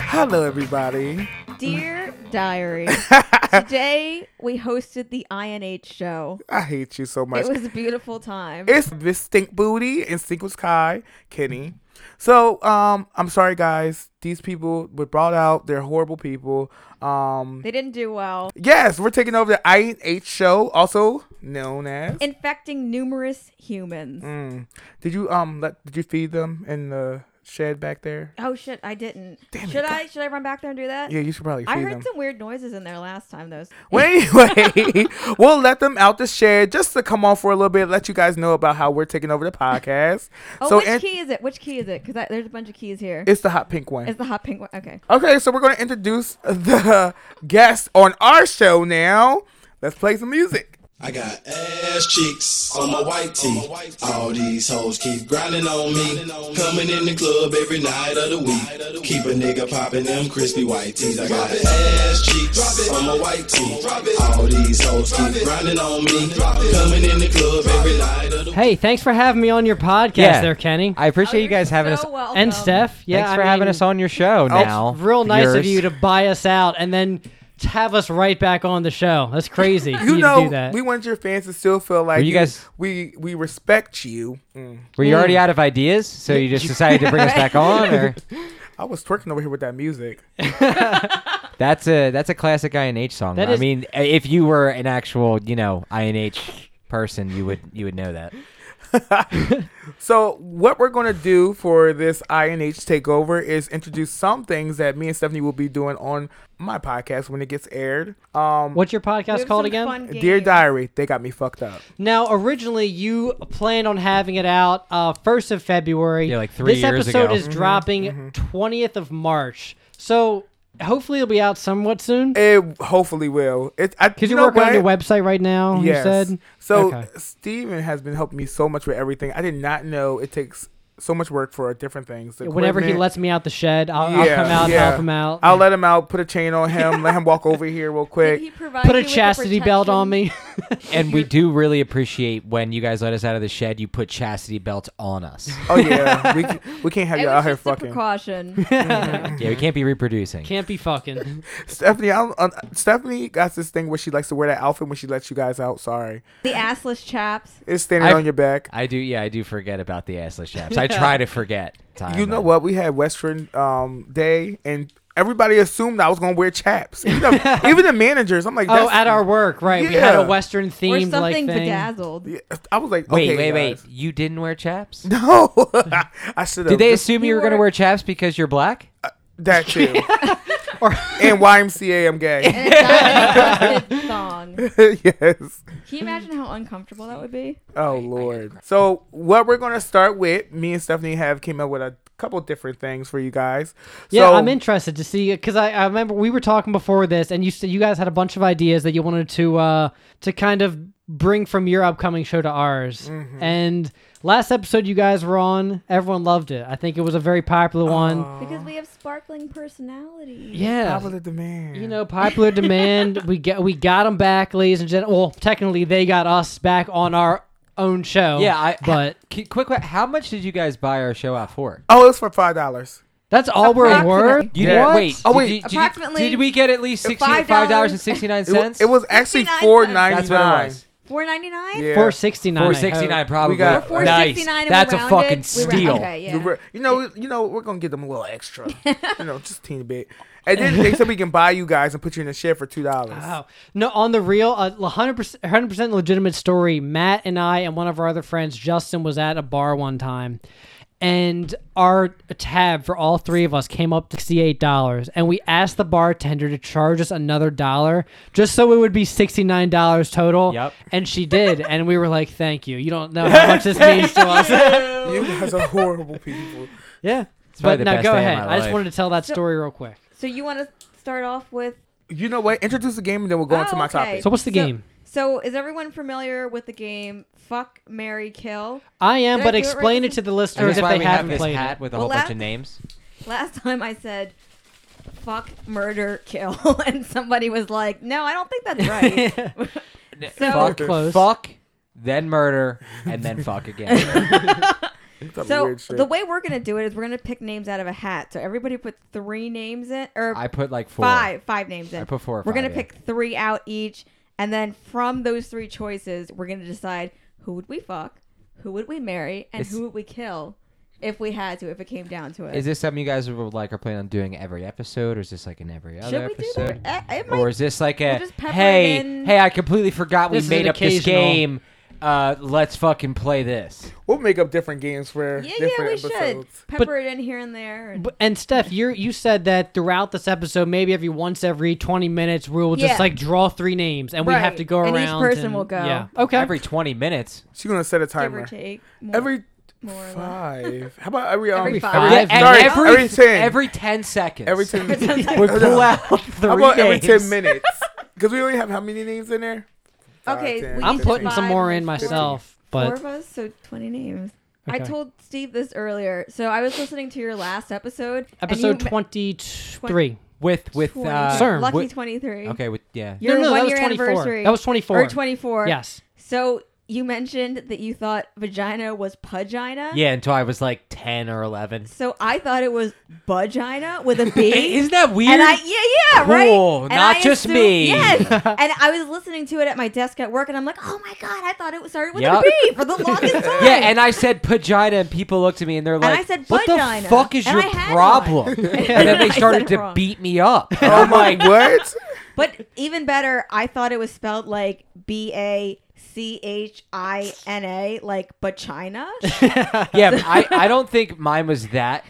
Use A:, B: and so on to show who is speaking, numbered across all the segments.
A: Hello, everybody.
B: Dear Diary, today we hosted the INH show.
A: I hate you so much.
B: It was a beautiful time.
A: it's Miss Stink Booty and Stink was Kai, Kenny. So, um, I'm sorry, guys. These people were brought out. They're horrible people. Um,
B: They didn't do well,
A: yes, we're taking over the IH show, also known as.
B: infecting numerous humans.
A: Mm. Did you um let did you feed them in the shed back there?
B: Oh shit, I didn't.
A: Damn it,
B: should
A: God.
B: I should I run back there and do that?
A: Yeah, you should probably feed
B: I heard
A: them.
B: some weird noises in there last time though.
A: Well, anyway, we'll let them out the shed just to come on for a little bit, let you guys know about how we're taking over the podcast.
B: Oh,
A: so
B: which
A: and-
B: key is it? Which key is it? Because there's a bunch of keys here.
A: it's the hot pink one.
B: It's the hot pink one. Okay.
A: Okay, so we're going to introduce the guest on our show now. Let's play some music.
C: I got ass cheeks on my white tee. All these hoes keep grinding on me. Coming in the club every night of the week. Keep a nigga popping them crispy white tees. I got ass cheeks on my white tee. All these hoes keep grinding on me. Coming in the club every night of the week.
D: Hey, thanks for having me on your podcast
E: Yeah.
D: there, Kenny.
E: I appreciate
B: Oh,
E: you guys
B: you're
E: having
B: so
E: us
B: welcome.
D: and Steph. Yeah,
E: Thanks
D: I
E: for having
D: mean,
E: us on your show now.
D: Real nice of
E: Yours.
D: you to buy us out and then to have us right back on the show. That's crazy.
A: You
D: to
A: know,
D: do that.
A: we want your fans to still feel like
E: Were you guys-
A: we we respect you. Mm.
E: Were you already out of ideas? So you just decided to bring us back on, or
A: I was twerking over here with that music.
E: that's a that's a classic INH song.
D: That
E: I
D: is-
E: mean, i- if you were an actual, you know, INH person, you would you would know that.
A: So, what we're going to do for this INH takeover is introduce some things that me and Stephanie will be doing on my podcast when it gets aired. Um,
D: What's your
B: We
D: podcast
B: have
D: called
B: some
D: again?
B: fun
A: Dear
B: games.
A: Diary, they got me fucked up.
D: Now, originally, you planned on having it out uh, first of February.
E: Yeah, like three
D: This
E: years
D: episode
E: ago.
A: Mm-hmm,
D: is dropping 20th of March. So hopefully it'll be out somewhat soon.
A: It hopefully will. It
D: Because
A: because
D: you're working on your website right now,
A: Yes.
D: you said?
A: So
D: Okay.
A: Steven has been helping me so much with everything. I did not know it takes so much work for different things. The
D: Whenever he
A: equipment-
D: lets me out the shed, I'll, I'll
A: Yeah,
D: come out and
A: yeah.
D: help him out.
A: I'll let him out, put a chain on him, let him walk over here real
B: Did
A: quick.
B: he provide
D: Put
B: you
D: a
B: with
D: chastity belt on
B: protection?
D: me.
E: And we do really appreciate when you guys let us out of the shed. You put chastity belts on us.
A: oh yeah, we, c- we can't have
B: It
A: you
B: was
A: out here
B: just a
A: fucking.
B: precaution.
E: yeah, we can't be reproducing.
D: Can't be fucking.
A: Stephanie, I don't, uh, Stephanie got this thing where she likes to wear that outfit when she lets you guys out. Sorry,
B: the assless chaps.
A: it's standing
E: I've-
A: on your back.
E: I do. Yeah, I do forget about the assless chaps. I try to forget. Time
A: You know
E: on.
A: what? We had Western um, Day, and everybody assumed I was gonna wear chaps. You know, even the managers. I'm like,
D: Oh,
A: That's,
D: at our work, right? We had a
A: Yeah.
D: Western
B: Or
D: themed like
B: something
D: thing.
B: bedazzled.
A: I was like,
E: Wait,
A: okay,
E: wait,
A: guys.
E: wait. You didn't wear chaps?
A: No, I should have.
E: Did they assume you were going to
B: wore-
E: wear chaps because you're black?
A: that too?
D: Or-
A: and YMCA, I'm gay.
B: And a diamond encrusted thong.
A: yes.
B: Can you imagine how uncomfortable that would be?
A: Oh Lord. So what we're gonna start with? Me and Stephanie have came up with a couple different things for you guys.
D: Yeah,
A: so,
D: I'm interested to see because I, I remember we were talking before this, and you said you guys had a bunch of ideas that you wanted to uh to kind of bring from your upcoming show to ours. And last episode you guys were on, everyone loved it. I think it was a very popular one.
B: Because we have sparkling personalities.
D: Yeah,
A: Popular demand.
D: you know, popular demand. We get we got them back, ladies and gentlemen. Well, technically they got us back on our own show.
E: Yeah, I-
D: but
E: Qu- quick, que- how much did you guys buy our show out for?
A: Oh, it's for five dollars.
D: that's all we're
B: Approximately.
D: worth.
E: You
A: Yeah.
E: didn't-
A: What?
E: Wait.
A: Oh,
E: did
A: wait.
E: you- did you-
B: Approximately
E: did we get at least sixty
B: $5?
E: five dollars and sixty nine
A: It, wa-
E: cents?
A: it was actually
B: 69
A: four ninety
E: That's what it
A: nine.
E: was.
B: Four ninety nine.
A: Yeah.
D: Four sixty nine.
E: Four sixty nine, probably.
A: We got-
B: Four
E: nice.
B: sixty nine.
E: That's a
B: rounded,
E: fucking
B: we round-
E: steal.
B: Okay, yeah.
A: We're- You know, we- you know, we're gonna give them a little extra. you know, just a teeny bit. And then they said we can buy you guys and put you in a shed for two dollars.
D: Wow. No, on the real, uh, a 100%, 100% legitimate story, Matt and I and one of our other friends, Justin, was at a bar one time. And our tab for all three of us came up to $68. And we asked the bartender to charge us another dollar just so it would be $69 total.
E: Yep.
D: And she did. and we were like, thank you. You don't know how much this means to us.
A: You guys are horrible people.
D: yeah.
E: probably
D: But
E: the
D: now
E: best
D: go
E: day of
D: ahead.
E: my
D: I just
E: life.
D: wanted to tell that story real quick.
B: So you want to start off with?
A: You know what? Introduce the game and then we'll go into
B: Oh,
A: my
B: okay.
A: topic.
D: So what's the game?
B: So is everyone familiar with the game Fuck Mary Kill?
D: I am,
B: Did I
D: but
B: do it right
D: explain
B: this
D: it to the
E: And
D: listeners
E: that's
D: if
E: why
D: they
E: we
D: haven't
E: have this
D: played it.
E: hat with a
B: Well,
E: whole bunch of
B: that-
E: names.
B: Last time I said fuck, murder, kill, and somebody was like, "No, I don't think that's right." so,
E: fuck,
D: Close.
E: fuck, then murder, and then fuck again.
A: Some
B: so
A: weird shit.
B: the way we're gonna do it is we're gonna pick names out of a hat. So everybody put three names in, or
E: I put like four.
B: five, five names in.
E: I put four or
B: We're gonna
E: five, yeah.
B: pick three out each, and then from those three choices, we're gonna decide who would we fuck, who would we marry, and
E: Is-
B: who would we kill if we had to, if it came down to it.
E: Is this something you guys would like are planning on doing every episode, or is this like in every other
B: Should we do
E: episode?
B: that? Eh, It might
E: or is this like a
B: We'll just pepper
E: hey
B: it in.
E: hey I completely forgot we
D: This is
E: made
D: an
E: up this
D: occasional-
E: game. Uh, let's fucking play this.
A: we'll make up different games for
B: Yeah, yeah, we
A: different
B: should
A: episodes.
B: pepper it in here and there. and-
D: B- And Steph, you you said that throughout this episode, maybe every once every twenty minutes, we'll just
B: Yeah.
D: like draw three names, and we have
B: Right.
D: to go
B: And each
D: around.
B: person
D: and-
B: will go.
D: Yeah. Okay.
E: Every twenty minutes.
A: She's gonna set a
B: give or
A: timer.
B: take. More,
A: Every
B: more or less.
A: five. How about every um,
B: Every
A: every,
B: five.
A: every,
D: Five.
E: And
A: sorry,
E: every,
A: every ten.
E: every ten seconds.
A: every ten.
E: we pull out three
A: How about every
E: names.
A: ten minutes? Because we only have how many names in there? Five,
B: Okay,
A: ten,
B: we Each
D: I'm
A: fifteen.
D: putting some
B: five,
D: more in
B: four.
D: myself,
B: Four
D: but
B: of us, so 20 names. I
D: Okay.
B: told Steve this earlier. So I was listening to your last episode. and
D: episode
B: you-
D: twenty three.
E: with with
B: 20
E: uh,
D: Sir. CERN.
B: Lucky
E: with-
B: 23.
E: Okay, with yeah.
B: Your
D: No, no, that
B: one
D: was
B: year
D: 24.
B: anniversary.
D: That was 24.
B: Or 24.
D: Yes.
B: So you mentioned that you thought vagina was pugina.
E: Yeah, until I was like ten or eleven.
B: So I thought it was vagina with a
E: Hey,
B: B.
E: Isn't that weird?
B: And I, yeah, yeah, right.
E: Cool,
B: And
E: not
B: I
E: just
B: assume-
E: me.
B: Yes. and I was listening to it at my desk at work, and I'm like, oh my god, I thought it was started with
E: Yup.
B: a B for the longest time.
E: yeah, and I said pagina, and people looked at me and they're
B: I
E: like,
B: said
E: "What
B: vagina,"
E: the fuck is
B: and
E: your
B: I had
E: problem?"
B: one.
E: and then
B: I
E: they
B: said
E: started to
B: wrong.
E: beat me up.
A: Oh
E: I'm
A: my
E: like,
A: what?
B: but even better, I thought it was spelled like B A C H I N A, like but China. and
E: yeah, but I, I don't think mine was that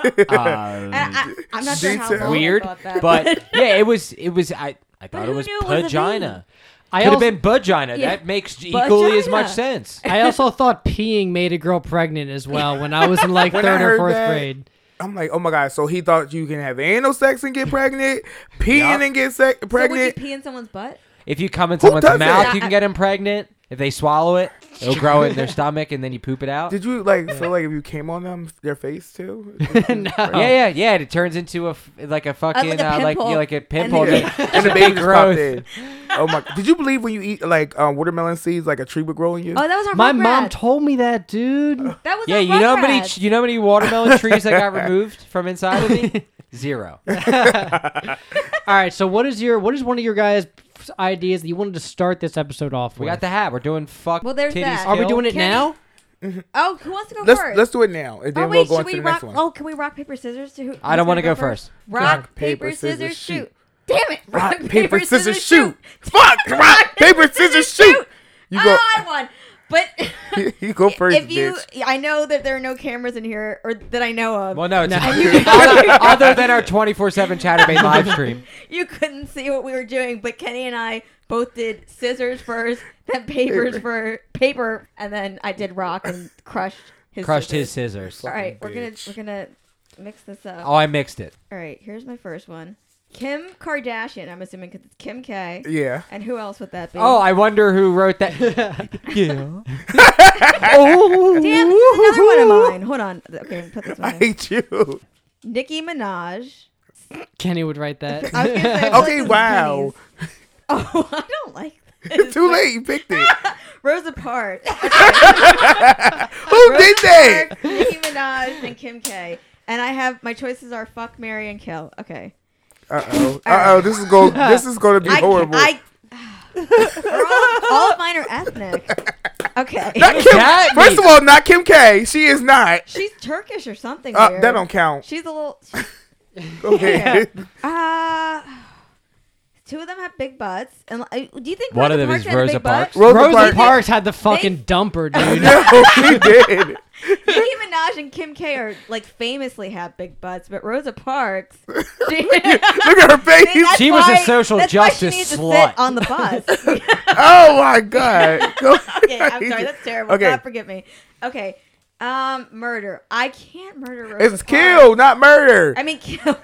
E: um,
B: I, I'm not sure how
A: Detail.
B: long I
E: weird,
B: thought that,
E: but yeah, it was it was I I thought
B: who
E: it was
B: knew it was a
E: vagina.
D: I
E: Could have
D: also,
E: been vagina.
B: Yeah.
E: That makes equally as much
B: Vagina.
E: sense.
D: I also thought peeing made a girl pregnant as well when I was in like
A: I
D: third or
A: heard
D: fourth
A: that-
D: grade.
A: I'm like, oh my god. So he thought you can have anal sex and get pregnant, peeing and get sec-
B: so would you
A: pregnant.
B: pee in someone's butt?
E: If you come in someone's
A: does
E: mouth,
A: that?
E: you can get them pregnant. If they swallow it, it'll grow in their stomach, and then you poop it out.
A: Did you like so like if you came on them their face too?
E: yeah, yeah, yeah. and It turns into a f- like a fucking
B: like a
E: uh, like
B: pimple.
E: yeah, like a
B: And
E: pimple,
B: then-
E: and,
A: Yeah. and the baby popped in. Oh my! Did you believe when you eat like um, watermelon seeds, like a tree would grow on you?
B: Oh, that was our
D: My
B: Rugrats.
D: mom told me that, dude.
B: that was
E: Yeah,
B: our
E: you know how many
B: Rugrats.
E: tr- you know how many watermelon trees that got removed from inside of me? Zero.
D: All right, so what is your what is one of your guys' ideas that you wanted to start this episode off
E: We
D: with?
E: got the hat. We're doing fuck.
B: Well, there's
E: titties,
B: that.
D: Are we
E: kill.
D: doing it
B: Can-
D: now?
B: Oh, who wants to go
A: let's
B: first?
A: let's do it now, and then
B: oh wait,
A: we'll go
B: should
A: into
B: we
A: the
B: rock?
A: next one.
B: Oh, can we rock paper scissors to who?
E: I don't
B: want to
E: go first.
B: Rock paper scissors shoot. Damn it!
A: Rock paper scissors shoot. Fuck! Rock paper scissors shoot. You go.
B: Oh, I won. But
A: You go first,
B: if you,
A: bitch.
B: I know that there are no cameras in here, or that I know of.
E: Well, no, it's other, other than our twenty four seven chatterbait live stream.
B: You couldn't see what we were doing, but Kenny and I both did scissors first, then papers for paper, and then I did rock and crushed his
E: Crushed his
B: scissors.
E: scissors.
B: All right, we're
A: Fucking
B: gonna
A: bitch.
B: we're gonna mix this up.
E: Oh, I mixed it.
B: All right, here's my first one. Kim Kardashian, I'm assuming because it's Kim K.
A: Yeah.
B: And who else would that be?
E: Oh, I wonder who wrote that. yeah.
B: damn, this is another one of mine. Hold on. Okay, put this
A: I
B: one. in.
A: hate you.
B: Nicki Minaj.
D: Kenny would write that.
B: I was gonna say, I feel like
A: Okay,
B: this is
A: wow.
B: Kenny's. Oh, I don't like this.
A: Too late. You picked it.
B: Rosa Parks.
A: Who did that?
B: Parks, Nicki Minaj, and Kim K. And I have my choices are fuck, marry, and kill. Okay.
A: Uh oh. Uh oh. This is going. This is going to be
B: I,
A: horrible.
B: I, They're all, all of mine are ethnic. Okay.
A: Kim-
E: That
A: first
E: means-
A: of all, not Kim K. She is not.
B: She's Turkish or something.
A: Uh,
B: weird.
A: that don't count.
B: She's a little.
A: Okay.
B: Uh, two of them have big butts. And uh, do you think
E: One
B: Rosa
E: of them
B: Parks
E: is
B: had a
E: Rosa
B: big
E: Parks.
B: butt?
A: Rosa
D: Rosa
A: Parks-
D: Parks, had the fucking dumper, dude.
A: no, she did.
B: Nicki Minaj and Kim K are like famously have big butts, but Rosa Parks, she,
A: Look at her face.
B: That's
E: She was a
B: why-
E: social
B: that's why she
E: justice
B: needs to
E: slut.
B: sit on the bus.
A: Oh my god. Go-
B: okay, I'm sorry, that's terrible.
A: Okay.
B: God forgive me. Okay, um, murder. I can't murder Rosa.
A: It's
B: Parks.
A: kill, not murder.
B: I mean, kill.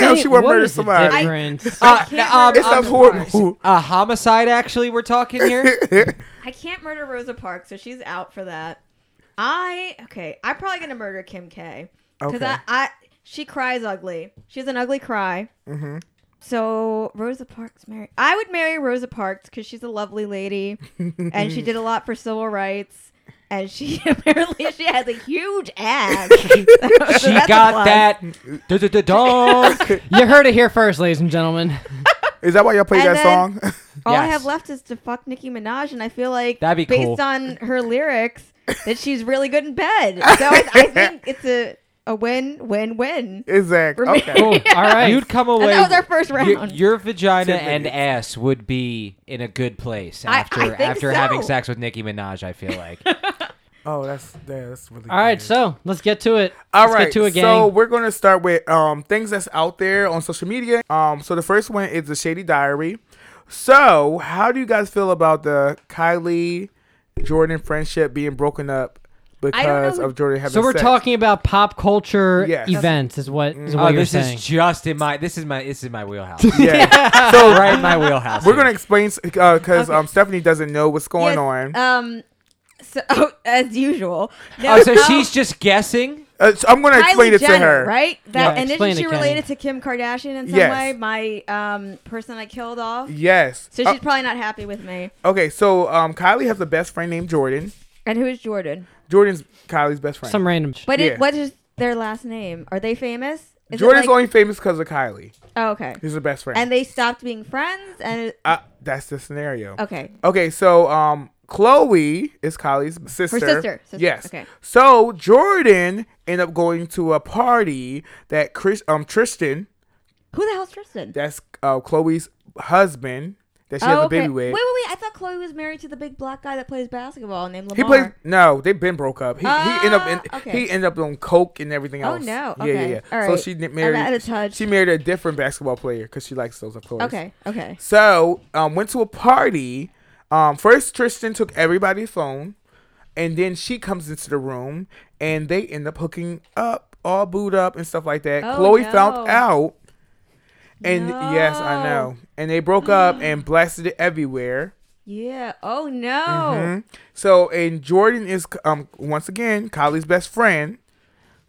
A: Damn, she would
D: What
A: murder
D: is the
A: somebody.
D: difference?
B: I can't
E: um,
B: murder
A: It's not
B: Rosa Parks.
A: horrible.
E: A homicide. Actually, we're talking here.
B: I can't murder Rosa Parks, so she's out for that. I okay. I'm probably gonna murder Kim K because
A: Okay.
B: I, I She cries ugly. She has an ugly cry. Mm-hmm. So Rosa Parks married. I would marry Rosa Parks because she's a lovely lady, and she did a lot for civil rights. And she apparently she has a huge ass. she
E: She got that. Duh, duh, duh, duh.
D: You heard it here first, ladies and gentlemen.
A: Is that why y'all play
B: And
A: that
B: then-
A: song?
B: All I
E: Yes.
B: have left is to fuck Nicki Minaj, and I feel like
E: That'd be
B: based
E: cool.
B: on her lyrics that she's really good in bed. So I, I think it's a a win, win, win.
A: exactly.
B: Remi-
A: Okay.
E: Oh,
D: Cool. All right.
E: You'd come away.
B: that was our first
E: your-
B: round.
E: Your, vagina
A: Tiffany.
E: and ass would be in a good place
B: I- I
E: after
B: think
E: after having
B: so.
E: sex with Nicki Minaj. I feel like
A: Oh, that's yeah, that's really.
D: All right,
A: good.
D: so let's get to it.
A: All
D: let's
A: right,
D: get to it, gang.
A: so we're gonna start with um, things that's out there on social media. Um, so the first one is the Shady Diary. So, how do you guys feel about the Kylie Jordan friendship being broken up
B: know
A: because
B: who-
A: of Jordan having?
D: So we're
A: sex?
D: talking about pop culture
A: Yes.
D: events, is what is what
E: oh,
D: you're
E: this
D: saying.
E: is just in my this is my this is my wheelhouse.
A: Yeah. so
E: right in my wheelhouse.
A: we're
E: here.
A: gonna explain because um, Stephanie doesn't know what's going
B: Yes,
A: on.
B: Um, so oh, as usual. No,
E: Oh, so
B: no,
E: she's just guessing.
A: Uh, so I'm gonna
B: Kylie
A: explain it
B: Jenner,
A: to her.
B: right? That,
D: Yeah,
B: and
D: explain
B: isn't
D: it,
B: she
D: Kenny.
B: related to Kim Kardashian in some
A: Yes.
B: way? My um, person I killed off.
A: Yes.
B: So
A: Uh,
B: she's probably not happy with me.
A: okay, so um, Kylie has a best friend named Jordan.
B: And who is Jordan?
A: Jordan's Kylie's best friend.
D: Some random.
B: But
A: Yeah.
B: it, what is their last name? Are they famous? Is it
A: Jordan's
B: like-
A: only famous because of Kylie.
B: Oh, okay.
A: He's her best friend.
B: And they stopped being friends. And
A: Uh, that's the scenario.
B: okay,
A: Okay, so um, Chloe is Kylie's sister.
B: sister, sister,
A: Yes.
B: okay.
A: So Jordan ended up going to a party that Chris, um, Tristan,
B: who the hell's Tristan?
A: that's uh, Chloe's husband that she has a baby with.
B: Oh, Wait, wait, wait! I thought Chloe was married to the big black guy that plays basketball named Lamar.
A: He plays no. They've been broke up. He, he ended up in,
B: Ah, okay.
A: he ended up on coke and everything
B: Oh,
A: else.
B: no.
A: Yeah, yeah,
B: Okay.
A: yeah.
B: All
A: So
B: right.
A: she
B: I'm
A: married.
B: out of touch.
A: She married a different basketball player because she likes those, of course.
B: Okay, okay.
A: So, um, went to a party. Um, first Tristan took everybody's phone, and then she comes into the room, and they end up hooking up, all booed up and stuff like that.
B: Oh,
A: Chloe
B: no.
A: found out, and yes, I
B: No.
A: know. And they broke up and blasted it everywhere.
B: Yeah. Oh no.
A: Mm-hmm. So, and Jordan is um once again Kylie's best friend.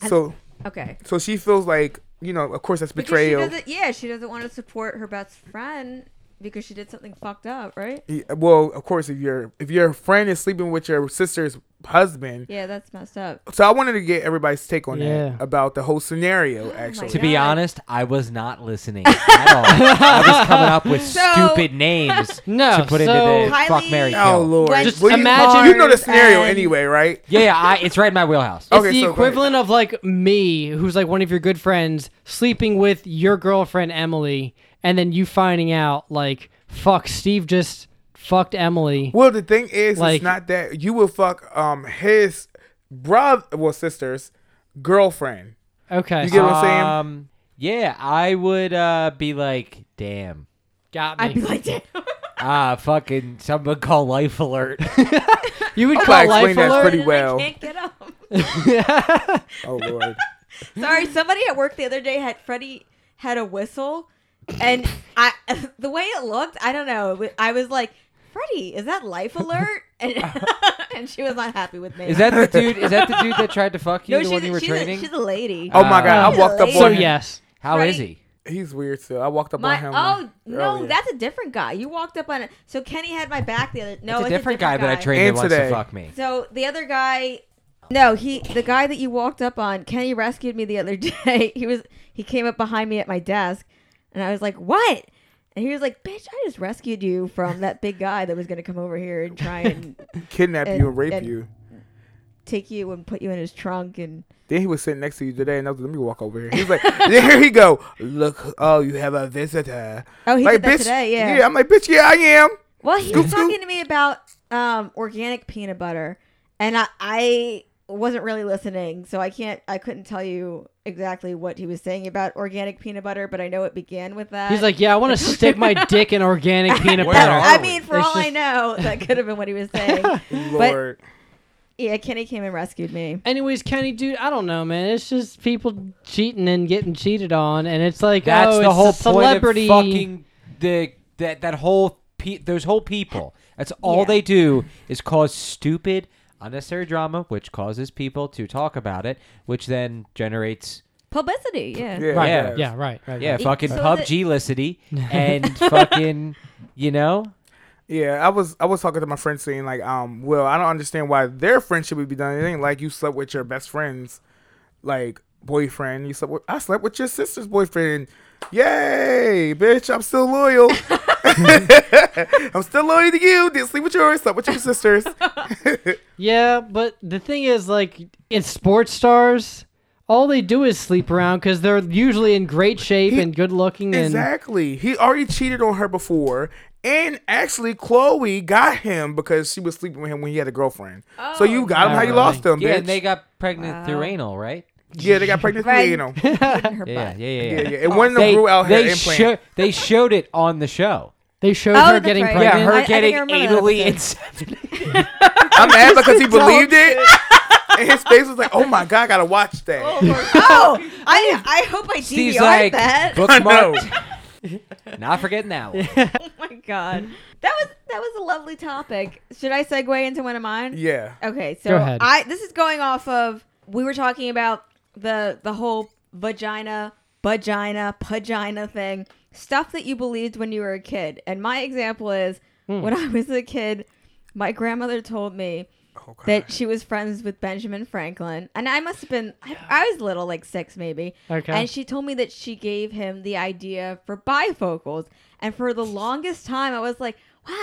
A: So,
B: Okay.
A: so she feels like you know, of course, that's
B: Because she
A: betrayal.
B: doesn't- yeah, she doesn't want to support her best friend because she did something fucked up, right?
A: Yeah, well, of course, if your if your friend is sleeping with your sister's husband,
B: Yeah, that's messed up.
A: so I wanted to get everybody's take on
D: Yeah.
A: that about the whole scenario. Actually,
E: To be
B: Oh God.
E: honest, I was not listening at all. I was coming up with
B: So-
E: stupid names
D: No,
E: to put
D: so-
E: into the fuck
B: Kylie-
E: Mary
A: oh
E: Kill.
A: lord,
B: When
D: Just
A: Well, you-
D: imagine-
A: you, know the scenario
B: and-
A: anyway, right?
E: Yeah, yeah, I, it's right in my wheelhouse.
A: Okay, so
D: it's the
A: go ahead.
D: equivalent of like me, who's like one of your good friends, sleeping with your girlfriend Emily, and then you finding out like, fuck, Steve just fucked Emily.
A: Well, the thing is,
D: Like-
A: it's not that you will fuck um his brother, well, sister's girlfriend.
D: Okay,
A: You get what I'm saying?
E: Um, yeah, I would uh, be like, damn.
D: got
B: I'd be
D: me.
B: like, damn.
E: Ah, fucking someone call life alert.
D: You would
A: I
D: call
A: explained
D: life
A: that
D: alert.
A: pretty
B: And
A: well.
B: I can't get up.
A: Oh lord,
B: Sorry, somebody at work the other day had Freddie had a whistle, and I the way it looked, I don't know. it wa- I was like, Freddie, is that life alert? And, and she was not happy with me.
E: Is that the dude? Is that the dude that tried to fuck you?
B: no?
E: the
B: She's,
E: one you were
B: she's,
E: training?
B: A, she's a lady.
A: oh my god, I
B: Uh,
A: walked up on
D: So
A: him.
D: yes,
E: How is
B: Freddie-
E: he?
A: He's weird still. I walked up
B: My
A: on him.
B: oh no,
A: earlier.
B: that's a different guy. You walked up on it. So Kenny had my back the other. No,
E: It's a different guy, that I trained
A: And
E: that wants
A: today.
E: to fuck me.
B: So the other guy, no, he the guy that you walked up on, Kenny rescued me the other day. He was he came up behind me at my desk, and I was like, "What?" And he was like, "Bitch, I just rescued you from that big guy that was gonna come over here and try and
A: kidnap
B: and-
A: you and rape
B: and-
A: you.
B: take you and put you in his trunk." And
A: Then he was sitting next to you today, and I was like, let me walk over here. He was like, there he go. Look, oh, you have a visitor.
B: Oh, he
A: like,
B: did that
A: bitch,
B: today, yeah.
A: I'm like, bitch, yeah, I am.
B: well, he was
A: Scoop, scoop.
B: talking to me about um, organic peanut butter, and I, I wasn't really listening, so I can't I couldn't tell you exactly what he was saying about organic peanut butter, but I know it began with that.
D: he's like, yeah, I want to stick my dick in organic peanut
E: Where
D: butter.
E: are
B: I
E: we?
B: mean, for
D: It's
B: all I
D: just-
B: know, that could have been what he was saying.
A: Lord,
B: yeah, Kenny came and rescued me.
D: Anyways, Kenny, dude, I don't know, man. It's just people cheating and getting cheated on, and it's like
E: That's
D: oh,
E: the
D: it's
E: whole
D: a celebrity.
E: point of fucking the that that whole pe- those whole people. That's all
B: Yeah.
E: they do is cause stupid, unnecessary drama, which causes people to talk about it, which then generates
B: Publicity, yeah.
A: Yeah,
D: Right.
E: Yeah.
D: Yeah. Right. Right.
E: Yeah,
D: right.
E: fucking
B: so the-
E: PUBG licity and fucking, you know,
A: Yeah, I was I was talking to my friend saying like, um, Will, I don't understand why their friendship would be done. It ain't like you slept with your best friend's like boyfriend. You slept with I slept with your sister's boyfriend. Yay, bitch, I'm still loyal. I'm still loyal to you. Didn't sleep with yours, slept with your sisters.
D: Yeah, but the thing is, like in sports stars, all they do is sleep around because they're usually in great shape and good looking. And
A: Exactly. He already cheated on her before. And actually, Chloe got him because she was sleeping with him when he had a girlfriend. so you got him how you
D: Alright.
A: lost him, bitch.
E: Oh. yeah, and they got pregnant through anal, right?
A: yeah, they got pregnant through
B: Right.
A: the anal.
B: Her
E: Yeah,
B: butt.
E: yeah, yeah.
A: Yeah,
E: yeah.
A: yeah. And one of them
E: They,
A: grew out her
E: they,
A: implant.
E: sho- they showed it on the show.
D: they showed
B: Oh,
D: her
B: that's
D: getting
B: right. Yeah,
D: pregnant.
E: Yeah, her
B: I- I think I
E: getting
B: remember that
E: anally
B: episode.
E: inseminated.
A: I'm mad because he believed it. And his face was like, oh my God, I gotta watch that.
B: oh, I I hope I
E: Steve's
B: DVR'd
E: like,
B: that.
E: bookmarked. Not forgetting that one.
B: oh my god, that was that was a lovely topic. Should I segue into one of mine?
A: Yeah.
B: Okay, so
D: Go ahead.
B: I this is going off of we were talking about the the whole vagina, vagina, vagina thing, stuff that you believed when you were a kid. And my example is
D: Hmm.
B: when I was a kid, my grandmother told me that she was friends with Benjamin Franklin, and I must have been I, I was little, like six maybe.
D: Okay.
B: and she told me that she gave him the idea for bifocals, and for the longest time, I was like.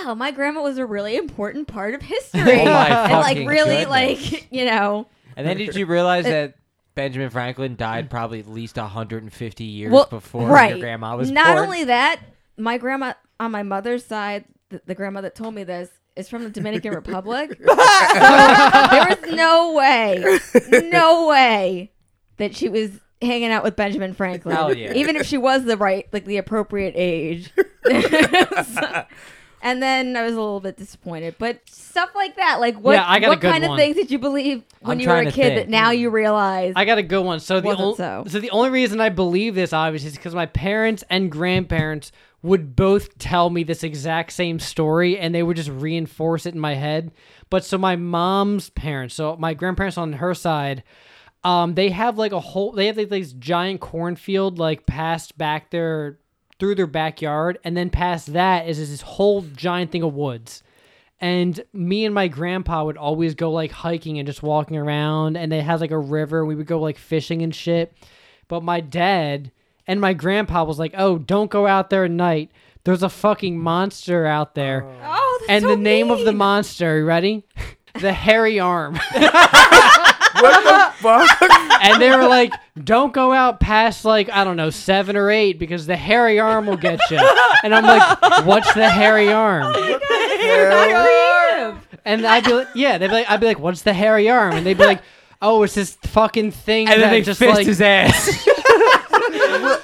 B: Wow, my grandma was a really important part of history.
E: Oh my
B: and like
E: fucking
B: really
E: goodness.
B: like you know
E: And then did you realize that Benjamin Franklin died probably at least 150 years
B: well
E: before
B: right.
E: your grandma was
B: not
E: born?
B: only that my grandma on my mother's side the, the grandma that told me this is from the dominican republic so there was no way no way that she was hanging out with benjamin franklin
E: Hell yeah.
B: even if she was the right like the appropriate age And then I was a little bit disappointed, but stuff like that, like what,
D: Yeah, I got a
B: what
D: good
B: kind of
D: one.
B: things did you believe when
E: I'm
B: you were a
E: trying
B: kid
E: to
B: that
E: think.
B: now you realize?
D: I got a good one. So the
B: Wasn't
D: only
B: so.
D: so. the only reason I believe this obviously is because my parents and grandparents would both tell me this exact same story, and they would just reinforce it in my head. But so my mom's parents, so my grandparents on her side, um, they have like a whole they have like this giant cornfield like past back their through their backyard, and then past that is this whole giant thing of woods and me and my grandpa would always go like hiking and just walking around and they had like a river we would go like fishing and shit but my dad and my grandpa was like oh don't go out there at night there's a fucking monster out there
B: oh, that's
D: and
B: so
D: the name of the
B: mean.
D: monster you ready the hairy arm
E: Oh
A: What the fuck?
D: and they were like don't go out past like i don't know seven or eight because the hairy arm will get you and i'm like what's the hairy arm
B: Creative.
D: And I'd be like, yeah, they'd be like, I'd be like, what's the hairy arm? And they'd be like, oh, it's this fucking thing
E: And
D: that
E: then they
D: just
E: fist
D: like,
E: his ass.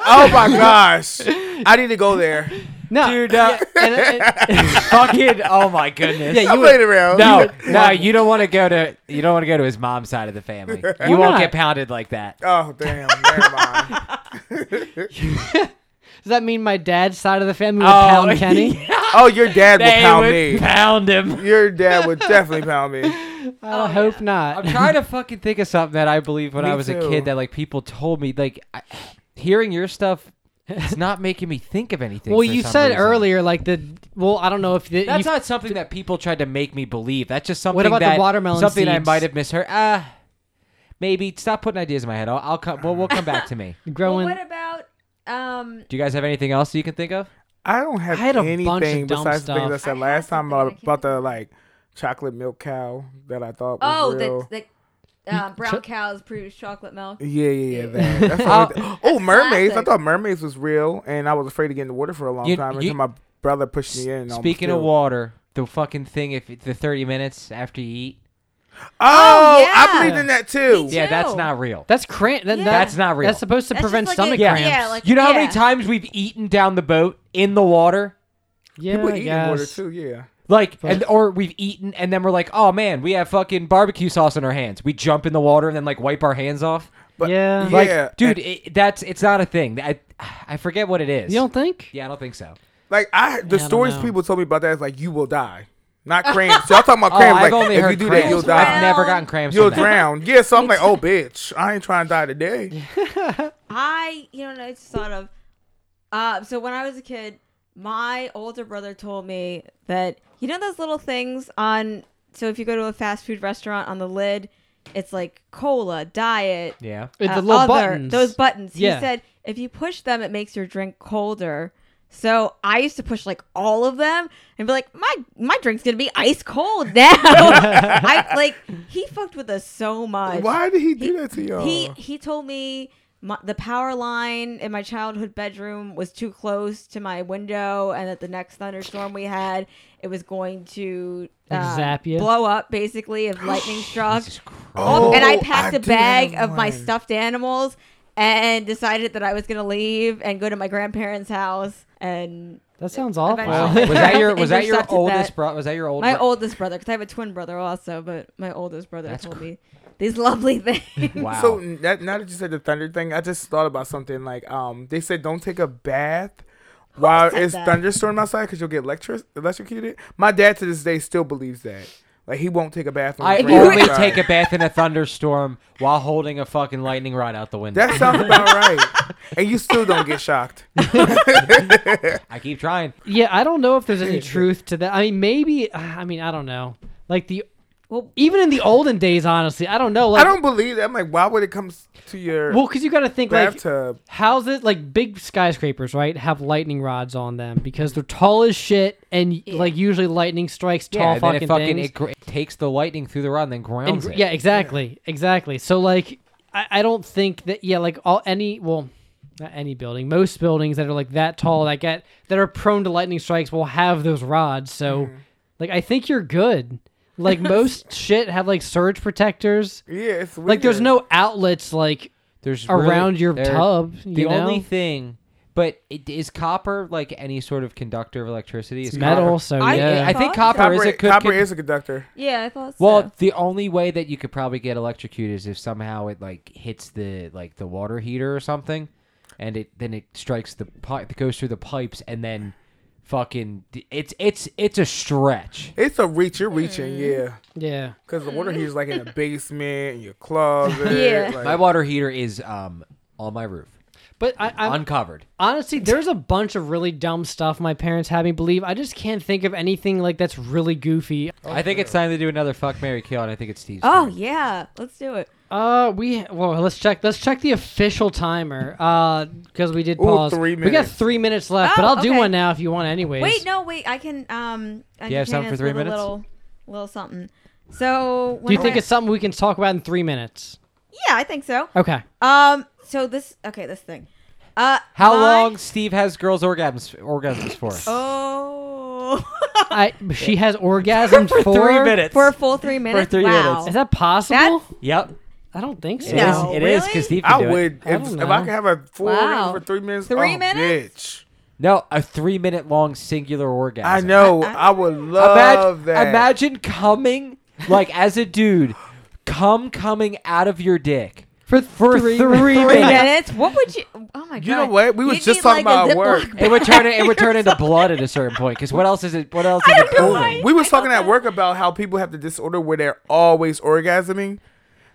A: Oh my gosh. I need to go there.
D: no,
E: Dude, no.
D: and, and-
E: Fucking, oh my goodness.
D: yeah,
A: I
D: you
A: played
D: would,
A: around.
E: no, no, you don't want to go to you don't want to go to his mom's side of the family. You won't
D: not?
E: get pounded like that.
A: Oh, damn. Never mind.
D: does that mean my dad's side of the family would
E: Oh,
D: pound Kenny?
A: Oh, your dad will
E: They
A: pound
E: would
A: me.
E: pound him.
A: Your dad would definitely pound me.
E: Oh,
D: I hope not.
E: I'm trying to fucking think of something that I believe when
A: Me
E: I was
A: too.
E: a kid that like people told me like I, hearing your stuff is not making me think of anything.
D: well,
E: for
D: you
E: some
D: said
E: reason.
D: earlier, like the, well, I don't know if the,
E: That's
D: you-
E: not something that people tried to make me believe. That's just something.
D: about the
E: that-
D: watermelon
E: Something I
D: seeds?
E: might have misheard. Ah, maybe stop putting ideas in my head. I'll, I'll come. Well, we'll come back to me.
D: growing.
B: what about um?
E: Do you guys have anything else you can think of?
A: I don't have
D: I had a bunch of
A: anything
D: dumb
A: besides the things I
D: stuff.
A: said
B: I
A: last
B: had
A: time
B: something, I
A: about,
B: can't
A: about the like chocolate milk cow that I thought was
B: Oh,
A: real.
B: the, the uh, brown cows produce chocolate milk.
A: Yeah, yeah, yeah. That. That's the only thing. Oh, mermaids! I
B: classic.
A: thought mermaids was real, and I was afraid to get in the water for a long
E: You-
A: time
E: you-
A: until my brother pushed me in. and almost
E: Speaking of
A: killed-
E: water, the fucking thing. If it- the thirty minutes after you eat,
A: oh, I
B: yeah.
A: believed in that too.
B: Me
E: yeah, that's
B: Ew.
E: not real.
D: that's cramp. That,
B: Yeah.
E: That's not real.
D: That's supposed to
B: That's just
D: prevent
B: like a-
D: stomach
E: yeah.
D: cramps.
B: Yeah, like-
E: you know how many
B: yeah.
E: times we've eaten down the boat in the water?
D: yeah,
A: People
D: I
A: eat in water
D: guess.
A: too. Yeah.
E: Like, and or we've eaten and then we're like, oh man, we have fucking barbecue sauce in our hands. We jump in the water and then like wipe our hands off.
A: But
D: Yeah.
E: Like,
A: yeah,
E: dude,
A: and,
E: it, that's it's not a thing. I I forget what it is.
D: You don't think?
E: yeah, I don't think so.
A: like I, the
D: don't
A: stories
D: know.
A: people told me about that is like you will die, not cramps. so I'm talking about
E: Oh,
A: cramps. like
E: I've only
A: if
E: heard
A: you do
E: cramps.
A: that, you'll
B: Drown.
A: die.
E: I've never gotten cramps.
A: You'll
E: from that.
A: drown. Yeah. So I'm like, oh, bitch, I ain't trying to die today.
B: I, you know, what I just thought of. Uh, so when I was a kid, my older brother told me that you know those little things on. So if you go to a fast food restaurant, on the lid, it's like cola, diet,
E: Yeah.
D: It's
B: uh,
D: the little
B: other-
D: buttons.
B: Those buttons.
D: Yeah.
B: He said if you push them, it makes your drink colder. So I used to push like all of them and be like, my my drink's gonna be ice cold now. I like he fucked with us so much.
A: Why did he do that to y'all?
B: He he told me my, the power line in my childhood bedroom was too close to my window, and that the next thunderstorm we had, it was going to uh,
D: Like zap you?
B: blow up basically if lightning struck.
A: Oh,
B: and I
A: I
B: packed a
A: did
B: bag
A: have
B: of my
A: one.
B: stuffed animals and decided that I was gonna leave and go to my grandparents' house. And
D: That sounds awful.
B: Eventually.
E: was that your was that your
B: Intercepted
E: oldest
B: that.
E: bro? Was that your old
B: my
E: bro-
B: oldest brother, because I have a twin brother also, but my oldest brother
E: That's
B: told
E: cr-
B: me these lovely things.
E: Wow.
A: So n- that now that you said the thunder thing, I just thought about something like um they said don't take a bath while
B: said
A: it's
B: that?
A: thunderstorm outside because you'll get electric electrocuted. My dad to this day still believes that. Like he won't take a bath. When
E: I
A: it's raining
E: only
A: outside.
E: take a bath in a thunderstorm while holding a fucking lightning rod out the window.
A: That sounds about right. And you still don't get shocked.
E: I keep trying.
D: Yeah, I don't know if there's any truth to that. I mean, maybe. I mean, I don't know. Like the,
B: Well-
D: even in the olden days, honestly, I don't know. Like,
A: I don't believe that. I'm like, why would it come s- to your
D: Well, because you got to think like,
A: bathtub?
D: how's it like big skyscrapers, right? Have lightning rods on them because they're tall as shit, and like usually lightning strikes tall
E: Yeah, and then
D: fucking
E: it fucking
D: things.
E: it, gr- it takes the lightning through the rod and then
D: And
E: grounds
D: gr-
E: it.
D: yeah, exactly, exactly. So like, I, I don't think that yeah, like all any well, not any building, most buildings that are like that tall that get that are prone to lightning strikes will have those rods. So
E: Mm-hmm.
D: like, I think you're good. Like most shit have like surge protectors.
A: Yeah, it's weird.
D: Like there's no outlets like
E: There's really-
D: around your
E: there-
D: tub. You
E: The
D: know?
E: only thing, but it, is copper like any sort of conductor of electricity? Is
D: metal. So
B: I-
D: yeah,
E: I think
B: Copper?
E: copper,
A: copper.
E: is a could,
A: copper
E: could-
A: is a conductor.
B: yeah, I thought so.
E: Well, the only way that you could probably get electrocuted is if somehow it like hits the like the water heater or something, and it then it strikes the pipe, it goes through the pipes, and then fucking it's it's it's a stretch.
A: It's a reach. You're reaching, yeah.
D: yeah.
A: Because the water heater's like in the basement, in your closet.
B: Yeah.
A: like-
E: My water heater is um on my roof,
D: But I, I'm,
E: uncovered.
D: honestly, there's a bunch of really dumb stuff my parents had me believe. I just can't think of anything like that's really goofy.
E: I think it's time to do another fuck Mary Kill, and I think it's Steve's.
B: oh
E: turn.
B: yeah, let's do it.
D: Uh, we well, let's check. Let's check the official timer. Uh, because we did
A: Ooh,
D: pause.
A: three
D: We got
A: minutes.
D: three minutes left, but
B: Oh,
D: I'll do
B: okay.
D: one now if you want, anyways.
B: Wait, no, wait. I can um. I
E: Do you
B: entertain
E: have something for
B: us
E: three
B: with a
E: minutes?
B: Little, little something. So, when
D: Do you
B: I-
D: think it's something we can talk about in three minutes?
B: Yeah, I think so.
D: Okay.
B: Um. So this. Okay, this thing. Uh.
E: How
B: my-
E: long Steve has girls' orgasms orgasms for?
B: Oh.
D: I she has orgasm
E: For three minutes.
B: For a full three minutes.
E: three
B: wow.
D: Is that possible?
B: That's-
E: Yep.
D: I don't think so.
E: It is.
B: No,
E: It is
B: really?
E: because Steve can
A: I
E: do it.
A: would
D: I
A: if,
D: don't
A: if
D: know.
A: I could have a full
B: Wow.
A: orgasm for three minutes.
B: Three
A: oh, bitch.
B: minutes?
E: No, a three-minute long singular orgasm.
A: I know.
B: I-
A: I, would love
E: Imagine,
A: that.
E: imagine coming like as a dude, cum coming out of your dick
D: For
E: for
D: three
E: three,
D: minutes.
E: minutes.
B: Three minutes? What would you? Oh my god.
A: You know what? We was
B: You'd
A: just
B: need,
A: talking
B: like, a
A: about work.
B: Ziploc
E: It would turn it, it would
B: bag or
E: turn into blood at a certain point. Because what else is it? What else is
B: don't
E: it
B: know
E: pulling?
B: why.
A: we was
B: I don't
A: talking at
B: know.
A: work about how people have the disorder where they're always orgasming.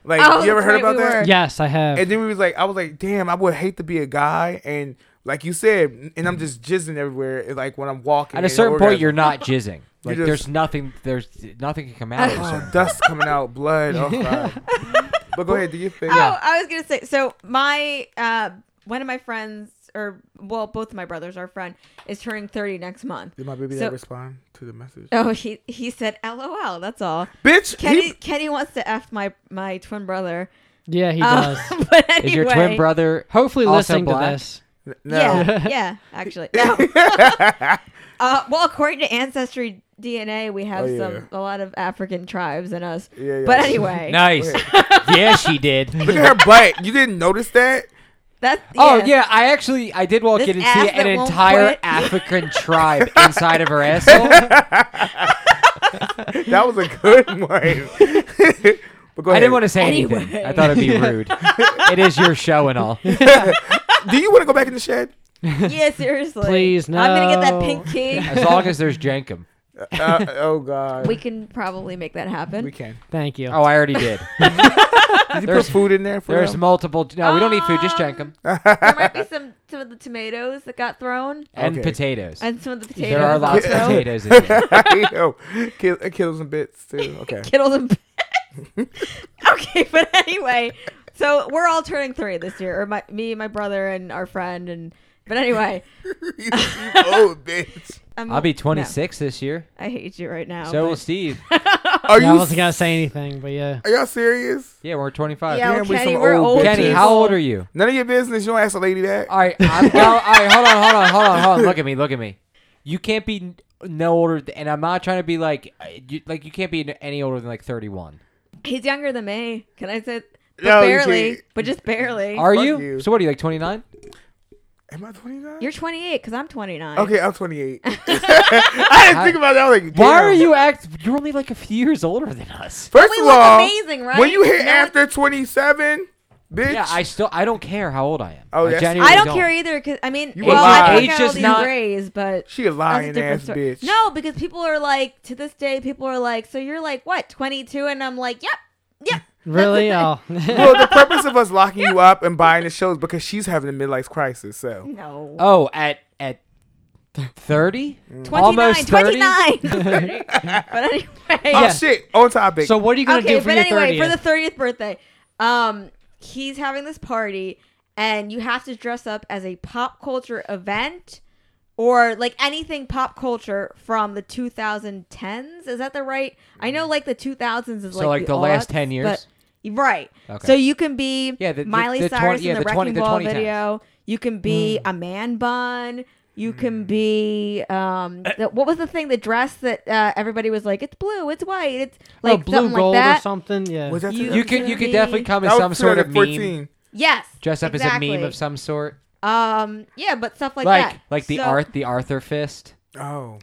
A: Like
B: Oh,
A: you ever heard
B: that's right,
A: about
B: we
A: that?
B: were.
D: Yes, I have.
A: And then we was like, I was like, damn, I would hate to be a guy and like you said, and I'm just jizzing everywhere. and, Like when I'm walking.
E: At a
A: and
E: certain point,
A: orgasm.
E: you're not jizzing. Like
A: just-
E: there's nothing. There's nothing can come out. Of a
A: Oh,
E: certain-
A: dust coming out, blood. Oh, God. but go ahead, do your thing.
B: Oh, I was gonna say. So my uh, one of my friends, or well, both of my brothers, our friend, is turning thirty next month.
A: Did my baby
B: So-
A: ever respond to the message?
B: Oh, he he said, "LOL." That's all.
A: Bitch,
B: Kenny
A: he-
B: Kenny wants to f my my twin brother.
D: yeah, he
B: Um,
D: does.
B: but anyway,
E: Is your twin brother
D: Hopefully,
E: also
D: listening
E: black?
D: to this.
A: no.
B: Yeah, yeah, actually. No. uh, well, according to Ancestry DNA, we have
A: Oh, yeah.
B: some a lot of African tribes in us.
A: Yeah, yeah.
B: But anyway,
E: Nice. yeah, she did.
A: Look at her butt. You didn't notice that?
B: that's yeah.
E: Oh yeah, I actually I did walk
B: This
E: in and
B: ass
E: see an
B: that won't
E: entire
B: quit.
E: African tribe inside of her asshole.
A: That was a good one. but go
E: I
A: ahead.
E: didn't want to say
B: Anyway.
E: anything. I thought it'd be rude. it is your show and all.
A: Do you want to go back in the shed?
B: yeah, seriously.
D: Please,
B: I'm gonna get that
D: no.
B: pink key.
E: As long as there's jankum.
A: Uh, oh god.
B: We can probably make that happen.
A: We can.
D: Thank you.
E: Oh, I already did.
A: Did you put
E: There's-
A: food in there for
E: There's
A: them?
E: multiple. No, we don't need food. Just drink them
B: there might be some some of the tomatoes that got thrown
E: and
A: Okay.
E: potatoes.
B: and some of the potatoes.
E: There are
B: that got
E: lots of
B: thrown.
E: potatoes in here.
A: Yo, kill, kill some bits too. Okay.
B: Kittles and Pets. okay, but anyway, so we're all turning three this year, or my, me, my brother, and our friend, and but anyway,
A: you old bitch.
B: I'm,
E: I'll be
B: no,
E: 26 this year.
B: I hate you right
A: Oh,
B: now.
E: So
B: but-
E: will Steve.
A: Are you?
D: Yeah, I wasn't gonna say anything, but yeah.
A: Are y'all serious?
E: Yeah, we're 25.
B: yeah,
A: Yeah,
B: well,
A: we
B: Kenny,
A: some
B: we're
A: old
B: old.
A: bitches.
E: Kenny,
B: people.
E: how old are you?
A: None of your business. You don't ask a lady that.
E: All right, I'm go- all right, hold on, hold on, hold on, hold on. Look at me, look at me. You can't be n- no older, th- and I'm not trying to be like, uh, you, like you can't be n- any older than like 31.
B: He's younger than me. Can I say? But
A: No, you
B: barely,
A: can't.
B: but just barely.
E: Are
A: Fuck
E: you?
A: you.
E: So what are you like 29?
A: Am I 29?
B: You're 28 because I'm 29.
A: okay, I'm 28. I didn't think about that. I was like,
E: Why
A: damn.
E: are you act? You're only like a few years older than us.
A: First
B: We
A: of
B: look
A: all,
B: amazing, right?
A: when you hit
B: No-
A: after 27, bitch,
E: Yeah, I still I don't care how old I am.
A: Oh,
E: I
A: that's-
E: genuinely
B: I don't care e- either because I mean,
A: You
B: well,
A: a
B: I
A: liar.
B: think
E: Age
B: I
E: does
B: only
E: not-
B: raised, but
A: she a
B: that's a
A: lying
B: different
A: ass
B: story.
A: bitch.
B: No, because people are like to this day, people are like, so you're like what 22, and I'm like, yep, yep.
D: Really? Oh.
A: Well, the purpose of us locking you up and buying the shows because she's having a midlife crisis. So
B: No.
E: Oh, at at 30?
B: 29,
E: Almost 30?
B: 29. but anyway.
A: oh shit, on topic.
D: so what are you gonna
B: okay,
D: do for
B: but
D: your
B: anyway,
D: 30th?
B: for the 30th birthday, um, he's having this party and you have to dress up as a pop culture event or like anything pop culture from the 2010s. Is that the right? I know like the 2000s is
E: So,
B: like,
E: like, the last
B: aughts,
E: 10 years?
B: but- right.
E: Okay.
B: So you can be
E: Yeah, the- the-
B: Miley
E: the
B: Cyrus
E: 20 yeah,
B: in the,
E: the 20
B: Wrecking
E: the
B: Ball
E: 2010s.
B: video. You can be
E: Hmm.
B: a man bun. You can be um,
E: Eh.
B: the, what was the thing? The dress that uh, everybody was like, it's blue, it's white, it's
D: Oh,
B: like
D: blue
B: something
D: gold
B: like that.
D: or something? Yeah.
A: was that
B: You-
E: You could you
B: Maybe.
E: could definitely come
A: that
E: as
A: was
E: some sort of meme.
A: 2014.
B: Yes.
E: Dress up
B: exactly.
E: as a meme of some sort.
B: Um. Yeah, but stuff like,
E: Like
B: that.
E: like the
B: So-
E: Arth the Arthur fist.
A: Oh,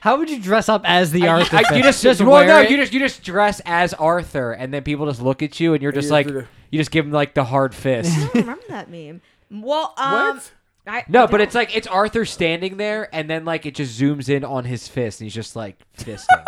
D: How would you dress up as the
E: I-
D: Arthur?
E: I-
D: Fist?
E: you just,
D: just
E: well,
D: wear
E: no,
D: it?
E: you just you just dress as Arthur, and then people just look at you, and you're just
A: you
E: like
A: do the-
E: you just give them like the hard fist.
B: I don't remember that meme. Well, um,
A: What?
B: I,
E: no,
B: I
E: but
B: don't-
E: it's like it's Arthur standing there, and then like it just zooms in on his fist, and he's just like fisting.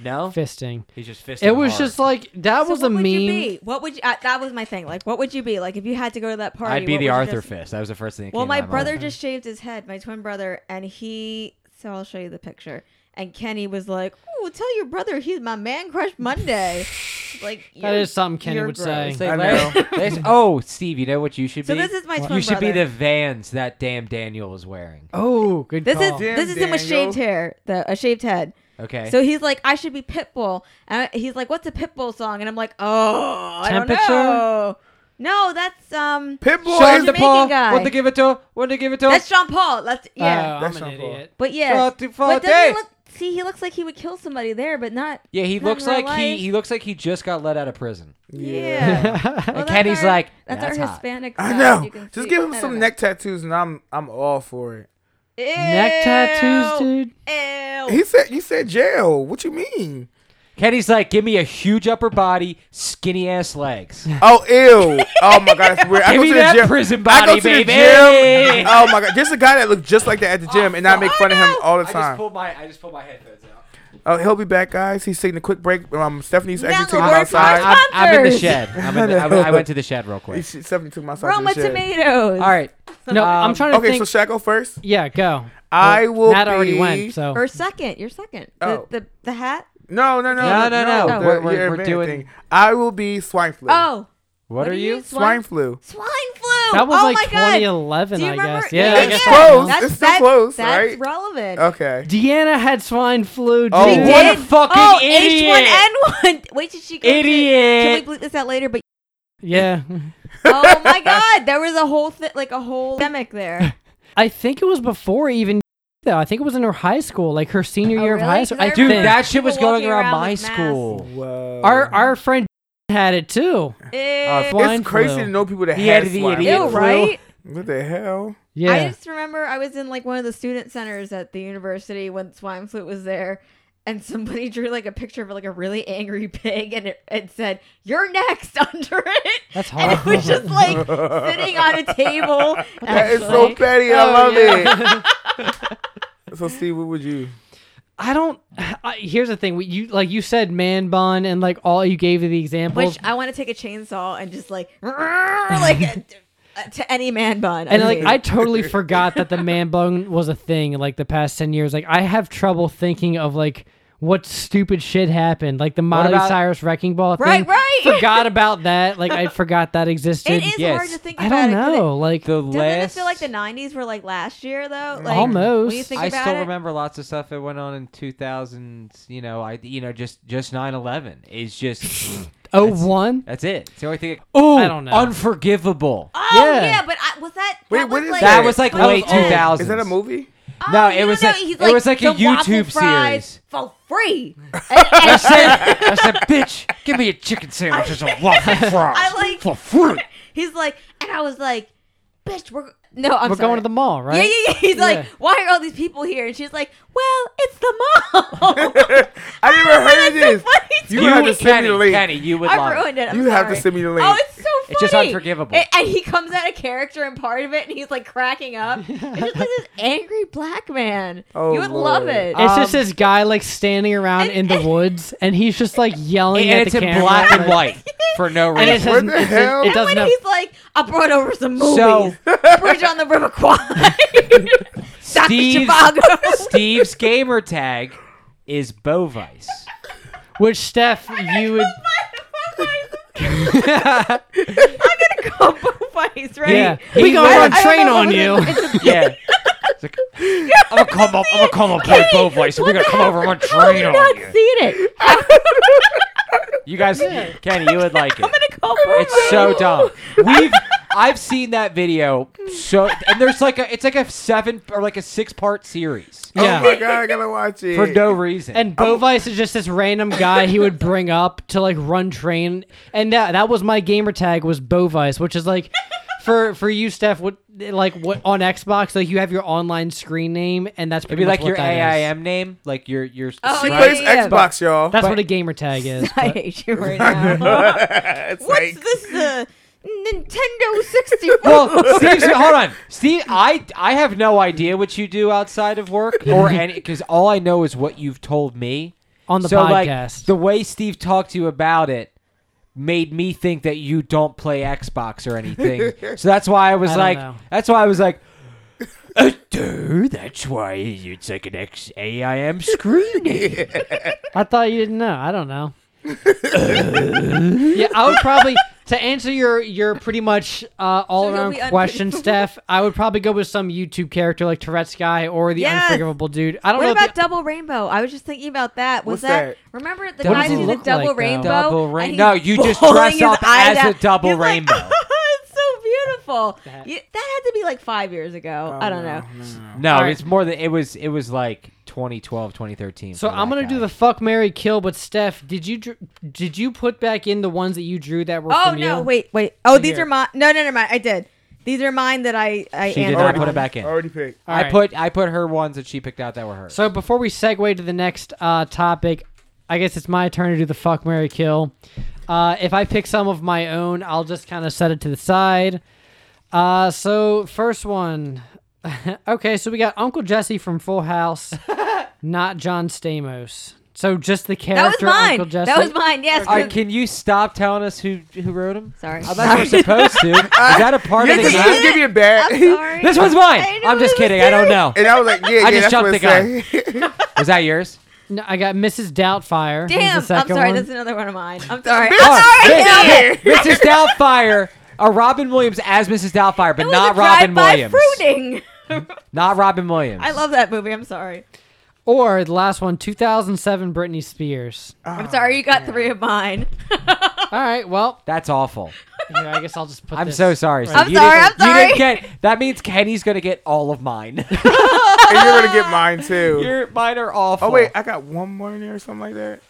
E: no,
D: fisting.
E: he's just fisting.
D: It was
E: hard.
D: just like that
B: So
D: was a
B: what
D: meme.
B: would you be? What would you? Uh, that was my thing. Like, what would you be? Like, if you had to go to that party,
E: I'd be
B: what would
E: the
B: you
E: Arthur
B: dress-
E: fist. That was the first thing. That
B: Well,
E: came
B: my
E: to mind.
B: brother just shaved his head, my twin brother, and he. So I'll show you the picture. And Kenny was like, "Oh, tell your brother he's my man crush Monday." like
D: That
B: you're-
D: is something Kenny
B: you're
D: would
B: gross.
D: say.
E: Say,
A: I
E: "Larry, this- oh, Steve, you know what you should
B: So
E: be.
B: this is my twin
E: you should be
B: brother.
E: the Vans that damn Daniel was wearing.
D: Oh, good
B: This is
D: call.
A: Damn,
B: this is him with
A: Daniel.
B: shaved hair, the a shaved head.
E: Okay,
B: So he's like, I should be Pitbull. And I- he's like, what's a Pitbull song? And I'm like, oh, I don't
D: Temperature?
B: know. No, that's um,
A: Pitbull
E: Sean
A: is
B: the-
E: DePaul,
B: guy.
E: want to give it to? Want to give it to?
B: that's Sean Paul. That's yeah.
D: Oh,
A: That's
D: I'm an
A: not cool.
D: idiot.
B: but yeah,
E: Shot to
B: but doesn't
E: Fonte.
B: he look? See, he looks like he would kill somebody there, but not.
E: Yeah, he
B: Not
E: looks
B: in real
E: like he,
B: life.
E: he looks like he just got let out of prison.
B: Yeah. Well,
E: and
B: that's
E: Kenny's
B: our-
E: like,
B: that's,
E: that's,
B: our
E: hot.
B: Hispanic.
A: I
B: side,
A: know.
B: you can
A: Just
B: see-
A: give him
B: I
A: some
B: don't
A: neck tattoos, and I'm I'm all for it.
B: know.
D: Neck tattoos, dude.
B: Ew.
A: He said you said jail. What you mean?
E: Kenny's like, give me a huge upper body, skinny ass legs.
A: Oh ew! Oh my god, that's weird. I
E: Give
A: go
E: me
A: to the
E: that
A: gym.
E: prison
A: I go
E: body,
A: to the
E: baby.
A: gym. Oh my god, there's a guy that looked just like that at the gym, and I make fun of him all the time.
E: my I just pulled my headphones out.
A: Oh, he'll be back, guys. He's taking a quick break. Um, Stephanie's actually
B: Now
A: taking him
B: we're talking-
A: outside.
E: I'm, I'm in the
B: Sponsors.
E: shed. I'm in the, I, I went to the shed real quick.
A: He's- Stephanie took him outside. to
B: Roma
A: the shed.
B: tomatoes.
E: All right.
D: No, I'm
E: Um,
D: trying to
A: Okay,
D: think.
A: so should I go
E: Oh,
A: first?
D: yeah, go.
A: I will.
D: Matt already
A: be-
D: went, so
B: Or second. You're second.
A: Oh.
B: The, the the hat.
A: No, no, no,
E: No, no, no.
A: the-
E: We're- we're-
A: your
E: we're
A: event
E: doing-
A: thing. I will be swine flu.
B: Oh,
E: What are you?
A: swine flu.
B: Swine flu.
D: that was
B: oh
D: like
B: my God.
D: 2011,
B: Do you
D: I
B: remember?
D: guess. Yeah, I
A: It's
D: guess
A: yeah.
D: that
A: close.
D: counts.
A: It's still close,
B: that's
A: right? Oh.
B: relevant.
A: Okay.
D: Deanna had swine flu.
A: Oh,
D: dude.
A: She
E: What a
B: Did-
E: fucking
B: oh,
E: idiot.
B: H1N1. Wait, did she go to-
E: Idiot.
B: can we bleep this out later? But
D: Yeah,
B: oh my god, there was a whole thing, like a whole pandemic there.
D: I think it was before even though. I think it was in her high school, like her senior
B: Oh,
D: year of
B: really?
D: high
B: 'Cause
D: school.
B: I
D: I
E: Dude,
B: remember
D: think.
E: that shit
B: people
E: was going
B: walking
E: around,
B: around
E: my
B: with masks.
E: school.
A: Whoa.
D: our our friend had it too.
B: Eh,
E: fuck.
D: Swine
A: it's crazy
D: flu.
A: to know people that
E: He
A: had
E: had the
A: swine
E: idiot.
B: ew,
A: flu.
B: right?
A: What the hell?
D: Yeah,
B: I just remember I was in like one of the student centers at the university when swine flu was there. And somebody drew like a picture of like a really angry pig, and it, it said, "You're next" under it.
D: That's
B: And it was just like sitting on a table.
A: That is so
E: oh,
B: actually.
A: petty. I love it. so, Steve, what would you?
D: I don't. I, here's the thing. We, you like you said man bun and like all you gave the examples.
B: Which I want to take a chainsaw and just like, like uh, to any man bun.
D: and like
B: mean.
D: I totally forgot that the man bun was a thing. Like the past ten years, like I have trouble thinking of like what stupid shit happened. Like the Miley
E: about-
D: Cyrus wrecking ball.
B: Right,
D: thing.
B: right.
D: Forgot about that. Like I forgot that existed.
B: it is hard
E: yes.
B: to think
D: I
B: about.
D: don't
B: it 'cause it-
D: know. like
E: The
B: doesn't
E: last.
B: it feel like the '90s were like last year though? Like, When you
D: Almost.
B: think
E: I
B: about
E: still
B: it,
E: remember lots of stuff that went on in 2000s. You know, I you know just just 9/11 is just
D: oh one.
E: that's it. It's the only thing.
D: Oh,
E: I don't know. Unforgivable.
B: Oh
D: Yeah.
B: yeah, but I, was that?
A: Wait,
B: that
A: what
B: was
A: is
B: like,
A: that?
E: That was like
B: but-
E: late
D: That was old.
E: 2000s.
A: Is that a movie?
B: Oh,
E: No,
B: you
E: it was
B: don't
E: a-
B: know. He's
E: it was like a
B: "The waffle
E: YouTube
B: fries
E: series."
B: for free. And- and-
E: I said, bitch, give me a chicken sandwich and some waffle fries
B: I like-
E: for free.
B: he's like, and I was like, "Bitch, we're no, I'm
D: We're
B: sorry.
D: going to the mall, right?
B: Yeah, yeah, yeah. He's
D: Yeah.
B: like, why are all these people here? And she's like, well, it's the mall.
A: I never heard of this. You
E: You
A: have to
E: would,
A: send me the
E: Kenny,
A: link.
E: Kenny, you would
B: I
E: love it.
B: ruined it. I'm
A: You have to
B: sorry.
A: send me the link.
B: Oh, it's so funny.
E: It's just unforgivable.
B: And- and he comes out of character, and part of it, and he's like cracking up. It's just like this angry black man.
A: Oh,
B: you would
A: Lord.
B: love it.
D: It's just
E: Um,
D: this guy like standing around in the woods, and he's just like yelling
E: and
D: at
E: it's
D: the
E: in
D: camera.
E: black and
D: like-
E: white for no
D: And it
E: reason.
A: Where
D: doesn't.
A: the
D: it's-
A: hell?
D: It
B: and when
D: doesn't. Have,
B: he's like, I brought over some movies.
E: So-
B: Bridge on the River Kwai. Doctor
E: Steve's-
B: Chivago.
E: Steve's gamer tag is Bovice.
D: which Steph you would?
B: I'm gonna go both ways, right?
D: Yeah,
E: He-
D: we gonna
E: I-
D: run
B: I don't
D: train
B: know
D: on
B: what it-
D: you.
E: Yeah. It's like, I'm gonna come up. I'm gonna come up with Bovice. We're gonna come over and
B: How have
E: train
B: you
E: on
B: not
E: you.
B: seen it?
E: You guys, Kenny, you would like it.
B: I'm gonna call Bovice.
E: It's so dumb. We've I've seen that video. So and there's like a it's like a seven or like a six part series
A: Oh my
D: Yeah.
A: god, I gotta watch it.
E: for no reason.
D: And Bovice is just this random guy he would bring up to like run train, and that that was my gamer tag was Bovice, which is like. For, for you, Steph, what like what on Xbox? Like you have your online screen name, and that's
E: it'd
D: pretty
E: be
D: much
E: like
D: what
E: your
D: that is.
E: AIM name, like your your.
B: Oh,
A: She
B: yeah,
A: plays
B: yeah, yeah.
A: Xbox, y'all.
D: That's what a gamer tag is.
B: I hate you right now.
A: It's
B: What's
A: like,
B: this? Uh, Nintendo 64.
E: Well, Steve, hold on, Steve. I I have no idea what you do outside of work or any because all I know is what you've told me
D: On the
E: so,
D: podcast.
E: Like, the way Steve talked to you about it made me think that you don't play Xbox or anything. so that's why I was
D: I don't
E: like,
D: know.
E: that's why I was like. "Uh, duh, that's why it's like an X A I M screen. name."
D: I thought you didn't know. I don't know. yeah, I would probably to answer your your pretty much uh, all
B: it'll
D: around
B: be
D: question, Steph. I would probably go with some YouTube character like Tourette's guy or the
B: Yes.
D: unforgivable dude. I don't
B: What
D: know.
B: about
D: if the-
B: Double Rainbow? I was just thinking about that. Was
A: What's that?
B: that, remember the
E: What does
B: guy
E: he
B: who did
D: look
B: the Double
D: like, though?
B: Rainbow?
E: Double
B: and
E: rain-
B: he's
E: No, you just
B: bowling
E: dress
B: his
E: up
B: eyes
E: as a
B: out.
E: double
B: He's like,
E: rainbow.
B: it's so beautiful. You- that had to be like five years ago. I don't know.
E: no,
D: Alright.
E: it's more than it was. It was like 2012, 2013.
D: So
E: for
D: I'm
E: Oh, that
D: gonna do
E: guy.
D: the fuck Mary kill. But Steph, did you dr- did you put back in the ones that you drew that were?
B: Oh
D: from
B: no!
D: you?
B: Wait, wait. Oh, these
D: here.
B: are mine. No, no, no, mine. I did. These are mine that I I
E: She did
B: answered.
E: not put it back in.
A: already picked.
D: All right.
E: I put I put her ones that she picked out that were hers.
D: So before we segue to the next uh, topic, I guess it's my turn to do the fuck Mary kill. Uh, if I pick some of my own, I'll just kind of set it to the side. Uh, so first one. okay, so we got Uncle Jesse from Full House, not John Stamos. So just the
B: That was
D: character Uncle
B: mine.
D: Jesse.
B: That was mine. Yes.
E: All right, can you stop telling us who who wrote them?
B: Sorry.
E: I'm not we're supposed to. Is that a part
A: You
E: of the
A: just, you
B: Yeah.
A: just
E: game?
A: give me a bag.
B: I'm sorry.
E: This one's mine.
B: I know
E: I'm just
B: it was
E: kidding. I don't know.
A: And I was like, yeah, yeah,
E: I just
A: that's what it
E: jumped
A: say.
E: Was that yours?
D: No, I got Mrs. Doubtfire. is
B: Damn.
D: the
B: I'm sorry.
D: second one.
B: That's another one of mine. I'm sorry.
A: Bitch,
E: Oh,
A: get out
E: Mi-
A: of here.
E: Mrs. Doubtfire. A Robin Williams as Mrs. Doubtfire, but
B: It was
E: not
B: a
E: Robin
B: drive-by
E: Williams.
B: Fruiting.
E: Not Robin Williams.
B: I love that movie. I'm sorry.
D: Or the last one, 2007 Britney Spears.
B: I'm sorry. You got three of mine.
D: All right, well,
E: That's awful.
D: here, I guess I'll just put
E: I'm
D: this-
E: so sorry. Steve.
B: I'm
E: You
B: sorry,
E: didn't-
B: I'm
E: you didn't
B: sorry.
E: get, that means Kenny's gonna get all of mine.
A: and you're gonna get mine too.
E: Your mine are awful.
A: oh wait, I got one more in there or something like that.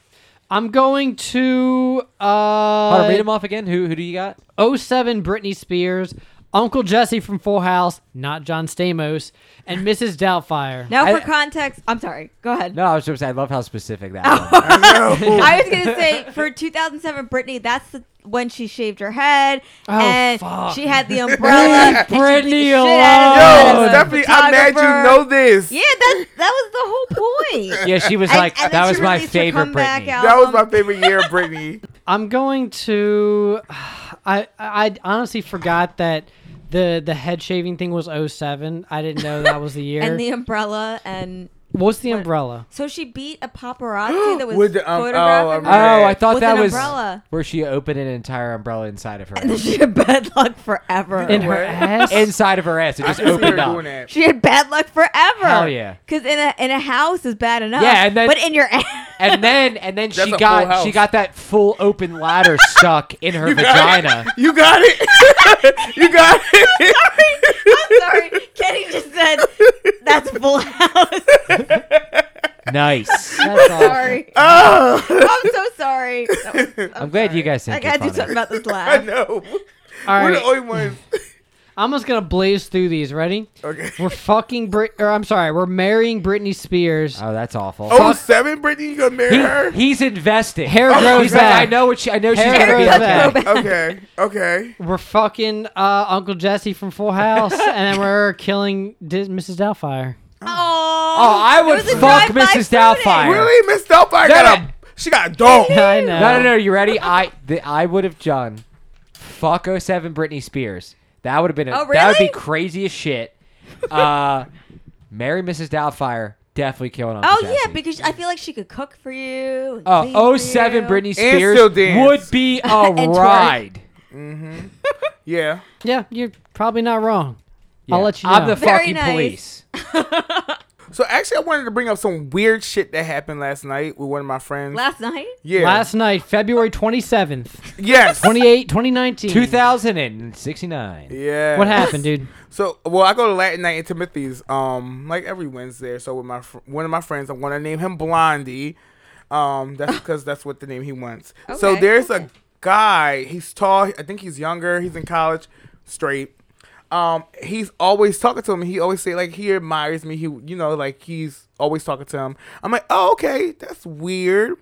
D: I'm going to
E: Hold on, read them
D: uh,
E: off again. Who who do you got?
D: 07 Britney Spears, Uncle Jesse from Full House, not John Stamos, and Mrs. Doubtfire.
B: Now
E: I-
B: for context, I'm sorry. Go ahead.
E: No, I was just. I love how specific that. was.
A: I know.
B: I was gonna say for 2007 Britney, that's the when she shaved her head,
E: Oh,
B: and
D: fuck.
B: she had the umbrella.
D: Brittany
A: Yo,
D: alone.
B: Yo,
A: Stephanie, I'm mad you know this.
B: Yeah, that that was the whole point.
E: Yeah, she was
B: And-
E: like,
B: and then
E: that
B: she
E: was my
B: released her
E: favorite
B: comeback
E: Britney.
B: album.
A: That was my favorite year, Brittany.
D: I'm going to. I I honestly forgot that the the head shaving thing was 07. I didn't know that was the year.
B: and the umbrella and
D: What's the umbrella?
B: so she beat a paparazzi that was
A: With the um- oh,
B: photographing her.
E: Oh,
A: Right.
E: I thought
B: With
E: that
B: an
E: was
B: umbrella.
E: where she opened an entire umbrella inside of her,
B: And she had bad luck forever.
D: In her ass.
E: inside of her ass. It just
A: I can see her
E: opened
A: doing
E: up.
A: that.
B: she had bad luck forever.
E: Hell yeah.
B: Because in a in a house is bad enough.
E: Yeah, and then-
B: but in your ass.
E: And then, and then
A: That's a
E: she
A: full
E: got
A: house.
E: she got that full open ladder stuck in her vagina.
A: You got it. you got it.
B: I'm sorry. Kenny just said that's full house.
E: Nice.
D: That's all.
B: sorry.
A: Oh,
B: I'm so sorry. That was-
E: I'm glad you guys think
B: I gotta
E: you're
B: do
E: funny.
B: something about this
A: I
B: laugh.
A: know.
D: All
A: We're
D: right.
A: the only ones.
D: I'm just gonna blaze through these. Ready?
A: Okay.
D: We're fucking Brit. Or I'm sorry. We're marrying Britney Spears.
E: Oh, that's awful.
A: Oh seven, Brittany, you gonna marry her?
E: He- he's invested.
D: Hair grows
E: he's like,
D: back.
E: I know what she. I know she's
D: Hair
E: gonna be
D: grows
E: okay.
D: back.
A: Okay, okay.
D: We're fucking uh, Uncle Jesse from Full House, and then we're killing Dis- Mrs. Doubtfire.
B: Oh,
E: Oh, I would fuck Mrs. Doubtfire.
A: Really, Miss Doubtfire got
E: Yeah.
A: a. She got a dog.
D: I know.
E: No, no, no. You ready? I the, I would have done. Fuck 07 Britney Spears. That would have been. A,
B: Oh,
E: That would be
B: really?
E: crazy as shit. Uh, marry Mrs. Doubtfire. Definitely killing Uncle
B: Oh
E: Jesse.
B: yeah, because I feel like she could cook for you. and clean
E: Oh,
B: for
E: 07
B: you.
E: Britney
A: still
E: Spears
A: dance.
E: would be a
B: twerk.
E: ride.
A: Yeah.
D: Yeah, you're probably not wrong. I'll
E: Yeah.
D: let you know.
E: I'm the
B: Very
E: fucking
B: nice.
E: police.
A: So actually, I wanted to bring up some weird shit that happened last night with one of my friends.
B: Last night.
A: yeah.
D: Last night, February 27th,
A: yes.
D: 28, 2019.
E: 2069.
A: Yeah.
D: What happened, dude?
A: So, well, I go to Latin Night in Timothy's, um, like every Wednesday. or So with my fr- one of my friends, I'm gonna name him Blondie, um, that's because that's what the name he wants. so
B: Okay,
A: there's
B: okay.
A: a guy. He's tall. I think he's younger. He's in college, straight. Um, he's always talking to him. He always say like he admires me. He, you know, like he's always talking to him. I'm like, oh, okay, that's weird.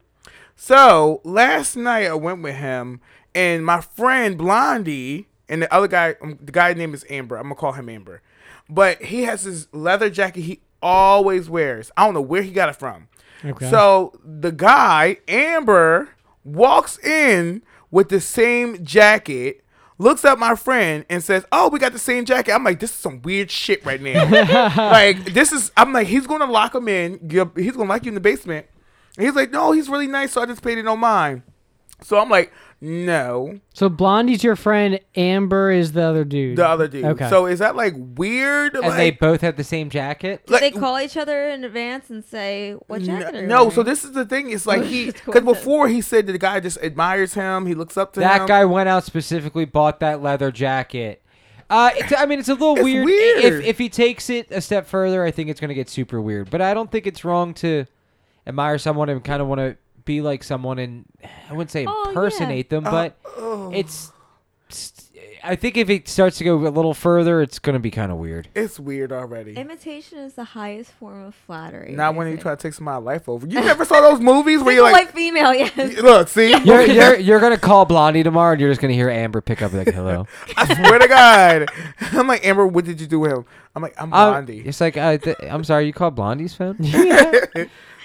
A: So last night I went with him and my friend Blondie and the other guy, um, the guy name is Amber. I'm gonna call him Amber, but he has this leather jacket he always wears. I don't know where he got it from.
D: Okay.
A: So the guy Amber walks in with the same jacket. Looks at my friend and says, "Oh, we got the same jacket." I'm like, "This is some weird shit right now." like, this is. I'm like, he's gonna lock him in. You're- He's gonna lock you in the basement. And he's like, no, he's really nice, so I just paid it on mine. So I'm like, no,
D: So Blondie's your friend, Amber is the other dude.
A: the other dude.
D: Okay.
A: So is that like weird?
E: And they
A: like,
E: both have the same jacket.
B: Did
A: like,
B: they call each other in advance and say what
A: n-
B: jacket? are you
A: no. So
B: wearing?"
A: this is the thing. It's like he
B: It's
A: because
B: coincidence.
A: before he said that the guy just admires him. He looks up to
E: That
A: him.
E: guy went out specifically, bought that leather jacket. Uh, it's, I mean, it's a little
A: It's
E: weird. I-
A: weird.
E: If, if he takes it a step further, I think it's going to get super weird. But I don't think it's wrong to admire someone and kind of want to be like someone and I wouldn't say
B: Oh, yeah.
E: impersonate
A: Uh,
E: them, but
A: oh.
E: it's. I think if it starts to go a little further, it's going to be kind of weird.
A: It's weird already.
B: imitation is the highest form of flattery.
A: Not
B: I
A: when you
B: think.
A: try to take somebody's life over. You never saw those movies where you're
B: Single
A: like,
B: white female. Yes. Oh,
A: look, see,
E: You're, you're, you're going to call Blondie tomorrow and you're just going to hear Amber pick up like, hello.
A: I swear to God, I'm like Amber. What did you do with him? I'm like, I'm
D: Oh,
E: Um,
A: Blondie.
E: It's like, uh, th- I'm sorry, you called Blondie's phone?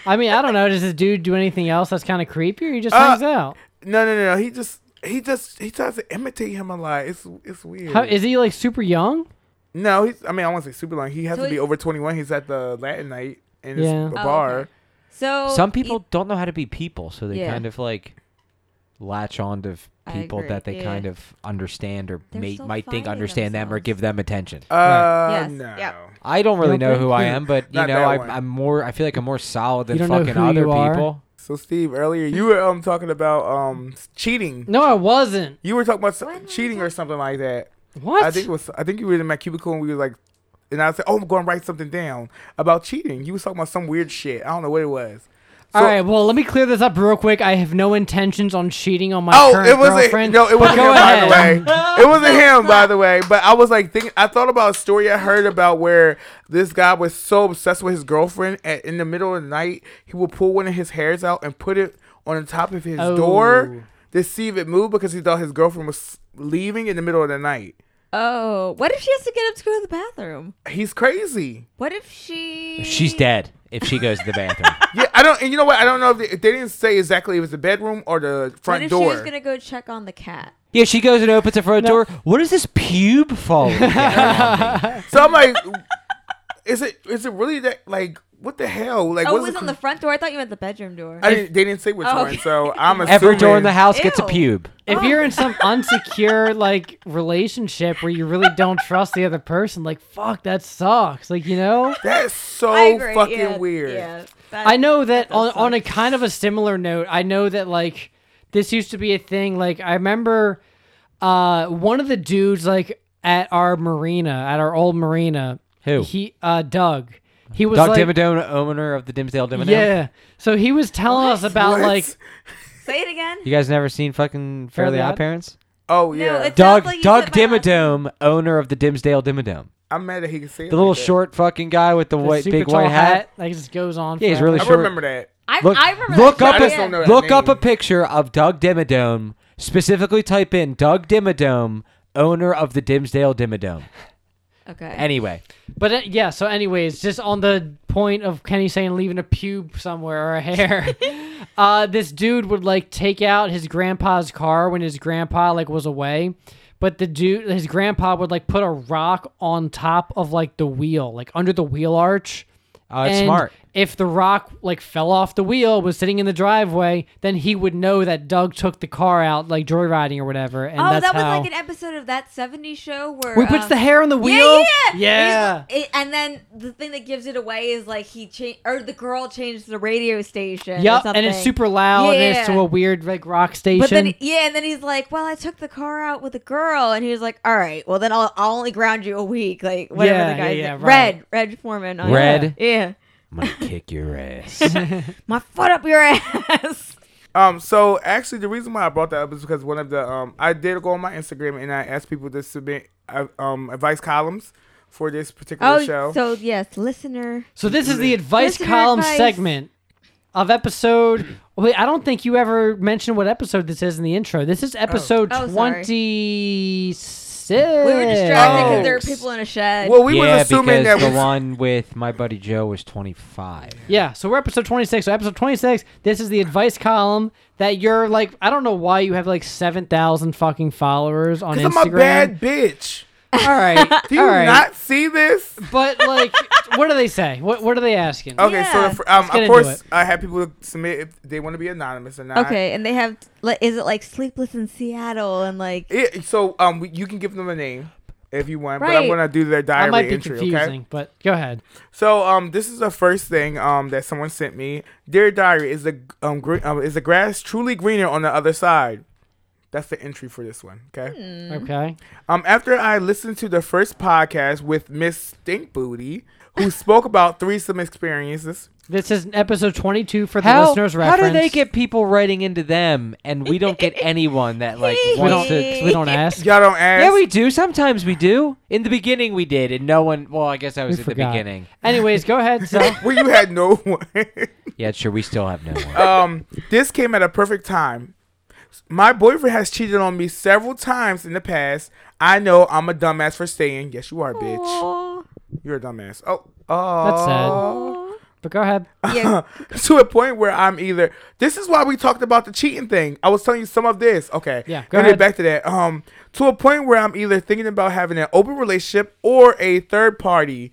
D: I mean, I don't know. Does this dude do anything else that's kind of creepy, or he just
A: Uh,
D: hangs out?
A: no, no, no, no. He just. He just he tries to imitate him a lot. It's it's weird.
D: How, is he like super young?
A: No, he's. I mean, I want to say super long. He has
B: So
A: to be
B: he-
A: over twenty one. He's at the Latin night and it's
D: Yeah.
A: a
D: Oh,
A: bar.
B: okay. So
E: Some
B: e-
E: people don't know how to be people, so they
B: Yeah.
E: kind of like latch on to f-
B: I
E: people
B: agree,
E: that they
B: yeah.
E: kind of understand or
B: They're
E: may,
B: still
E: might think
B: finding
E: understand them or
B: themselves.
E: give them attention.
A: Uh,
B: Yes,
A: no.
B: yep.
E: I don't really
D: Don't
E: know
D: think-
E: who I am, but you
A: Not
E: know,
A: that
E: I,
A: one.
E: I'm more. I feel like I'm more solid
D: You don't
E: than
D: know
E: fucking
D: who
E: other
D: you are?
E: people.
A: So Steve, earlier you were um talking about um s- cheating.
D: No, I wasn't.
A: You were talking about s-
B: When was
A: cheating or something like that.
D: What?
A: I think it was. I think you were in my cubicle and we were like, and I said, "Oh, I'm going to write something down about cheating." You was talking about some weird shit. I don't know what it was.
D: All right. Well, let me clear this up real quick. I have no intentions on cheating on my
A: Oh,
D: current
A: it wasn't.
D: girlfriend.
A: No, it
D: but
A: wasn't
D: go
A: him. By the way,
D: ahead.
A: it wasn't him. By the way, but I was like thinking. I thought about a story I heard about where this guy was so obsessed with his girlfriend, and in the middle of the night, he would pull one of his hairs out and put it on the top of his
D: Oh.
A: door to see if it moved because he thought his girlfriend was leaving in the middle of the night.
B: Oh, what if she has to get up to go to the bathroom?
A: He's crazy.
B: What if she?
E: She's dead if she goes to the bathroom.
A: Yeah, I don't. And you know what? I don't know if they, they didn't say exactly if it was the bedroom or the
B: What
A: front
B: if she
A: door.
B: was gonna go check on the cat?
E: yeah, she goes and opens the front door. What is this pube falling? down on me?
A: so I'm like, is it is it really that like what the hell? Like
B: Oh,
A: what
B: it was
A: the
B: on the front door. I thought you meant the bedroom door.
A: I didn't, they didn't say which
B: Oh,
A: one,
B: okay.
A: so I'm assuming
E: Every door in the house gets a
B: Ew.
E: pube.
D: If you're in some unsecure like relationship where you really don't trust the other person, like fuck, that sucks. Like you know,
A: That's so
B: I agree,
A: fucking
B: yeah,
A: weird.
B: Yeah,
D: I know that on,
B: does
D: on a
B: suck.
D: kind of a similar note, I know that like this used to be a thing. Like I remember uh one of the dudes like at our marina, at our old marina.
E: Who?
D: He uh Doug. He was
E: Doug
D: like,
E: Dimmadome, owner of the Dimsdale Dimmadome.
D: Yeah. So he was telling us about
A: What?
D: like
B: Say it again.
E: You guys never seen fucking Fairly
D: Fairly
E: Odd
D: Odd?
E: Parents?
A: Oh yeah,
B: No, it's
E: Doug
B: Sounds like you
E: Doug
B: said my last
E: Dimmadome, owner of the Dimsdale Dimmadome.
A: I'm mad that he can see it
E: The little
A: like that.
E: short fucking guy with the,
D: the
E: white
D: super
E: big
D: tall
E: white hat.
D: Like it just goes on.
E: Yeah, he's
D: forever.
E: really
A: I
E: short.
A: remember that.
B: I,
E: Look,
B: I remember
E: look
B: that
E: up,
A: I
E: a,
A: just don't know that
E: look up
A: name.
E: a picture of Doug Dimmadome. Specifically, type in Doug Dimmadome, owner of the Dimsdale Dimmadome.
B: Okay.
E: Anyway,
D: But uh, yeah, so anyways, just on the point of Kenny saying leaving a pube somewhere or a hair, uh, this dude would like take out his grandpa's car when his grandpa like was away. But the dude, his grandpa would like put a rock on top of like the wheel, like under the wheel arch.
E: oh, it's
D: And
E: smart.
D: If the rock like fell off the wheel, was sitting in the driveway, then he would know that Doug took the car out like joyriding or whatever. And
B: oh,
D: that's
B: that was
D: how...
B: like an episode of that '70s show where
D: Where he puts
B: um,
D: the hair on the
B: Yeah,
D: wheel.
B: yeah,
D: yeah.
B: He's- it- and then the thing that gives it away is like he changed, or the girl changed the radio station. or
D: Yep, and it's
B: something.
D: super loud. and it's to
B: Yeah.
D: a weird like rock station.
B: But then, yeah, and then he's like, "Well, I took the car out with a girl," and he was like, "All right, well then I'll, I'll only ground you a week, like whatever
D: Yeah,
B: the guy's
D: yeah, yeah,
B: name-
D: right.
B: Red, Red Foreman, on
E: Red?
B: yeah,
E: I'm gonna kick your ass.
B: my foot up your ass."
A: Um, so actually, the reason why I brought that up is because one of the um, I did go on my Instagram and I asked people to submit uh, um advice columns for this particular
B: oh,
A: show.
B: so yes, listener.
D: so this is the advice
B: Listener
D: column
B: advice.
D: segment of episode. Wait, I don't think you ever mentioned what episode this is in the intro. This is episode
B: Oh, sorry.
D: twenty six.
B: We were distracted because
A: Oh.
B: there were people in a shed.
A: well, we
E: yeah,
A: was assuming that
E: because the
A: was,
E: one with my buddy Joe was 25.
D: Yeah, so we're episode 26. So episode 26, this is the advice column that you're like I don't know why you have like 7,000 fucking followers on
A: because I'm
D: Instagram.
A: a bad bitch.
D: All right.
A: Do you
D: all right.
A: not see this?
D: But like what do they say? What what are they asking?
A: Okay,
B: Yeah.
A: so the, fir- um,
D: get into
A: of course
D: it.
A: I had people submit if they want to be anonymous or not.
B: okay, and they have like, is it like sleepless in Seattle and like
A: It, so um, we- you can give them a name if you want, but I'm
B: Right.
A: gonna do their
D: I
A: diary
D: might be
A: entry.
D: confusing,
A: Okay.
D: but go ahead.
A: So um, this is the first thing um that someone sent me. Dear diary, is the um, gre- um is the grass truly greener on the other side? That's the entry for this one. Okay.
D: Hmm.
E: Mm.
D: Okay.
A: Um, after I listened to the first podcast with Miss Stink Booty, who spoke about threesome experiences.
D: This is episode 22 for the
E: How,
D: listeners'
E: how
D: reference.
E: do they get people writing into them and we don't get anyone that like
D: We
E: wants
D: don't,
E: to?
D: 'cause we don't ask.
A: Y'all don't ask.
E: Yeah, we do. Sometimes we do. In the beginning, we did, and no one. Well, I guess I was
D: We
E: at
D: forgot.
E: the beginning.
D: Anyways, go ahead. So
A: Well, you had no one.
E: Yeah, sure. We still have no one.
A: um, this came at a perfect time. My boyfriend has cheated on me several times in the past. I know I'm a dumbass for staying. Yes, you are, bitch.
B: Aw.
A: You're a dumbass. Oh, oh.
D: but go ahead.
B: yeah,
A: That's sad. to a point where I'm either. This is why we talked about the cheating thing. I was telling you some of this. Okay.
D: Yeah, go
A: Let me
D: ahead.
A: Back to that. Um, to a point where I'm either thinking about having an open relationship or a third party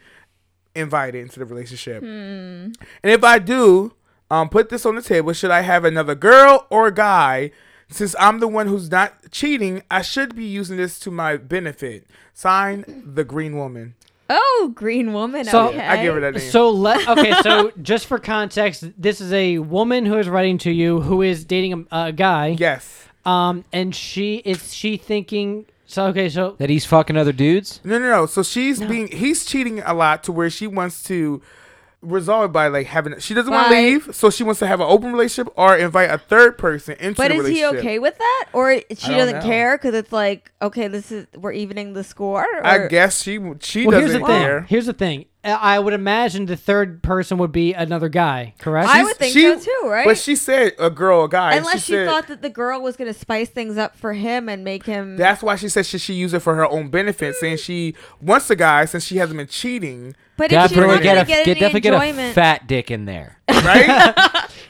A: invited into the relationship. And if I do, um, put this on the table. Should I have another girl or guy? Since I'm the one who's not cheating, I should be using this to my benefit. Sign the Green Woman.
B: Oh, green woman.
D: So-
B: okay.
A: I give her that name.
D: So let okay. So just for context, this is a woman who is writing to you who is dating a, a guy.
A: yes.
D: Um, and she is she thinking. So okay. So
E: that he's fucking other dudes.
A: No, no, no. So she's being he's cheating a lot to where she wants to resolve it by like having she doesn't want to
B: By-
A: leave, so she wants to have an open relationship or invite a third person into
B: But
A: the
B: is he
A: relationship.
B: okay with that, or she
A: don't
B: doesn't
A: know.
B: care because it's like, okay, this is we're evening the score. Or,
A: I guess she she
D: well, here's
A: doesn't
D: the thing.
A: care.
D: Here's the thing. I would imagine the third person would be another guy, correct?
B: I would think so too, right?
A: But she said a girl, a guy.
B: Unless she,
A: said-
B: thought that the girl was going to spice things up for him and make him.
A: That's why she said she should use it for her own benefit, since she wants a guy since she hasn't been cheating,
B: but if she's
E: Definitely
B: not
E: get
B: going
E: a
B: to get any
E: definitely get a
B: enjoyment,
E: fat dick in there.
A: right?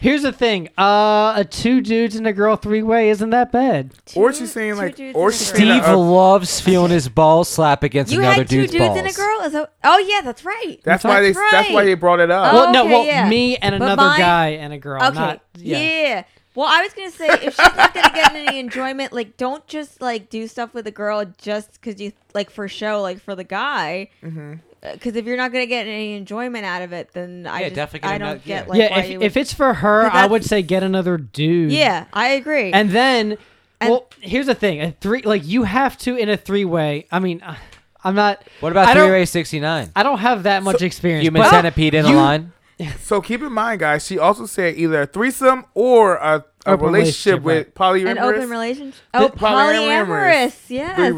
D: Here's the thing: uh, a two dudes and a girl three way isn't that bad.
A: or
B: two-
A: she's saying
B: two
A: like,
B: dudes
A: or
B: and a
A: she's
B: girl.
A: saying
E: Steve
A: uh,
E: loves feeling his balls slap against
B: you
E: another
B: had two
E: dude's
B: dudes
E: balls.
B: and a girl. Is that, oh yeah, that's right.
A: that's why they
B: That's
A: that's why
B: right.
A: they brought it up.
B: Oh,
D: well, no,
B: okay,
D: well,
B: yeah.
D: me and
B: But
D: another
B: mine-
D: guy and a girl.
B: Okay.
D: Not,
B: yeah.
D: yeah.
B: Well, I was gonna say if she's not gonna get any enjoyment, like don't just like do stuff with a girl just because you like for show, like for the guy. Because
E: Mm-hmm.
B: if you're not gonna get any enjoyment out of it, then I
E: Yeah,
B: just,
E: definitely
B: I
E: get
B: don't
E: another-
B: get
E: yeah.
B: like
D: yeah,
B: why
D: if,
B: you would-
D: if it's for her,
B: But
D: I
B: that's-
D: would say get another dude.
B: yeah, I agree.
D: and then,
B: And-
D: well, here's the thing: a three, like you have to in a three way. I mean, uh, I'm not.
E: What about
D: I don't-
E: three way sixty nine?
D: I don't have that much experience.
E: Human
D: but-
E: centipede in
D: you-
E: a line.
A: So keep in mind, guys. She also said either a threesome or a, a
D: Open
A: relationship
D: relationship,
A: with polyamorous.
B: an open relationship. Oh,
A: polyamorous.
B: polyamorous. Yes.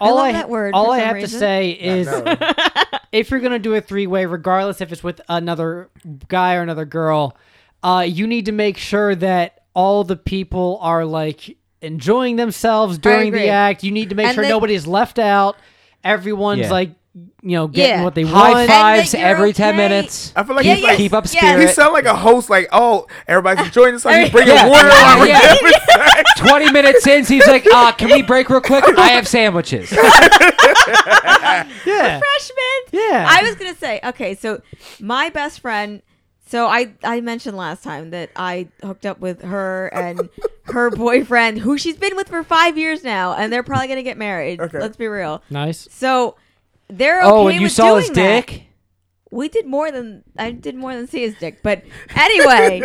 D: All
B: love
D: I,
B: that word
D: All
B: for
D: I
B: some
D: have
B: reason.
D: to say is,
A: no.
D: if you're gonna do a three way, regardless if it's with another guy or another girl, uh, you need to make sure that all the people are like enjoying themselves during
B: agree.
D: the act. You need to make
B: And
D: sure
B: that-
D: nobody's left out. Everyone's
E: Yeah.
D: like, you know, getting
B: Yeah.
D: what they
E: High
D: want.
B: that
E: fives
B: you're
E: every ten
B: okay.
E: minutes.
A: I feel like
B: Yeah,
A: he's like
E: Keep up
B: Yes.
E: spirit.
A: he sound like a host. Like, oh, everybody's enjoying this. Like,
B: Every-
A: he's bringing
E: Yeah.
A: water on
E: Yeah.
A: every side.
E: Twenty minutes in, he's like, "Ah, can we break real quick? I have sandwiches."
D: Yeah.
B: freshman.
D: Yeah.
B: I was gonna say, okay, so my best friend. So I I mentioned last time that I hooked up with her and her boyfriend, who she's been with for five years now, and they're probably gonna get married.
A: Okay.
B: Let's be real.
D: Nice.
B: So they're okay
E: oh, and you
B: with
E: saw his
B: doing that.
E: dick.
B: We did more than I did more than see his dick, but anyway,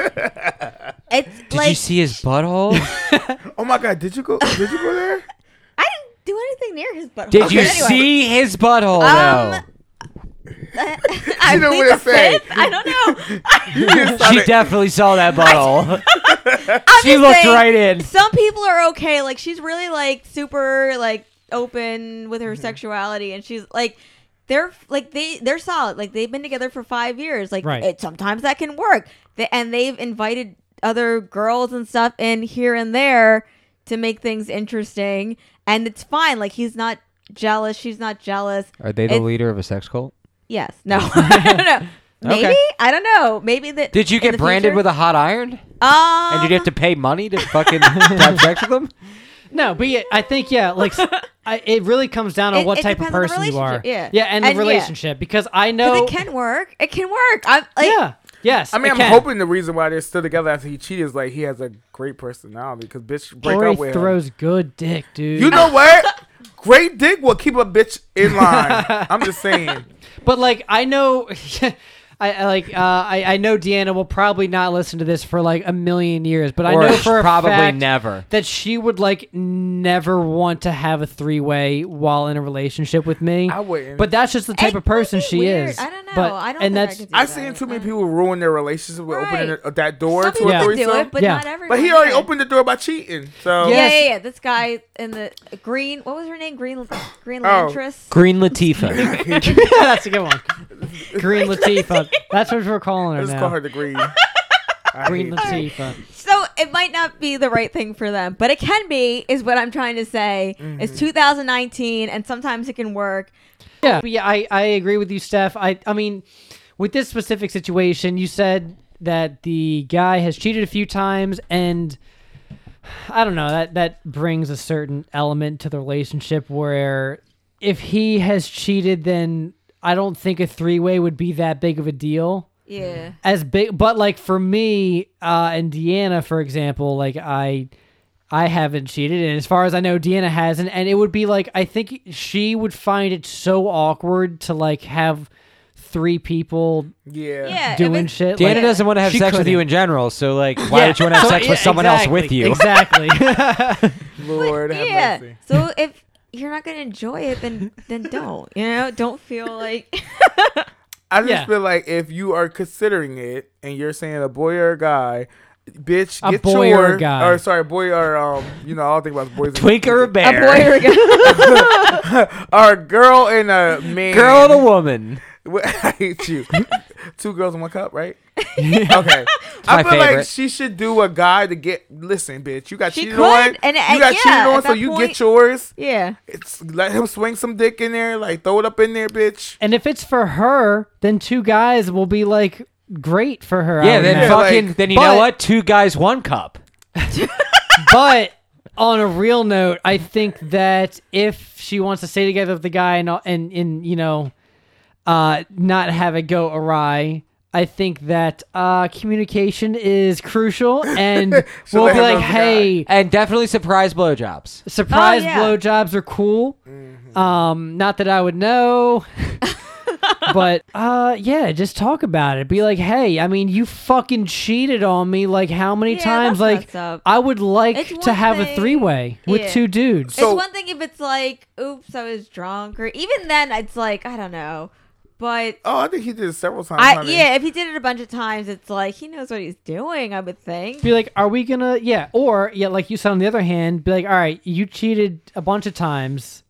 B: it's
E: Did
B: like
E: you see his butthole?
A: Oh my god, did you go? Did you go there?
B: I didn't do anything near his butt.
E: Did you see his butthole?
B: Um,
E: though?
B: I
A: didn't
B: plead
A: wanna
B: the
A: say.
B: fifth? I don't know.
A: You just
E: She
A: started-
E: definitely saw that butthole. she
B: just
E: looked
B: saying,
E: right in.
B: some people are okay. Like she's really like super like open with her sexuality, and she's like they're like they they're solid. Like they've been together for five years. Like
D: Right.
B: it, sometimes that can work. They, and they've invited other girls and stuff in here and there to make things interesting, and it's fine. Like he's not jealous. She's not jealous.
E: Are they
B: the It-
E: leader of a sex cult?
B: Yes. No. I don't know. Maybe
E: Okay.
B: I don't know. Maybe that.
E: Did you get branded with a hot iron?
B: a? Um,
E: And did you have to pay money to fucking have sex with them?
D: No, but yeah, I think yeah, like s- I, it really comes down on
B: It-
D: what
B: it
D: type of
B: depends on the
D: person you are.
B: relationship, yeah.
D: yeah, and,
B: And,
D: the
B: yeah.
D: relationship because I
B: 'cause
D: know.
B: It can work. It can work. I'm like.
D: yeah. Yes.
A: I mean,
D: it
A: I'm
D: can.
A: hoping the reason why they're still together after he cheated is like he has a great personality. Because bitch, break
D: Corey
A: up with him.
D: throws good dick, dude.
A: You know what? Great dick will keep a bitch in line. I'm just saying.
D: But like I know, I, I like uh, I I know Deanna will probably not listen to this for like a million years, but I
E: Or
D: know for a
E: probably
D: fact
E: never.
D: that she would like never want to have a three way while in a relationship with me.
A: I wouldn't.
D: But that's just the type
B: It
D: of person
B: would be
D: she
B: weird.
D: is.
B: I don't know.
D: But,
B: I don't
D: And
B: think I
D: that's
B: could do
A: I've
B: that.
A: seen too many people ruin their relationship with opening
B: Right.
A: a- that door
B: Some
A: to
B: people
A: a
D: Yeah.
B: do
A: threesome.
B: it, but
D: Yeah.
B: not
D: But
B: everyone.
A: But he already
B: can.
A: opened the door by cheating. So
B: Yeah,
D: Yes.
B: yeah, yeah. This guy in the green. What was her name? Green. Green
A: Oh.
B: Lantress.
E: Green Latifah.
D: that's a good one. Green Latifah. That's what we're calling her
A: let's call her
D: now.
A: the green.
D: Green
A: Green.
D: Latifah.
B: So it might not be the right thing for them, but it can be. Is what I'm trying to say. It's 2019, and sometimes it can work.
D: Yeah, but yeah, I, I agree with you, Steph. I I mean, with this specific situation, you said that the guy has cheated a few times, and I don't know that that brings a certain element to the relationship where if he has cheated, then I don't think a three way would be that big of a deal
B: Yeah.
D: as big but like for me uh and deanna for example like i i haven't cheated and as far as i know deanna hasn't and it would be like i think she would find it so awkward to like have three people
A: Yeah.
B: Yeah. if
D: doing
B: it's-
D: shit
E: Dana
D: like,
E: doesn't want to have
D: She
E: sex with you
D: couldn't.
E: in general, so like, why
D: Yeah.
E: don't you want to have
D: So,
E: sex
D: yeah,
E: with someone else with
D: exactly,
E: you?
D: exactly
A: Lord have
B: yeah.
A: mercy.
B: So if you're not gonna enjoy it, then then don't. You know, don't feel like.
A: I just
D: Yeah.
A: feel like if you are considering it and you're saying a boy or a guy, bitch,
D: A
A: get
D: boy
A: your
D: or a guy.
A: or sorry, boy or um, you know, I don't think about boys. and-
E: Twink or a bear?
B: or a
A: or a girl and a man.
E: Girl and a woman.
A: I hate you. Two girls in one cup, right? Okay. I
E: my
A: feel like
E: favorite.
A: she should do a guy to get. Listen, bitch, you got
B: She
A: cheated
B: could,
A: on.
B: and, uh,
A: you got
B: yeah,
A: cheated on,
B: at
A: so
B: that
A: you
B: point-
A: get yours.
B: Yeah.
A: It's let him swing some dick in there, like throw it up in there, bitch.
D: And if it's for her, then two guys will be like great for her. I
E: Yeah,
D: would
E: then
D: imagine.
A: fuck-
E: fucking
A: like-
E: then you know
D: but-
E: what? Two guys, one cup.
D: but on a real note, I think that if she wants to stay together with the guy and and, and you know, uh, not have it go awry. I think that uh, communication is crucial, and
A: So
D: we'll
A: they
D: be
A: have
D: like,
A: those
D: "Hey,
E: And definitely surprise blowjobs.
D: surprise
B: Oh, yeah.
D: blowjobs are cool.
A: Mm-hmm.
D: Um, not that I would know, but uh, yeah, just talk about it. Be like, hey, I mean, you fucking cheated on me. Like, how many
B: Yeah, that's
D: times? Like,
B: messed up.
D: I would
B: It's
D: like to
B: one
D: have a
B: thing-
D: three way with
B: Yeah.
D: two dudes.
A: So-
B: it's one thing if it's like, oops, I was drunk, or even then, it's like, I don't know. But
A: Oh, I think he did it several times.
B: I,
A: honey.
B: yeah, if he did it a bunch of times, it's like he knows what he's doing. I would think.
D: Be like, are we gonna? Yeah, or yeah, like you said. On the other hand, be like, all right, you cheated a bunch of times.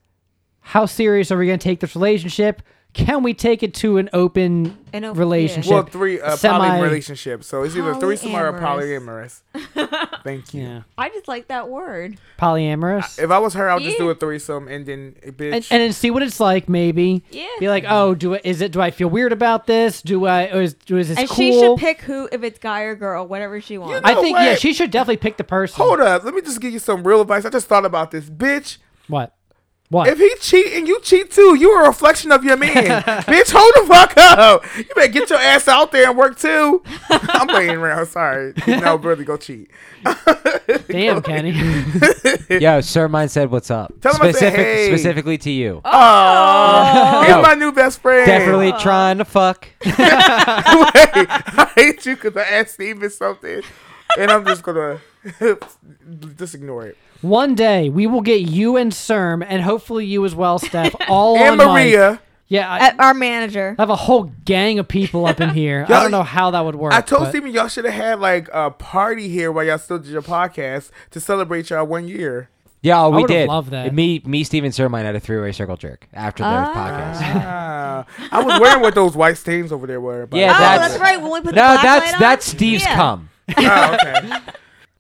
D: How serious are we gonna take this relationship? Can we take it to an open
B: An op- yeah.
D: relationship?
A: Well, three uh,
D: Semi-
A: poly relationship. So it's either threesome or a polyamorous.
B: Polyamorous.
A: Thank you.
D: Yeah,
B: I just like that word.
D: polyamorous.
A: If I was her, I would just
B: Yeah.
A: do a threesome and then eh, bitch.
D: and, and then see what it's like maybe
B: Yeah.
D: be like oh do I, is it do i feel weird about this do i or is, do, is this
B: and
D: cool
B: she should pick who, if it's guy or girl, whatever she wants.
A: know-
D: i think yeah
A: Wait.
D: she should definitely pick the person
A: Hold up, let me just give you some real advice. I just thought about this, bitch.
D: what what
A: If he cheat and you cheat too, you are a reflection of your man. Bitch, hold the fuck up. You better get your ass out there and work too. I'm playing around. Sorry. No, brother, go cheat.
D: damn kenny
E: Yo, sir, mine said what's up.
A: Tell him I said, hey.
E: specifically to you.
A: Oh, he's
E: No.
A: my new best friend.
E: Definitely
B: Oh.
E: trying to fuck.
A: Wait, I hate you because I asked Steven something, and I'm just gonna just ignore it.
D: one day we will get you and serm and hopefully you as well steph all
A: And
D: on mic.
A: Maria,
D: yeah I,
B: Uh, Our manager.
D: I have a whole gang of people up in here i
A: Y'all-
D: don't know how that would work
A: I told
D: but-
A: Steven y'all should have had like a party here while y'all still did your podcast to celebrate y'all one year.
E: Yeah, we
D: would've
E: did.
D: loved that.
E: Me, me, Steven, sir, mine had a three-way circle jerk after the podcast.
A: Ah, I was wondering what those white stains over there were. by the
E: Yeah,
B: oh,
A: way.
E: that's-
B: that's, right. When we put the black
E: No,
B: light
E: that's
B: on?
E: that's Steve's
B: Yeah.
E: cum.
A: oh, okay.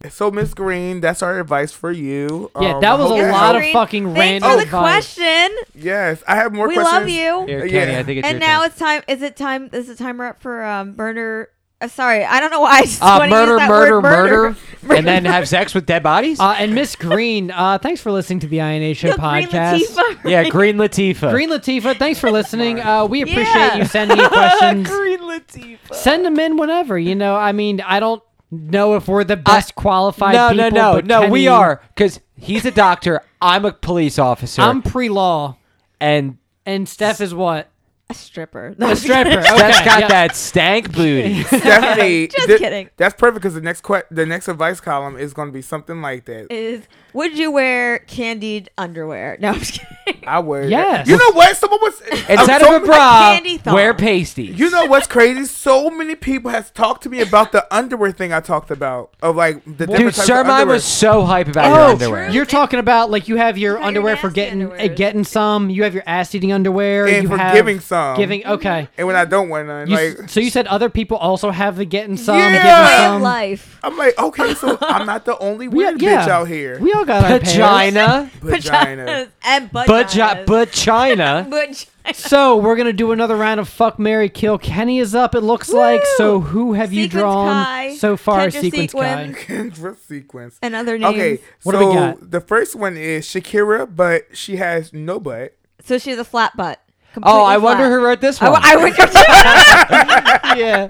A: So Miss Green, that's our advice for you. Um,
D: Yeah, that was a
A: hope-
B: Yes,
D: lot of
B: Maureen,
D: fucking
B: thanks
D: random
B: for the
D: advice.
B: question.
A: Yes, I have more
B: we
A: questions.
B: love you.
E: Here,
A: Yeah.
E: Kenny, I think it's
B: and
E: your
B: now
E: turn.
B: it's time. Is it time? Is the timer up for um, murder? Uh, sorry, I don't know why. I just
E: uh,
B: wanna
E: murder,
B: use that
E: murder,
B: word,
E: murder, and then have sex with dead bodies.
D: uh, and miss green uh, thanks for listening to the ina show
B: Look, Green
D: podcast
B: Latifah.
E: yeah, Green Latifah.
D: Green Latifa, thanks for listening. Uh, we appreciate
B: Yeah.
D: you sending me questions. Green Latifa. Send them in whenever. You know, I mean, I don't know if we're the best qualified
E: no,
D: people.
E: no, no,
D: but
E: no. We
D: Kenny-
E: are because he's a doctor. I'm a police officer.
D: I'm pre law,
E: and
D: and Steph is what?
B: A stripper.
D: A stripper. Okay.
E: Steph's got
D: yeah.
E: that stank booty.
A: Stephanie.
B: Just
A: thi-
B: kidding.
A: That's perfect because the next que- the next advice column is going to be something like that.
B: Is would you wear candied underwear? No, I'm just kidding.
A: I would.
D: Yes.
A: You know what? Someone was uh,
E: Instead
A: so
E: of a
A: many-
E: bra,
B: candy thong.
E: wear pasties.
A: You know what's crazy? So many people has talked to me about the underwear thing I talked about of like the
E: Dude,
A: different types of
E: Sermine
A: underwear.
E: was so hype about your
D: Oh,
E: underwear.
D: you're talking about like you have your
B: got your
D: underwear for
B: nasty
D: getting uh,
B: underwears.
D: getting some. You have your ass eating underwear.
A: And
D: you
A: for
D: have
A: giving some.
D: Giving okay.
A: and when I don't want none,
D: You s-
A: like
D: so you said other people also have the getting some.
A: Yeah.
D: Getting
B: Way
D: some.
B: of life.
A: I'm like, okay, so I'm not the only
D: We-
A: weird
D: yeah.
A: bitch out here.
D: We all got our pairs.
E: Vagina,
A: Vagina.
B: and
E: vagina,
B: vaginas.
E: vagina.
B: Vagi-
D: So we're gonna do another round of fuck Mary Kill. Kenny is up, it looks like. So who have you
B: Sequence
D: drawn
B: Kai,
D: so far?
B: Kendra
D: sequence
B: Sequin.
D: Kai.
A: Kendra sequence.
B: and other names.
A: Okay,
D: What do we
A: so
D: got?
A: the first one is Shakira, but she has no butt.
B: So she has a flat butt. Completely
E: Oh, I wonder
B: flat.
E: who wrote this
B: I,
E: one.
B: w- I wonder. too.
D: yeah.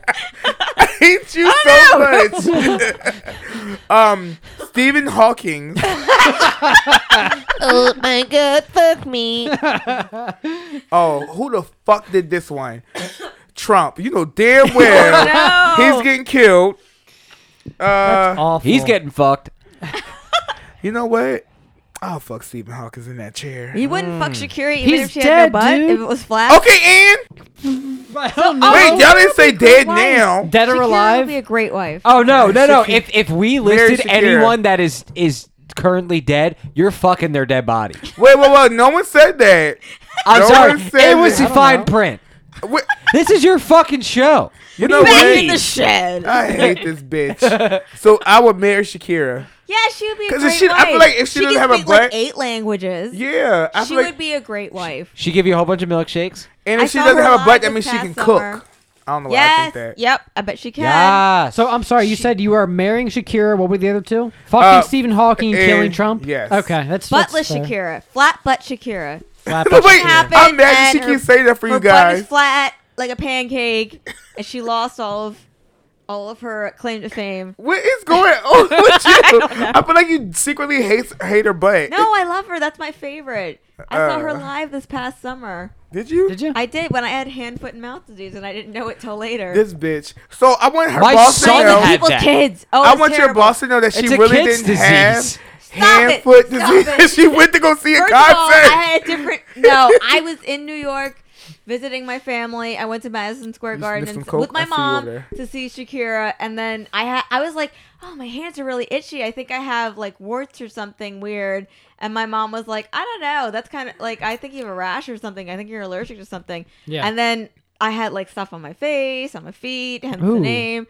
A: hate you so much. um, Stephen Hawking.
B: oh my god, fuck me.
A: Oh, who the fuck did this one? Trump. You know damn well
B: No.
A: he's getting killed. Uh,
D: Awful.
E: He's getting fucked.
A: you know what? I'll fuck Stephen Hawking's in that chair.
B: You wouldn't fuck Shakira even
D: He's
B: if she had
D: dead,
B: no butt.
D: dude.
B: If it was flat.
A: Okay, and
D: I don't know.
A: wait, y'all didn't say dead
B: Why?
A: now.
D: Dead or
B: Shakira
D: alive?
B: would be a great wife.
E: Oh no, no, no!
A: Shakira.
E: If if we
A: Mary
E: listed
A: Shakira.
E: anyone that is is currently dead, you're fucking their dead body.
A: Wait, wait, wait. No one said that.
E: I'm
A: No
E: sorry,
A: one said
E: it was
A: that.
E: the fine print.
A: Wh-
E: This is your fucking show.
A: you know
B: Back
A: what?
B: in the shed.
A: I hate this bitch. So I would marry Shakira.
B: yeah, she would be a
A: 'Cause
B: great
A: if she-
B: wife.
A: I feel like if she doesn't
B: could
A: have a
B: speak like
A: black-
B: eight languages.
A: Yeah, I
B: she
A: feel like,
B: would be a great wife.
E: She give you a whole bunch of milkshakes.
A: and
B: I
A: if she
B: saw
A: doesn't
B: her
A: have a
B: live
A: butt, that means
B: this
A: she
B: past
A: can
B: summer.
A: cook. Oh, I don't know why I
B: Yes.
A: think that.
B: Yep. I bet she can.
E: Yes.
B: um,
D: So I'm sorry, you said you are marrying Shakira. What were the other two? Fucking
A: Uh,
D: Stephen Hawking and, killing
A: and-
D: Trump.
A: yes.
D: Okay, that's
B: Buttless
D: that's fair.
B: Shakira. Flat butt Shakira.
D: Flat
A: No,
D: butt
A: wait,
D: Shakira.
B: happened
A: I'm mad
B: and
A: she keeps
B: her-
A: saying that for
B: Her
A: you
B: butt
A: guys.
B: is flat like a pancake, and she lost all of all of her claim to fame.
A: What is going on with you? I, feel like you secretly hate hate her butt.
B: No, I love her. That's my favorite. I saw her
A: Uh.
B: live this past summer.
A: Did you?
D: Did you?
B: I did when I had hand, foot, and mouth disease, and I didn't know it till later.
A: This bitch. So I want her
E: My
A: boss to
E: son
A: know.
E: had-
B: People's
E: that.
B: kids. Oh,
A: I
B: it's
A: want your
B: terrible.
A: boss to know that she
E: It's a
A: really
E: kid's
A: didn't have
E: disease.
A: hand
B: it.
A: foot
B: Stop
A: disease.
B: it.
A: she went to go see a
B: First
A: concert.
B: of all, I had a different. No, I was in New York visiting my family. I went to Madison Square
A: You
B: Garden
A: sniff
B: and,
A: some
B: with
A: coke?
B: my
A: I see you
B: mom
A: over there.
B: to see Shakira, and then I ha- I was like, oh, my hands are really itchy. I think I have like warts or something weird. And my mom was like, I don't know. That's kind of like I think you have a rash or something. I think you're allergic to something.
D: Yeah.
B: And then I had like stuff on my face, on my feet, hence
D: Ooh.
B: the name.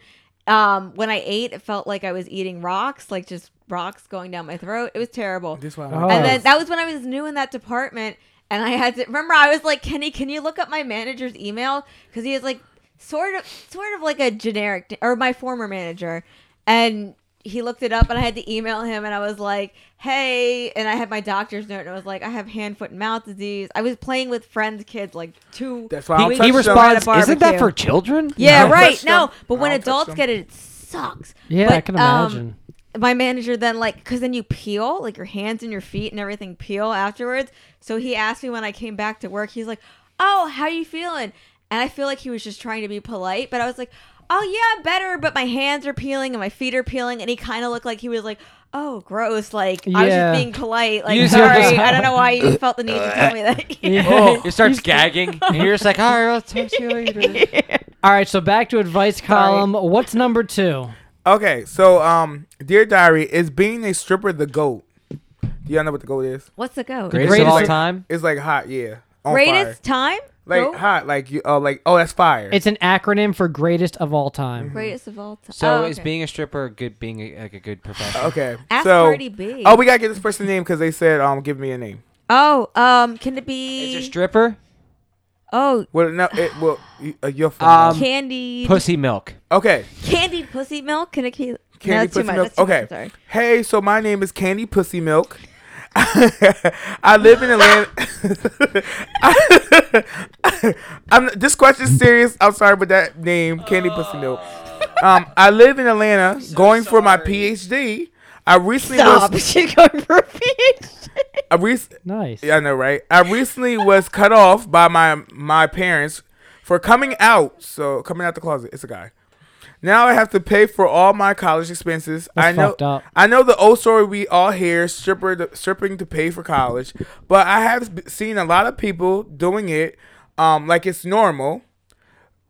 B: Um, when I ate, it felt like I was eating rocks, like just rocks going down my throat. It was terrible.
A: This one.
D: Oh.
B: And then that was when I was new in that department, and I had to remember I was like, Kenny, can you look up my manager's email? Because he is like sort of, sort of like a generic or my former manager, and he looked it up, and I had to email him, and I was like, hey, and I had my doctor's note, and I was like, I have hand, foot, and mouth disease. I was playing with friends' kids, like two.
A: That's why I don't
B: weeks
A: touch
E: He
A: them.
B: ago at
E: responds,
B: a
E: "Isn't that
B: barbecue."
E: for children?"
A: I
B: Yeah,
A: don't
B: right.
A: touch
B: No,
A: them.
B: but when
A: I don't touch
B: adults
A: them.
B: get it, it sucks.
D: Yeah,
B: but,
D: I can
B: um,
D: imagine.
B: my manager then like because then you peel like your hands and your feet and everything peel afterwards so he asked me when i came back to work he's like oh how you feeling and i feel like he was just trying to be polite but i was like oh yeah i'm better but my hands are peeling and my feet are peeling and he kind of looked like he was like oh gross like i was
D: Yeah.
B: just being polite like
E: You just-
B: sorry i don't know why you felt the need to tell me that
A: Oh.
E: It starts gagging, and you're just like, "All right, I'll talk to you
B: Oh,
E: later."
D: All right, so back to advice column. What's number two?
A: Okay, so um, dear diary, is being a stripper the goat? Do y'all know what the goat is?
B: what's the go
E: Greatest,
D: Greatest
E: of all
D: of-
E: time.
A: It's like hot, yeah, on fire.
B: greatest time
A: like
B: Go?
A: hot, like you, oh, like oh, that's fire.
D: It's an acronym for greatest of all time.
B: greatest of all time
E: So
B: Oh,
E: is
B: okay.
E: being a stripper good? Being a, like a good
A: Oh.
E: professional.
A: okay.
B: Ask
A: so,
B: Cardi B.
A: oh, we gotta get this person's name because they said um, give me a name.
B: oh um can it
E: Is
B: be
E: a stripper
B: oh
A: Well, no, it well, you, uh, you're fine.
E: Um,
B: candy
E: pussy milk?
A: okay.
B: Candied pussy milk? Can it be? no,
A: Candy
B: that's too
A: Pussy
B: much.
A: Milk.
B: That's too
A: okay.
B: Much. Sorry.
A: Hey, so my name is Candy Pussy Milk. I live in Atlanta. I'm, this question's serious. I'm sorry, but that name, Candy Pussy Milk. Um, I live in Atlanta, going for my PhD. I recently
B: Stop.
A: was.
B: She's going for a PhD.
A: I rec-
D: Nice.
A: Yeah, I know, right? I recently was cut off by my my parents for coming out. So coming out the closet, it's a guy. Now I have to pay for all my college expenses.
D: That's
A: I know.
D: fucked up.
A: I know the old story we all hear: stripper to, stripping to pay for college. But I have b- seen a lot of people doing it, um, like it's normal,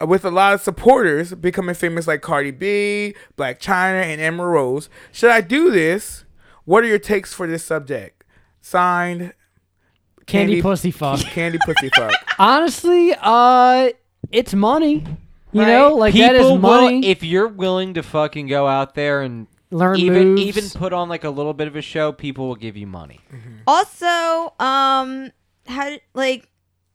A: uh, with a lot of supporters becoming famous, like Cardi B, Black China, and Emma Rose. Should I do this? What are your takes for this subject? Signed,
D: Candy,
A: Candy-
D: pussy fuck.
A: Candy pussy fuck.
D: Honestly, uh, it's money. You know, like that is
E: People will,
D: money.
E: if you're willing to fucking go out there and
D: Learn
E: even
D: moves.
E: even put on like a little bit of a show, people will give you money.
B: Also, um, how did- like,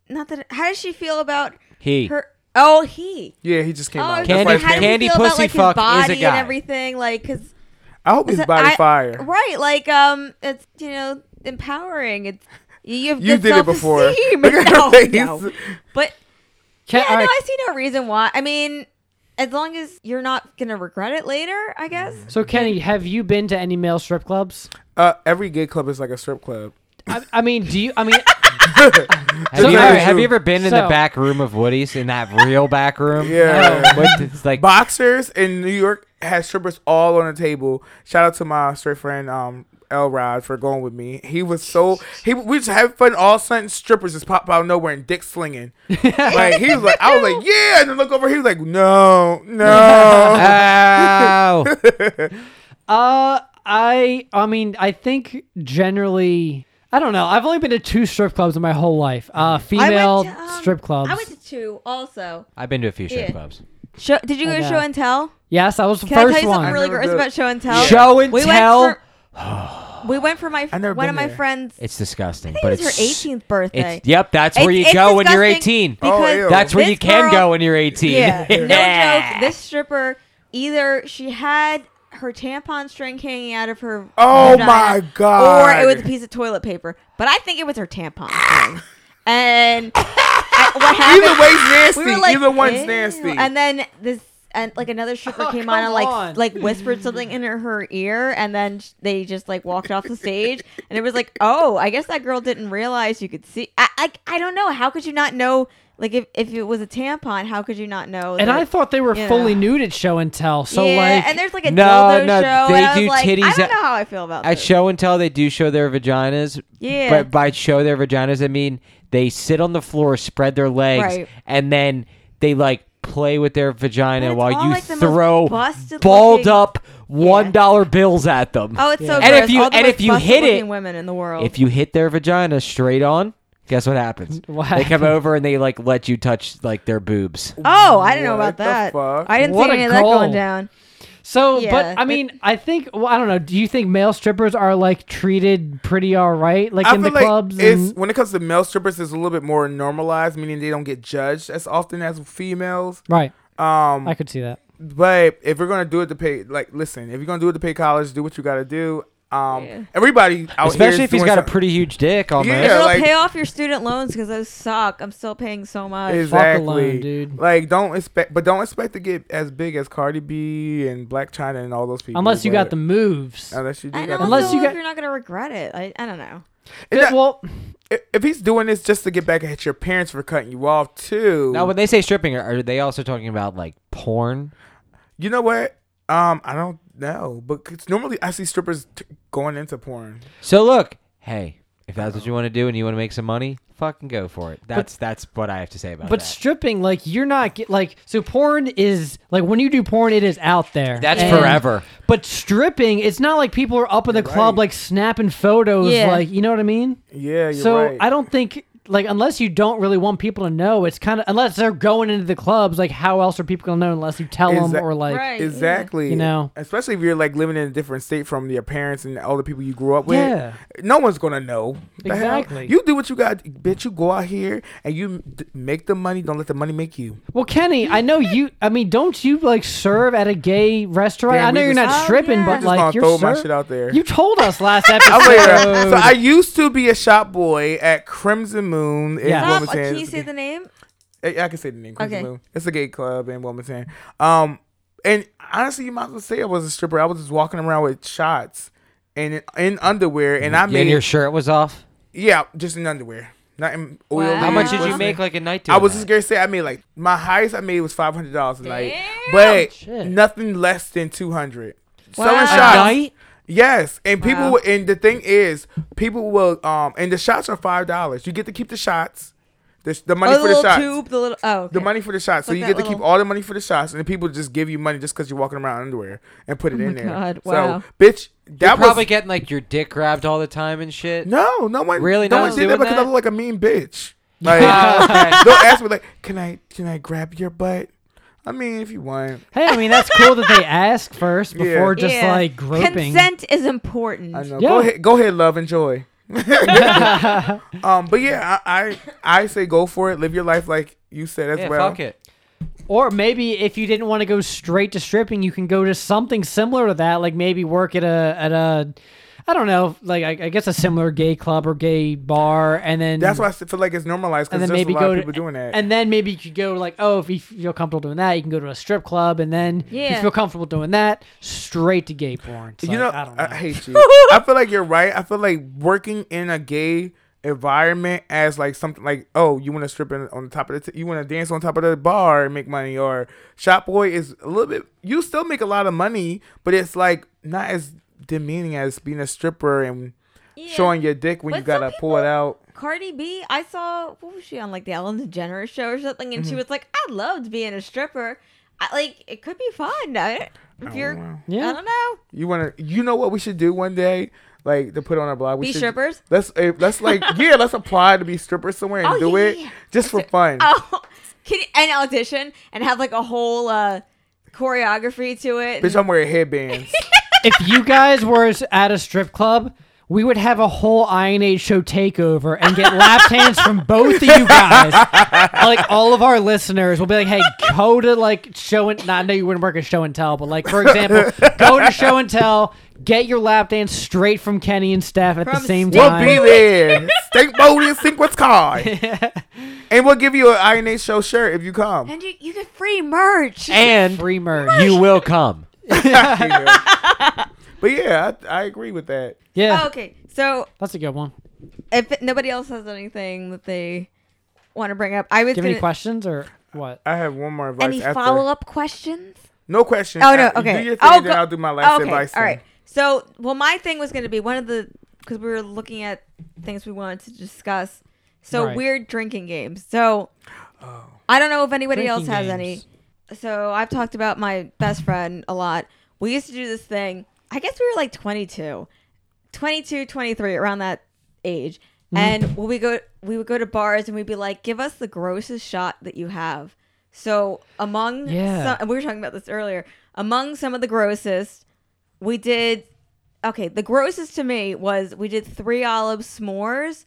B: not that. How does she feel about
E: He.
B: her? Oh, he.
A: Yeah, he just came
B: Oh, I
A: out.
B: was
A: That's
E: Candy-
A: why
B: like,
A: his
B: how
A: name-
B: does
E: Candy
B: he feel
E: pussy
B: about like his
E: fuck is a
B: body
E: guy.
B: and everything? Like, cause
A: I hope his body
B: I-
A: fire.
B: Right, like, um, it's you know empowering. It's you. You, have
A: You
B: good
A: did it before.
B: self-esteem.
A: Look at her
B: no,
A: face.
B: no. But
D: Can-
B: yeah,
D: all
B: no,
D: right,
B: I see no reason why. I mean, as long as you're not gonna regret it later, I guess.
D: so Kenny, have you been to any male strip clubs?
A: Uh, every gay club is like a strip club.
D: I, I mean, do you? I mean,
E: Have,
D: So-
E: you,
D: all
E: ever,
D: right,
E: have you ever been in the
D: so-
E: back room of Woody's in that real back room?
A: Yeah.
E: What- it's like
A: Boxers in New York has strippers all on the table. Shout out to my straight friend um L Rod for going with me. He was so he we just having fun. All of a sudden, strippers just pop out of nowhere and dick slinging. like he was like, I was like, yeah, and then look over. He was like, no, no.
E: Ow.
D: uh, I, I mean, I think generally, I don't know. I've only been to two strip clubs in my whole life. Uh,
B: I
D: female
B: went to, um,
D: strip clubs.
B: I went to two also.
E: I've been to a few strip
B: Yeah.
E: clubs.
B: Show, did you go to
D: know.
B: show and tell?
D: yes, that was the
B: Can I
D: first
B: tell you
D: one.
B: something really
A: I've never
B: gross
A: been.
B: about show and tell?
D: Show and
B: we
D: tell.
B: Went for, we went for my
A: I've never
B: one
A: been
B: of my
A: there.
B: friends.
E: It's disgusting,
B: I think
E: but
B: it was her 18th birthday.
E: It's, yep, that's where
B: It's-
E: you
B: it's
E: go when you're
B: disgusting
E: 18.
B: because
A: Oh, ew.
E: That's where
B: this
E: you can
B: girl-
E: go when you're 18.
B: Yeah. No
E: Yeah.
B: joke. This stripper either she had her tampon string hanging out of her
A: Oh
B: vagina,
A: my God.
B: or it was a piece of toilet paper. But I think it was her tampon string. and I- what happened?
A: Either way's nasty.
B: we were like,
A: Either one's
B: "Ew."
A: nasty.
B: And then this. And like another stripper
D: Oh,
B: came on
D: come
B: and like
D: on.
B: like whispered something in her, her ear, and then sh- they just like walked off the stage, and it was like, oh, I guess that girl didn't realize you could see. I I, I don't know. How could you not know? Like if, if it was a tampon, how could you not know?
D: and
B: that-
D: I thought they were
B: Yeah.
D: fully nude at show and tell. So
B: yeah,
D: like,
B: and there's like a
E: No,
B: dildo
E: no,
B: show.
E: they
B: and I was
E: do
B: like,
E: titties
B: I don't
E: at-
B: know how I feel about
E: At
B: this.
E: show and tell, they do show their vaginas.
B: Yeah.
E: But by show their vaginas, I mean they sit on the floor, spread their legs,
B: Right.
E: and then they like play with their
B: But
E: vagina
B: it's
E: while
B: all,
E: you
B: like, the most
E: throw
B: busted
E: balled
B: looking-
E: up one dollar bills at them.
B: oh, it's so
E: And if
B: gross.
E: you-
B: All the
E: and
B: most
E: if you hit
B: busted-looking
E: it-
B: women in the world.
E: If you hit their vagina straight on, guess what happens?
D: What
E: They come
D: happened?
E: over and they like let you touch like their boobs.
B: oh, I didn't know
A: What
B: about
A: the
B: that.
A: fuck?
B: I didn't
D: What
B: see
D: a
B: any of that
D: goal.
B: going down.
D: so.
B: Yeah,
D: but I
B: it-
D: mean, I think well, I don't know. Do you think male strippers are like treated pretty all right, like
A: I
D: in the
A: feel like
D: clubs?
A: it's
D: and-
A: when it comes to male strippers, it's a little bit more normalized, meaning they don't get judged as often as females.
D: right.
A: Um,
D: I could see that.
A: But if you're gonna do it to pay, like, listen, if you're gonna do it to pay college, do what you gotta do. Um,
B: Yeah.
A: everybody out
E: Especially
A: here
E: if he's got a pretty huge dick on
A: Yeah.
E: there.
B: Girl,
A: like-
B: pay off your student loans because those suck. I'm still paying so much.
A: exactly,
D: loan, dude.
A: Like, don't expect, but don't expect to get as big as Cardi B and Black China and all those people.
D: Unless you got
A: but-
D: the moves.
A: Unless you do
B: And
A: got the-
D: Unless
B: also,
D: you got-
B: you're not gonna regret it. I, I don't know.
A: And that-
D: well,
A: if- if he's doing this just to get back at your parents for cutting you off too.
E: Now, when they say stripping, are- are they also talking about like porn?
A: You know what? Um, I don't know, but 'cause normally I see strippers t- going into porn.
E: So look, hey, if that's what you want to do and you want to make some money, fucking go for it. That's that's what I have to say about
D: But
E: that.
D: stripping, like you're not get, like so. Porn is like when you do porn, it is out there.
E: That's forever.
D: But stripping, it's not like people are up in the club like snapping photos.
B: Yeah.
D: Like you know what I mean?
A: Yeah, you're
D: so
A: right.
D: I don't think like unless you don't really want people to know, it's kind of unless they're going into the clubs. Like how else are people gonna know unless you tell
A: Is
D: them
A: that-
D: or like
B: Right.
A: exactly.
D: You know.
A: especially if you're like living in a different state from your parents and all the people you grew up with.
D: Yeah.
A: no one's gonna know. The hell?
D: Exactly.
A: You do what you got, bitch. You go out here and you d- make the money. Don't let the money make you.
D: Well, Kenny, I know you. I mean, don't you like serve at a gay restaurant?
A: Yeah,
D: I know
A: we
D: you're
A: just-
D: not
B: Oh,
D: stripping,
B: yeah.
D: but
B: I'm just
D: like
A: gonna
D: you're
A: throw my
D: ser-
A: shit out there.
D: You told us last
A: I'm
D: episode.
A: like, uh, so I used to be a shop boy at Crimson Moon in
D: Yeah.
B: Stop.
A: Wilmington.
B: Ah, Can you say the name?
A: Eh, I, I can say the name. Crimson
B: Okay.
A: Moon. It's a gay club in Wilmington. Um, and honestly, you might as well say I was a stripper. I was just walking around with shots and in, in underwear, and I
E: Yeah,
A: made
E: and your shirt was off.
A: yeah, just in underwear, not in oily.
B: Wow.
E: How much did you
A: glistening.
E: make like a night?
A: I was
E: that?
A: just gonna say I made like my highest I made was five hundred dollars a night,
B: Damn.
E: Oh,
A: but
D: Shit.
A: nothing less than two hundred. Selling
B: Wow.
A: shots.
E: a night.
A: Yes, and people
B: Wow.
A: will- and the thing is, people will um and the shots are five dollars. You get to keep the shots, the, the money
B: Oh, the
A: for the
B: little
A: shots,
B: tube. The little. Oh,
A: the
B: okay.
A: money for the shots. So
B: Like
A: you
B: that
A: get to keep
B: little-
A: all the money for the shots, and the people just give you money just because you're walking around in underwear and put it in there.
B: Oh God,
A: So,
B: wow.
A: bitch,
E: You're
A: that was
E: probably getting like your dick grabbed all the time and shit.
A: no, no one
E: Really
A: No
E: not
A: one did
E: doing
A: that because I
E: that?
A: look like a mean bitch. Like,
E: Ah,
A: they'll ask me like, "Can I, can I grab your butt?" I mean, if you want,
D: Hey, I mean that's cool that they ask first before just
B: Yeah.
D: like groping.
B: Consent is important.
A: I know.
D: Yeah.
A: Go ahead, go ahead, love, enjoy. um, but yeah, I, I I say go for it. Live your life like you said as
E: Yeah,
A: well.
E: fuck it.
D: Or maybe if you didn't want to go straight to stripping, you can go to something similar to that, like maybe work at a at a I don't know, like I, I guess a similar gay club or gay bar, and then
A: That's why I feel like it's normalized
D: and
A: because
D: then
A: there's
D: maybe
A: a lot
D: go
A: of
D: to
A: people doing that.
D: and then maybe you could go like oh if you feel comfortable doing that, you can go to a strip club, and then if you
B: Yeah.
D: feel comfortable doing that, straight to gay porn. It's
A: you know,
D: like,
A: I,
D: I don't know.
A: hate you. I feel like you're right. I feel like working in a gay environment as like something like, oh, you want to strip in, on the top of the, t- you want to dance on top of the bar and make money, or shop boy is a little bit. You still make a lot of money, but it's like not as demeaning as being a stripper and
B: Yeah.
A: showing your dick when
B: But
A: you gotta
B: some
A: pull it
B: people-
A: out.
B: Cardi B, I saw what was she on like the Ellen DeGeneres show or something,
A: Mm-hmm.
B: and she was like, "I loved being a stripper. I, like it could be fun. I, if you're,
A: wow.
D: Yeah.
B: I don't know.
A: You wanna, you know what we should do one day? like to put on our blog. We
B: Be
A: should-
B: strippers?
A: Let's eh, let's like yeah, let's apply to be strippers somewhere and
B: Oh,
A: do
B: yeah,
A: it
B: yeah, yeah.
A: just for fun.
B: Oh, can you, and audition and have like a whole uh, choreography to it.
A: Bitch, I'm wearing headbands.
D: if you guys were s- at a strip club, we would have a whole Iron Age show takeover and get lap hands from both of you guys. like all of our listeners will be like, "Hey, go to like show and not know you wouldn't work at show and tell, but like for example, go to show and tell, get your lap dance straight from Kenny and Steph at
B: From
D: the same
A: we'll
D: time.
A: be there. Stink bold and sink what's called. And we'll give you an Iron Age show shirt if you come.
B: and you, you get free merch.
E: and
D: Free merch.
E: you will come.
A: but yeah, I, I agree with that.
D: Yeah,
B: Oh, okay, so
D: that's a good one.
B: if nobody else has anything that they want to bring up, I was
D: Give
B: gonna,
D: any questions or what?
A: I have one more advice.
B: any
A: after.
B: follow up questions.
A: No question.
B: Oh no,
A: Uh,
B: okay.
A: Do your thing,
B: oh,
A: then
B: go-
A: I'll do my last
B: okay,
A: advice.
B: All
A: thing.
B: right. So, well, my thing was going to be one of the because we were looking at things we wanted to discuss. So
D: Right.
B: weird drinking games. So
A: Oh.
B: I don't know if anybody else
D: Drinking
B: has
D: games.
B: any. So I've talked about my best friend a lot. We used to do this thing. I guess we were like 22, 22, 23, around that age.
D: Mm-hmm.
B: And when we go, we would go to bars and we'd be like, "Give us the grossest shot that you have." So among
D: Yeah.
B: some, and we were talking about this earlier. Among some of the grossest, we did okay. The grossest to me was we did three olive s'mores,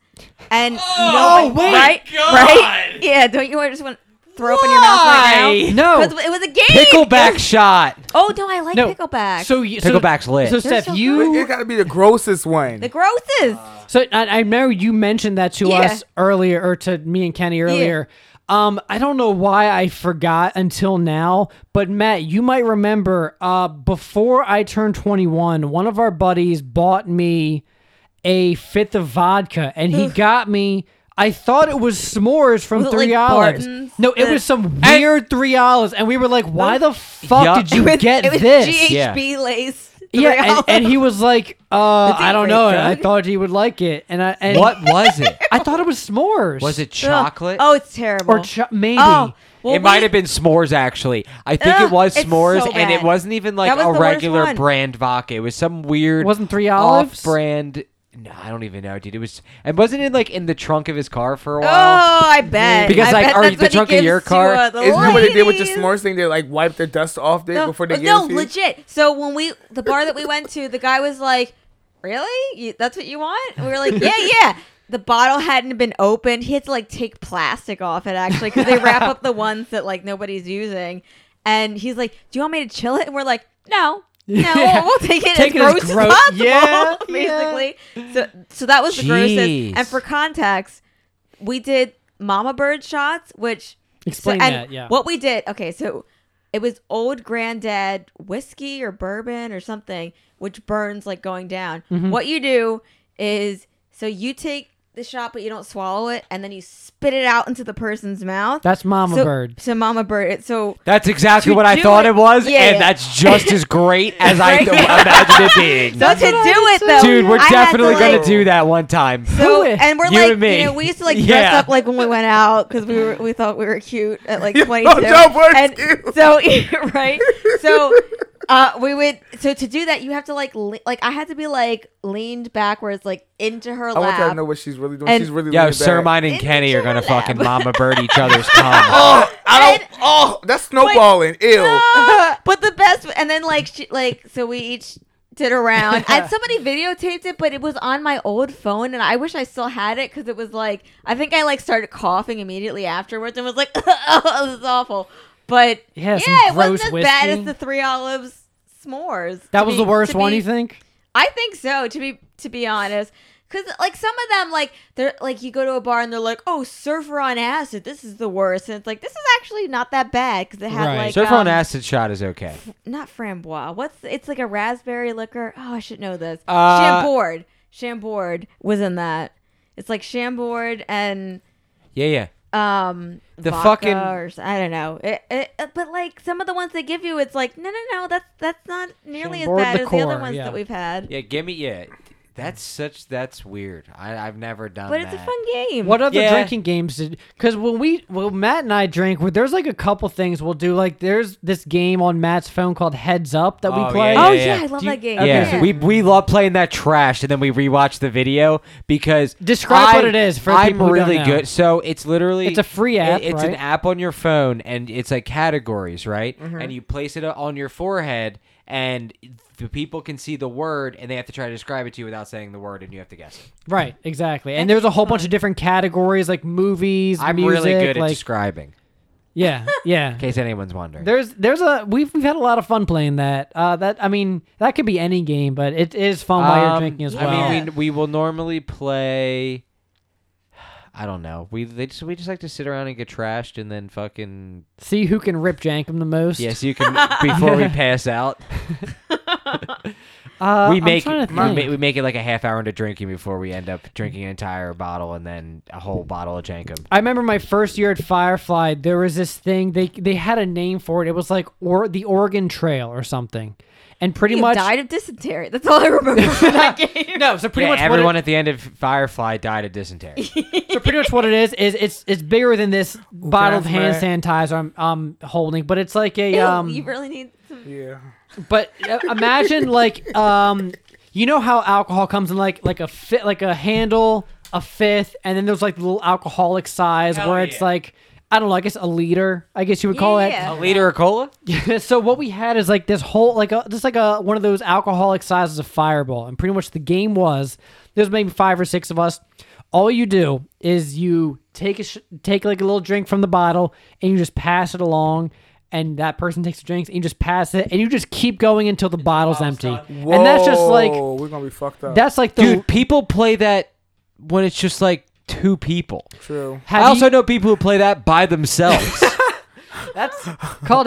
B: and oh no,
D: my
B: right, right, yeah. Don't you just want to throw up in your mouth right now?
D: No.
B: 'Cause it was a game.
E: Pickleback shot.
B: Oh no, I like
D: No.
B: pickleback.
D: So you
E: Pickleback's
D: so,
E: lit.
D: So
E: They're
D: Steph,
B: so
D: you
A: But it got to be the grossest one.
B: the grossest.
D: So I, I know you mentioned that to
B: Yeah.
D: us earlier, or to me and Kenny earlier. Um, I don't know why I forgot until now, but Matt, you might remember. Uh, before I turned twenty-one, one of our buddies bought me a fifth of vodka, and he got me. I thought it was s'mores from
B: Was it,
D: Three
B: like,
D: Olives.
B: Barton's?
D: No, it
B: The-
D: was some weird Three Olives, and we were like, "Why the fuck
E: Yeah.
D: did you
B: With-
D: get
B: it was
D: this?"
B: GHB lace. three
D: yeah, and, and
B: olives.
D: he was "Oh." like, uh, "I don't
B: great
D: know." and I
B: drug.
D: thought he would like it, and I and
E: What was it?
D: I thought it was s'mores.
E: Was it
B: Ugh.
E: chocolate?
B: Oh, it's terrible.
D: or ch- maybe?
B: Oh, well,
E: it might
B: we-
E: have been s'mores actually. I think
B: Ugh,
E: it was
B: it's
E: s'mores,
B: so
E: and it
B: bad.
E: wasn't even like
B: That was
E: a
B: the worst
E: regular
B: one.
E: brand vodka. It was some weird.
D: Wasn't Three Olives?
E: off-brand? No, I don't even know, dude. It was, and wasn't it like in the trunk of his car for a while?
B: Oh, I bet.
E: Because,
B: I
E: like,
B: bet
E: are
B: that's
E: the
B: what he
E: trunk of
B: gives
E: your
B: to,
E: car-
B: uh, the
A: Isn't that what they did with the
B: ladies.
A: s'mores thing? They like wipe the dust off there
B: No,
A: before they
B: uh,
A: give
B: no,
A: it to you?
B: legit. So when we the bar that we went to, the guy was like, "Really? You, that's what you want?" And we were like, "Yeah, yeah." The bottle hadn't been opened. He had to like take plastic off it actually because they wrap up the ones that like nobody's using. And he's like, "Do you want me to chill it?" And we're like, "No." No, we'll, we'll take it
D: Take it
B: as
D: as
B: gross as,
D: gro-
B: possible,
D: Yeah,
B: basically. So, so that was the
E: Jeez.
B: grossest. And for context, we did mama bird shots, which
D: Explain
B: so, and
D: that, yeah.
B: What we did, okay, so it was old granddad whiskey or bourbon or something, which burns like going down.
D: Mm-hmm.
B: What you do is so you take the shot, but you don't swallow it, and then you spit it out into the person's mouth.
D: That's Mama
B: so,
D: Bird.
B: So mama bird. It, so
E: That's exactly
B: To
E: what I
B: do
E: thought
B: it-
E: it, was,
B: yeah,
E: and
B: yeah.
E: that's just as great as I
B: Right?
E: imagined it being.
B: so to do it though,
E: Dude, we're
B: I had to,
E: definitely gonna
B: like-
E: do that one time.
B: So,
D: Do it.
B: and we're
E: You
B: like,
E: and me.
B: you know, we used to like dress
E: Yeah.
B: up like when we went out because we were we thought we were cute at like
A: Yeah,
B: 22.
A: don't worry,
B: and
A: cute.
B: so right, so uh, we would so to do that you have to like le- like I had to be like leaned backwards like into her
A: I want y'all to
B: lap.
A: know what she's really doing.
B: And-
A: she's really
E: Yo,
A: leaning
E: Sir
A: back.
E: Mine and Kenny are gonna
B: Interlap.
E: fucking mama bird each other's cum.
A: Oh, I don't.
B: And-
A: Oh, that's snowballing. Ew.
B: Ah, but the best, and then like she like so we each did a round and somebody videotaped it but it was on my old phone and i wish i still had it because it was like i think i like started coughing immediately afterwards and was like oh this is awful but
D: Yeah, some
B: yeah, it
D: gross
B: wasn't as bad
D: whiskey.
B: as the Three Olives s'mores.
D: that
B: to
D: was
B: be-
D: the worst
B: to
D: one,
B: be-
D: you think?
B: I think so. To be to be honest, because like some of them, like they're like you go to a bar and they're like, oh, Surfer on Acid, this is the worst, and it's like this is actually not that bad because it had
D: Right.
B: like
E: Surfer on
B: um,
E: acid shot is okay.
B: not framboise. What's it's like a raspberry liquor? Oh, I should know this.
E: Uh,
B: Chambord, Chambord was in that. It's like Chambord and
E: Yeah, yeah.
B: um
E: The
B: vodka
E: fucking-
B: or s- I don't know. It, it, uh, but like some of the ones they give you, it's like no, no, no. That's that's not nearly
D: Chambord
B: as bad as the
D: liqueur,
B: other ones
D: yeah.
B: that we've had.
E: Yeah, give me yeah. That's such. That's weird. I, I've never done.
B: But it's a
E: that.
B: fun game.
D: What other
E: Yeah.
D: drinking games did? Because when we, when Matt and I drink, well, there's like a couple things we'll do. Like there's this game on Matt's phone called Heads Up that we
E: Oh,
D: play.
E: Yeah,
B: Oh
E: yeah,
B: yeah,
E: yeah.
B: I love
D: Do you-
B: that game.
D: Okay,
E: Yeah,
D: so
E: we we love playing that trash, and then we rewatch the video because
D: Describe
E: I-
D: what it is for
E: I'm
D: people who don't
E: really
D: know.
E: good. So it's literally
D: It's a free
E: it-
D: app,
E: it's an
D: right?
E: app on your phone, and it's like categories, right?
B: Mm-hmm.
E: And you place it on your forehead, and the people can see the word, and they have to try to describe it to you without saying the word, and you have to guess it.
D: Right, exactly. And there's a whole bunch of different categories like movies,
E: I'm
D: music,
E: really good at
D: like
E: describing,
D: yeah, yeah.
E: in case anyone's wondering.
D: There's there's a we've we've had a lot of fun playing that. Uh, that I mean that could be any game, but it is fun Oh, while you're
E: Um,
D: drinking as
E: I
D: well.
E: mean, we, we will normally play. I don't know. We they just we just like to sit around and get trashed and then fucking
D: See who can rip Jankum the most.
E: Yes, you can before we pass out.
D: uh,
E: we
D: I'm
E: make
D: trying
E: it,
D: to
E: we, ma-
D: think.
E: we make it like a half hour into drinking before we end up drinking an entire bottle and then a whole bottle of Jankum.
D: I remember my first year at Firefly. There was this thing they they had a name for it. It was like or the Oregon Trail or something, and pretty
B: You
D: much
B: died of dysentery. That's all I remember from that game.
D: no. So pretty
E: Yeah,
D: much what it-
E: everyone at the end of Firefly died of dysentery.
D: So pretty much what it is is it's it's bigger than this bottle of
A: I have
D: hand sanitizer I'm I'm holding, but it's like a
B: Ew,
D: um.
B: you really need some.
A: Yeah.
D: but uh, imagine like um, you know how alcohol comes in like like a fit like a handle, a fifth, and then there's like the little alcoholic size where it's like I don't know, I guess a liter, I guess you would call
B: Yeah.
E: a liter of cola?
D: it. so what we had is like this whole like a, just like a one of those alcoholic sizes of fireball, and pretty much the game was there's maybe five or six of us. All you do is you take a sh- take like a little drink from the bottle, and you just pass it along. And that person takes the drinks, and you just pass it, and you just keep going until the bottle's empty. And that's just like
A: Whoa, we're gonna be fucked up.
D: that's like the
E: Dude, people play that when it's just like two people.
A: true.
D: Have
E: I also
D: you-
E: know people who play that by themselves.
D: that's called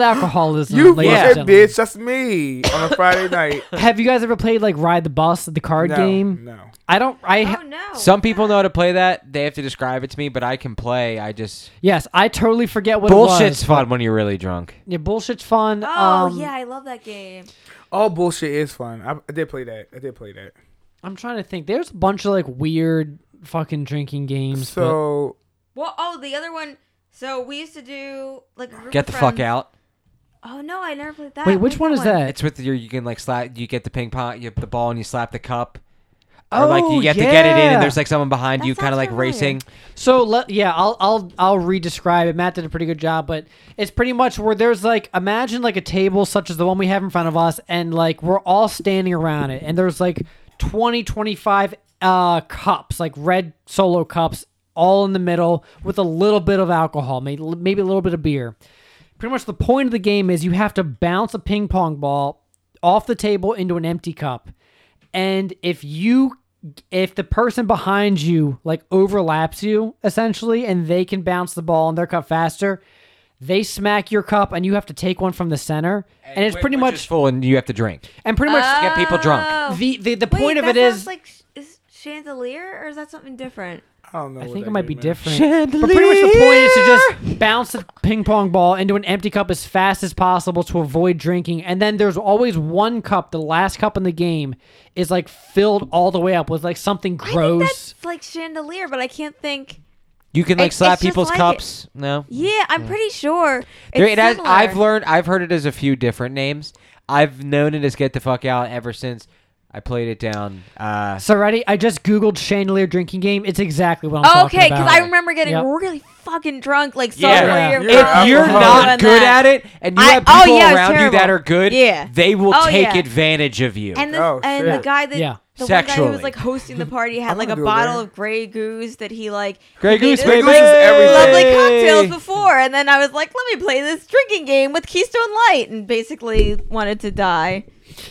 D: alcoholism.
A: You
D: Mm, ladies and
A: yeah.
D: gentlemen.
A: bitch, that's me on a Friday night.
D: Have you guys ever played like Ride the Bus, the card
A: No,
D: game?
A: no.
D: I don't. I ha-
B: Oh no.
E: Some people know how to play that. They have to describe it to me, but I can play. I just
D: yes, I totally forget what it was.
E: bullshit's fun when you're really drunk.
D: Yeah, bullshit's fun.
B: Oh
D: um,
B: yeah, I love that game.
A: All bullshit is fun. I, I did play that. I did play that.
D: I'm trying to think. There's a bunch of like weird fucking drinking games. but-
A: So
B: Well, oh the other one. So we used to do like a group
E: Get
B: of
E: the fuck
B: friends-
E: out.
B: Oh no, I never played that.
D: wait,
B: What
D: which one is that?
E: It's with your you can like slap you get the ping pong you, the ball and you slap the cup. or like you get to get it in
D: Oh, yeah.
E: and there's like someone behind
B: That
E: you kind
B: sounds
E: of like
B: familiar.
E: racing.
D: So let yeah, I'll I'll I'll re-describe it. Matt did a pretty good job, but it's pretty much where there's like imagine like a table such as the one we have in front of us, and like we're all standing around it, and there's like 20, 25 uh, cups, like red solo cups, all in the middle with a little bit of alcohol, maybe maybe a little bit of beer. Pretty much the point of the game is you have to bounce a ping pong ball off the table into an empty cup and if you if the person behind you like overlaps you essentially and they can bounce the ball in their cup faster they smack your cup and you have to take one from the center and, it's
E: Wh-
D: pretty
E: which
D: much
E: is full and you have to drink.
D: and pretty much
E: get people drunk.
B: Oh.
D: the, the the
B: Wait,
D: point of
B: that
D: it
B: sounds
D: is
B: like sh- is chandelier or is that something different?
A: I don't know.
D: I
A: what
D: think
A: that
D: it might
A: game
D: be
A: is.
D: different. But pretty much the point is to just bounce the ping pong ball into an empty cup as fast as possible to avoid drinking. And then there's always one cup, the last cup in the game, is like filled all the way up with like something
B: I think
D: gross.
B: that's like chandelier, but I can't think.
E: You can like
B: It's-
E: slap
B: it's just
E: people's
B: like it.
E: cups. No.
B: Yeah, I'm pretty sure. It's
E: There- it has,
B: similar.
E: I've learned I've heard it as a few different names. I've known it as get the fuck out ever since I played it down. Uh
D: So ready? I just googled chandelier drinking game. It's exactly what I'm talking
B: Okay,
D: about.
B: because I remember getting
D: Yep.
B: really fucking drunk, like
E: Yeah.
B: somewhere.
A: Yeah. You're
E: if you're
A: alcohol.
E: not good at it and you
B: I-
E: have
B: oh,
E: people
B: yeah, it's
E: around you that
B: terrible.
E: are good,
B: Yeah.
E: they will
B: Oh,
E: take
B: yeah.
E: advantage of you.
B: And the,
A: Oh,
B: and
A: shit.
B: the guy that
D: Yeah.
B: the one guy who
E: Sexually.
B: was like hosting the party had like a
A: gonna do it,
B: bottle
A: right?
B: of Grey Goose that he like
E: Grey
B: he made
E: Goose,
B: us
E: baby!
A: Goose is everything.
B: lovely cocktails before, and then I was like, let me play this drinking game with Keystone Light, and basically wanted to die.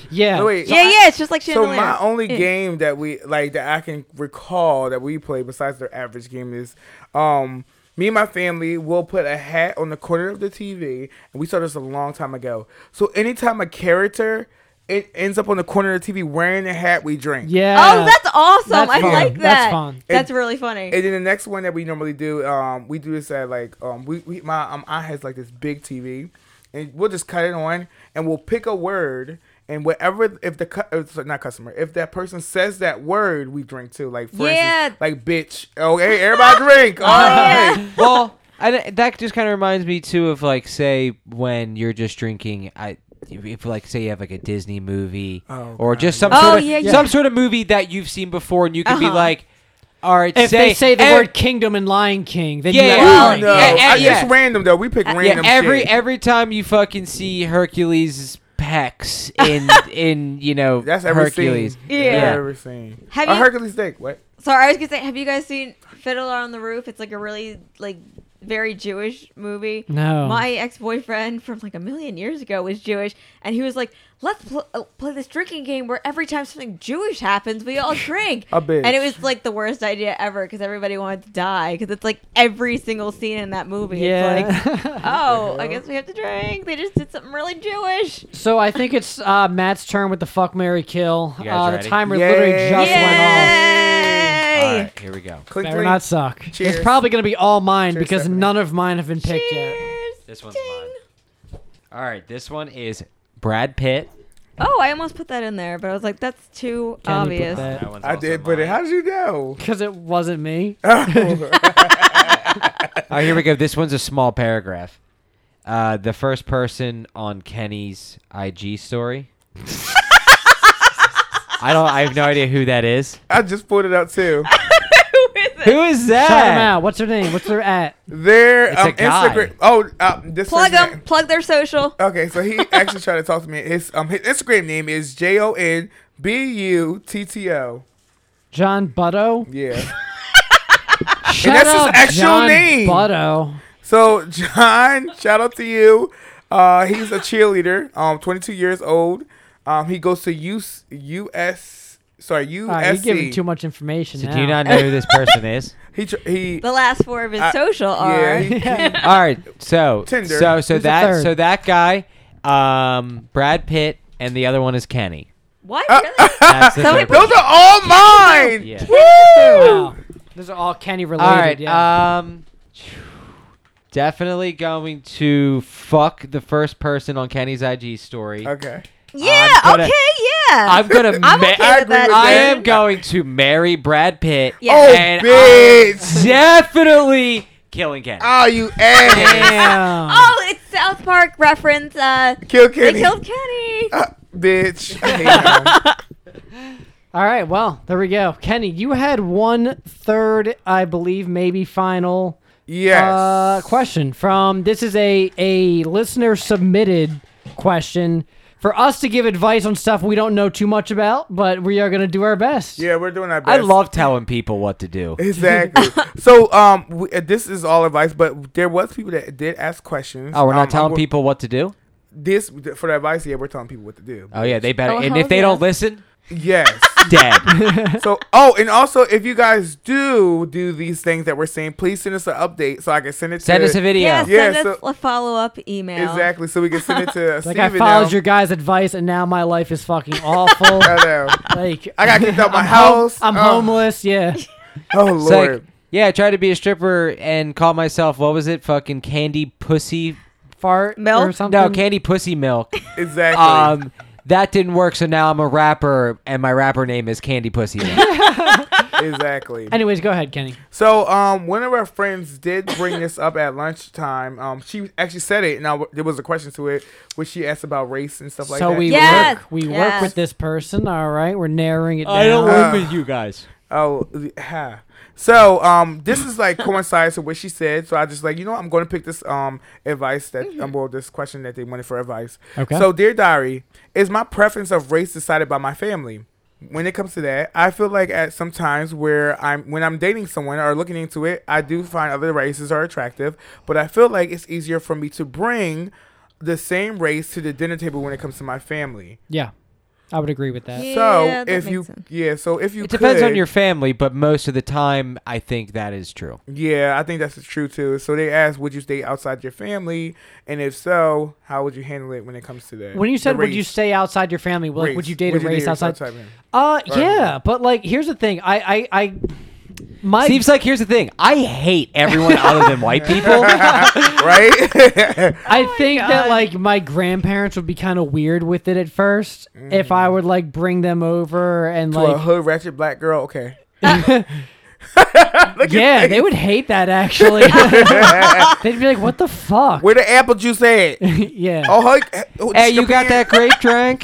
D: Yeah.
A: No, Oh, wait.
B: yeah, yeah, it's just like
A: So
B: chandelier.
A: my only
B: Yeah.
A: game that we like that I can recall that we play besides their average game is um me and my family will put a hat on the corner of the TV and we saw this a long time ago. So anytime a character it ends up on the corner of the TV wearing a hat, we drink.
D: Yeah.
B: Oh, that's awesome!
D: That's
B: I
D: fun.
B: like
D: That's
B: that.
D: fun.
B: That's really funny.
A: And then the next one that we normally do, um, we do this at like um, we, we my um aunt has like this big TV, and we'll just cut it on and we'll pick a word And whatever, if the cu- uh, sorry, not customer, if that person says that word, we drink too. Like for
B: Yeah.
A: instance, like bitch. Okay, everybody drink. All right.
E: well, I, that just kind of reminds me too of like say when you're just drinking. I if like say you have like a Disney movie
A: Oh,
E: or
A: God,
E: just some
B: yeah.
E: sort
B: Oh,
E: of
B: yeah, yeah.
E: some sort of movie that you've seen before, and you can be
B: Uh-huh.
E: like, all right,
D: If
E: say,
D: they say the
E: ev-
D: word kingdom and Lion King, then
E: Yeah,
D: you
E: yeah.
D: have
E: Well,
D: to
A: No,
E: Yeah,
D: drink.
E: yeah,
A: I- it's
E: yeah.
A: random though. We pick
E: Yeah,
A: random.
E: every
A: shit.
E: every time you fucking see Hercules pecs in in you know
A: that's every
E: Hercules.
A: scene.
B: Yeah.
A: That's every scene.
B: Have
A: a
B: you-
A: Hercules dick? What?
B: Sorry, I was gonna say, have you guys seen Fiddler on the Roof? It's like a really like very Jewish movie.
D: No.
B: my ex boyfriend from like a million years ago was Jewish, and he was like, "Let's pl- uh, play this drinking game where every time something Jewish happens, we all drink."
A: A bitch.
B: And it was like the worst idea ever because everybody wanted to die because it's like every single scene in that movie.
D: Yeah.
B: It's like, oh, I guess we have to drink. They just did something really Jewish.
D: so I think it's uh, Matt's turn with the fuck Mary kill.
E: You guys
D: Uh,
E: ready?
D: the timer
A: Yay.
D: literally just went off.
B: Yay!
E: All right, here we go.
A: Click
D: Better
A: three.
D: not suck.
A: Cheers.
D: It's probably gonna be all mine
A: Cheers,
D: because
A: Stephanie.
D: none of mine have been picked yet.
B: Cheers.
E: This one's
B: Ding.
E: mine. All right, this one is Brad Pitt.
B: Oh, I almost put that in there, but I was like, that's too obvious.
A: I did, but it, how did you know?
D: Because it wasn't me.
E: All right, here we go. This one's a small paragraph. Uh, the first person on Kenny's IG story. I don't. I have no idea who that is.
A: I just pulled it up too.
B: Who is it?
E: Who is that?
D: Shout him out. What's her name? What's her at?
A: Their
E: It's a
A: um,
E: guy.
A: Instagram. Oh, uh, this
B: Plug
A: person-
B: them. Plug their social.
A: Okay, so he actually tried to talk to me. His um his Instagram name is J O N B U T T O.
D: John Butto.
A: Yeah.
D: Shout
A: that's his
D: out
A: actual
D: John
A: name.
D: Butto.
A: So John, shout out to you. Uh, he's a cheerleader. Um, 22 years old. Um, he goes to US, US sorry USC.
D: All right, you're giving too much information.
E: So
D: now.
E: do you not know who this person is?
A: He tr- he.
B: The last four of his
A: I-
B: social
A: Uh, yeah,
B: are.
A: he- he-
E: All right. So
A: Tinder.
E: So so
D: Who's the
E: that
D: third?
E: so that guy, um, Brad Pitt, and the other one is Kenny.
B: What? Really?
E: That's the
B: So
E: third
B: we-
A: Uh, those are all mine.
E: Yeah.
A: Woo!
D: Wow. Those are all Kenny related.
E: All right.
D: yeah.
E: Um, definitely going to fuck the first person on Kenny's IG story.
A: Okay.
B: yeah.
E: gonna-
B: okay. Yeah.
E: I'm gonna.
B: I'm
E: ma-
B: okay
A: I
B: with that.
A: agree with
E: I
A: that.
E: am going to marry Brad Pitt.
B: Yeah.
A: Oh
E: And uh,
A: bitch!
E: Definitely killing Kenny.
B: Ah.
A: Oh you ass!
D: Damn.
B: Oh, it's South Park reference. Uh,
A: Kill
B: they
A: Kenny.
B: killed Kenny.
A: Uh, bitch. I hate him.
D: All right, well, there we go. Kenny, you had one third, I believe, maybe final
A: yes.
D: uh, question from this is a a listener submitted question for us to give advice on stuff we don't know too much about, but we are gonna do our best.
A: Yeah, we're doing our best.
E: I love telling people what to do.
A: Exactly. so, um, we, uh, this is all advice, but there was people that did ask questions.
E: Oh, we're
A: Um,
E: not
A: I'm
E: telling
A: go-
E: people what to do.
A: this for the advice. Yeah, we're telling people what to do.
E: Oh yeah, they better.
B: Oh,
E: and
B: hell
E: if they
B: yeah.
E: don't listen,
A: Yes.
E: dead.
A: so, oh, and also, if you guys do do these things that we're saying, please send us an update so I can send it.
E: Send
A: to,
E: us a video.
B: Yeah. Send
A: Yeah,
B: us
A: so-
B: a follow up email.
A: Exactly, so we can send it to
D: Like I
A: Steven
D: followed
A: now.
D: your guys' advice, and now my life is fucking awful.
A: I know.
D: like
A: I got kicked out my
D: I'm home-
A: house.
D: I'm
A: Oh.
D: homeless. Yeah.
A: Oh
E: It's like,
A: lord.
E: yeah, I tried to be a stripper and call myself what was it? Fucking candy pussy.
D: Fart
B: Milk?
D: or something.
E: No, candy pussy milk.
A: exactly.
E: Um, that didn't work. So now I'm a rapper, and my rapper name is Candy Pussy. Milk.
A: exactly.
D: Anyways, go ahead, Kenny.
A: So, um, one of our friends did bring this up at lunchtime. Um, she actually said it, and I w- there was a question to it, which she asked about race and stuff like
D: so
A: that.
D: we
B: Yes,
D: work we
B: yes.
D: work with this person. All right, we're narrowing it down.
A: work with
E: you guys.
A: oh, ha. So, um, this is like coincides with what she said. So I just like, you know, what, I'm going to pick this um advice that um, well, this question that they wanted for advice.
D: Okay.
A: So, dear diary, is my preference of race decided by my family? When it comes to that, I feel like at some times where I'm when I'm dating someone or looking into it, I do find other races are attractive, but I feel like it's easier for me to bring the same race to the dinner table when it comes to my family.
D: Yeah, I would agree with that.
B: Yeah.
A: So
B: that
A: if
B: makes
A: you
B: sense.
A: yeah, so if you
E: It depends on
A: could-
E: your family, but most of the time, I think that is true.
A: Yeah, I think that's true too. So they asked, would you stay outside your family? And if so, how would you handle it when it comes to that?
D: When you said,
A: The
D: "Would you
A: race-
D: stay outside your family?" Like,
A: race.
D: would you date a race outside?
A: man?
D: Uh, yeah, but like, here's the thing. I, I, I, my
E: Steve's like, here's the thing. I hate everyone other than white people.
A: right?
E: Oh
D: I think that like my grandparents would be kind of weird with it at first if I would like bring them over and
A: Mm. to a
D: like
A: hood ratchet black girl. Okay.
D: yeah they would hate that actually they'd be like what the fuck
A: Where the apple juice at?
D: yeah
A: Oh, hey, oh,
E: hey, you got that grape drink?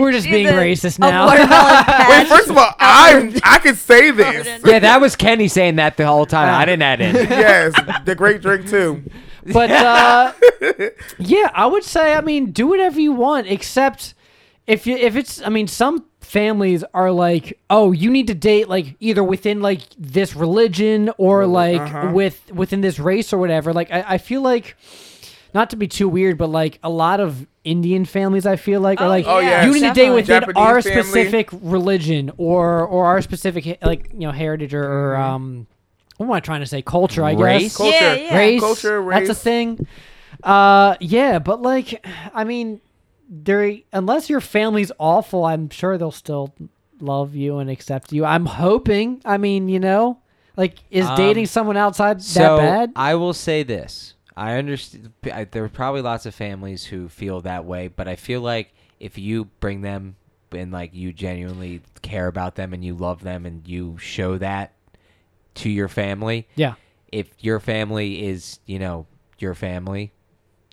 D: we're just being
B: a-
D: racist
B: a
D: now
B: watermelon
A: Wait,
B: patch.
A: first of all, I I can say this.
E: yeah, that was Kenny saying that the whole time. I didn't add in.
A: Yes, the great drink too.
D: but uh, yeah, I would say I mean do whatever you want, except if you if it's I mean some families are like oh you need to date like either within like this religion or like with within this race or whatever. Like I, I feel like. Not to be too weird, but like a lot of Indian families, I feel like are like
B: Oh,
A: yeah,
D: you need to date
B: definitely.
D: within
A: Japanese
D: our
A: family.
D: specific religion or or our specific like you know heritage or, or um what am I trying to say culture I
E: Race?
D: guess
A: Culture,
B: Yeah, yeah.
D: race,
A: culture, race.
D: That's a thing. Uh, yeah, but like, I mean, there unless your family's awful, I'm sure they'll still love you and accept you. I'm hoping. I mean, you know, like, is
E: Um,
D: dating someone outside that
E: so
D: bad?
E: I will say this: I understand. There are probably lots of families who feel that way, but I feel like if you bring them and like you genuinely care about them and you love them and you show that to your family,
D: yeah,
E: if your family is you know your family,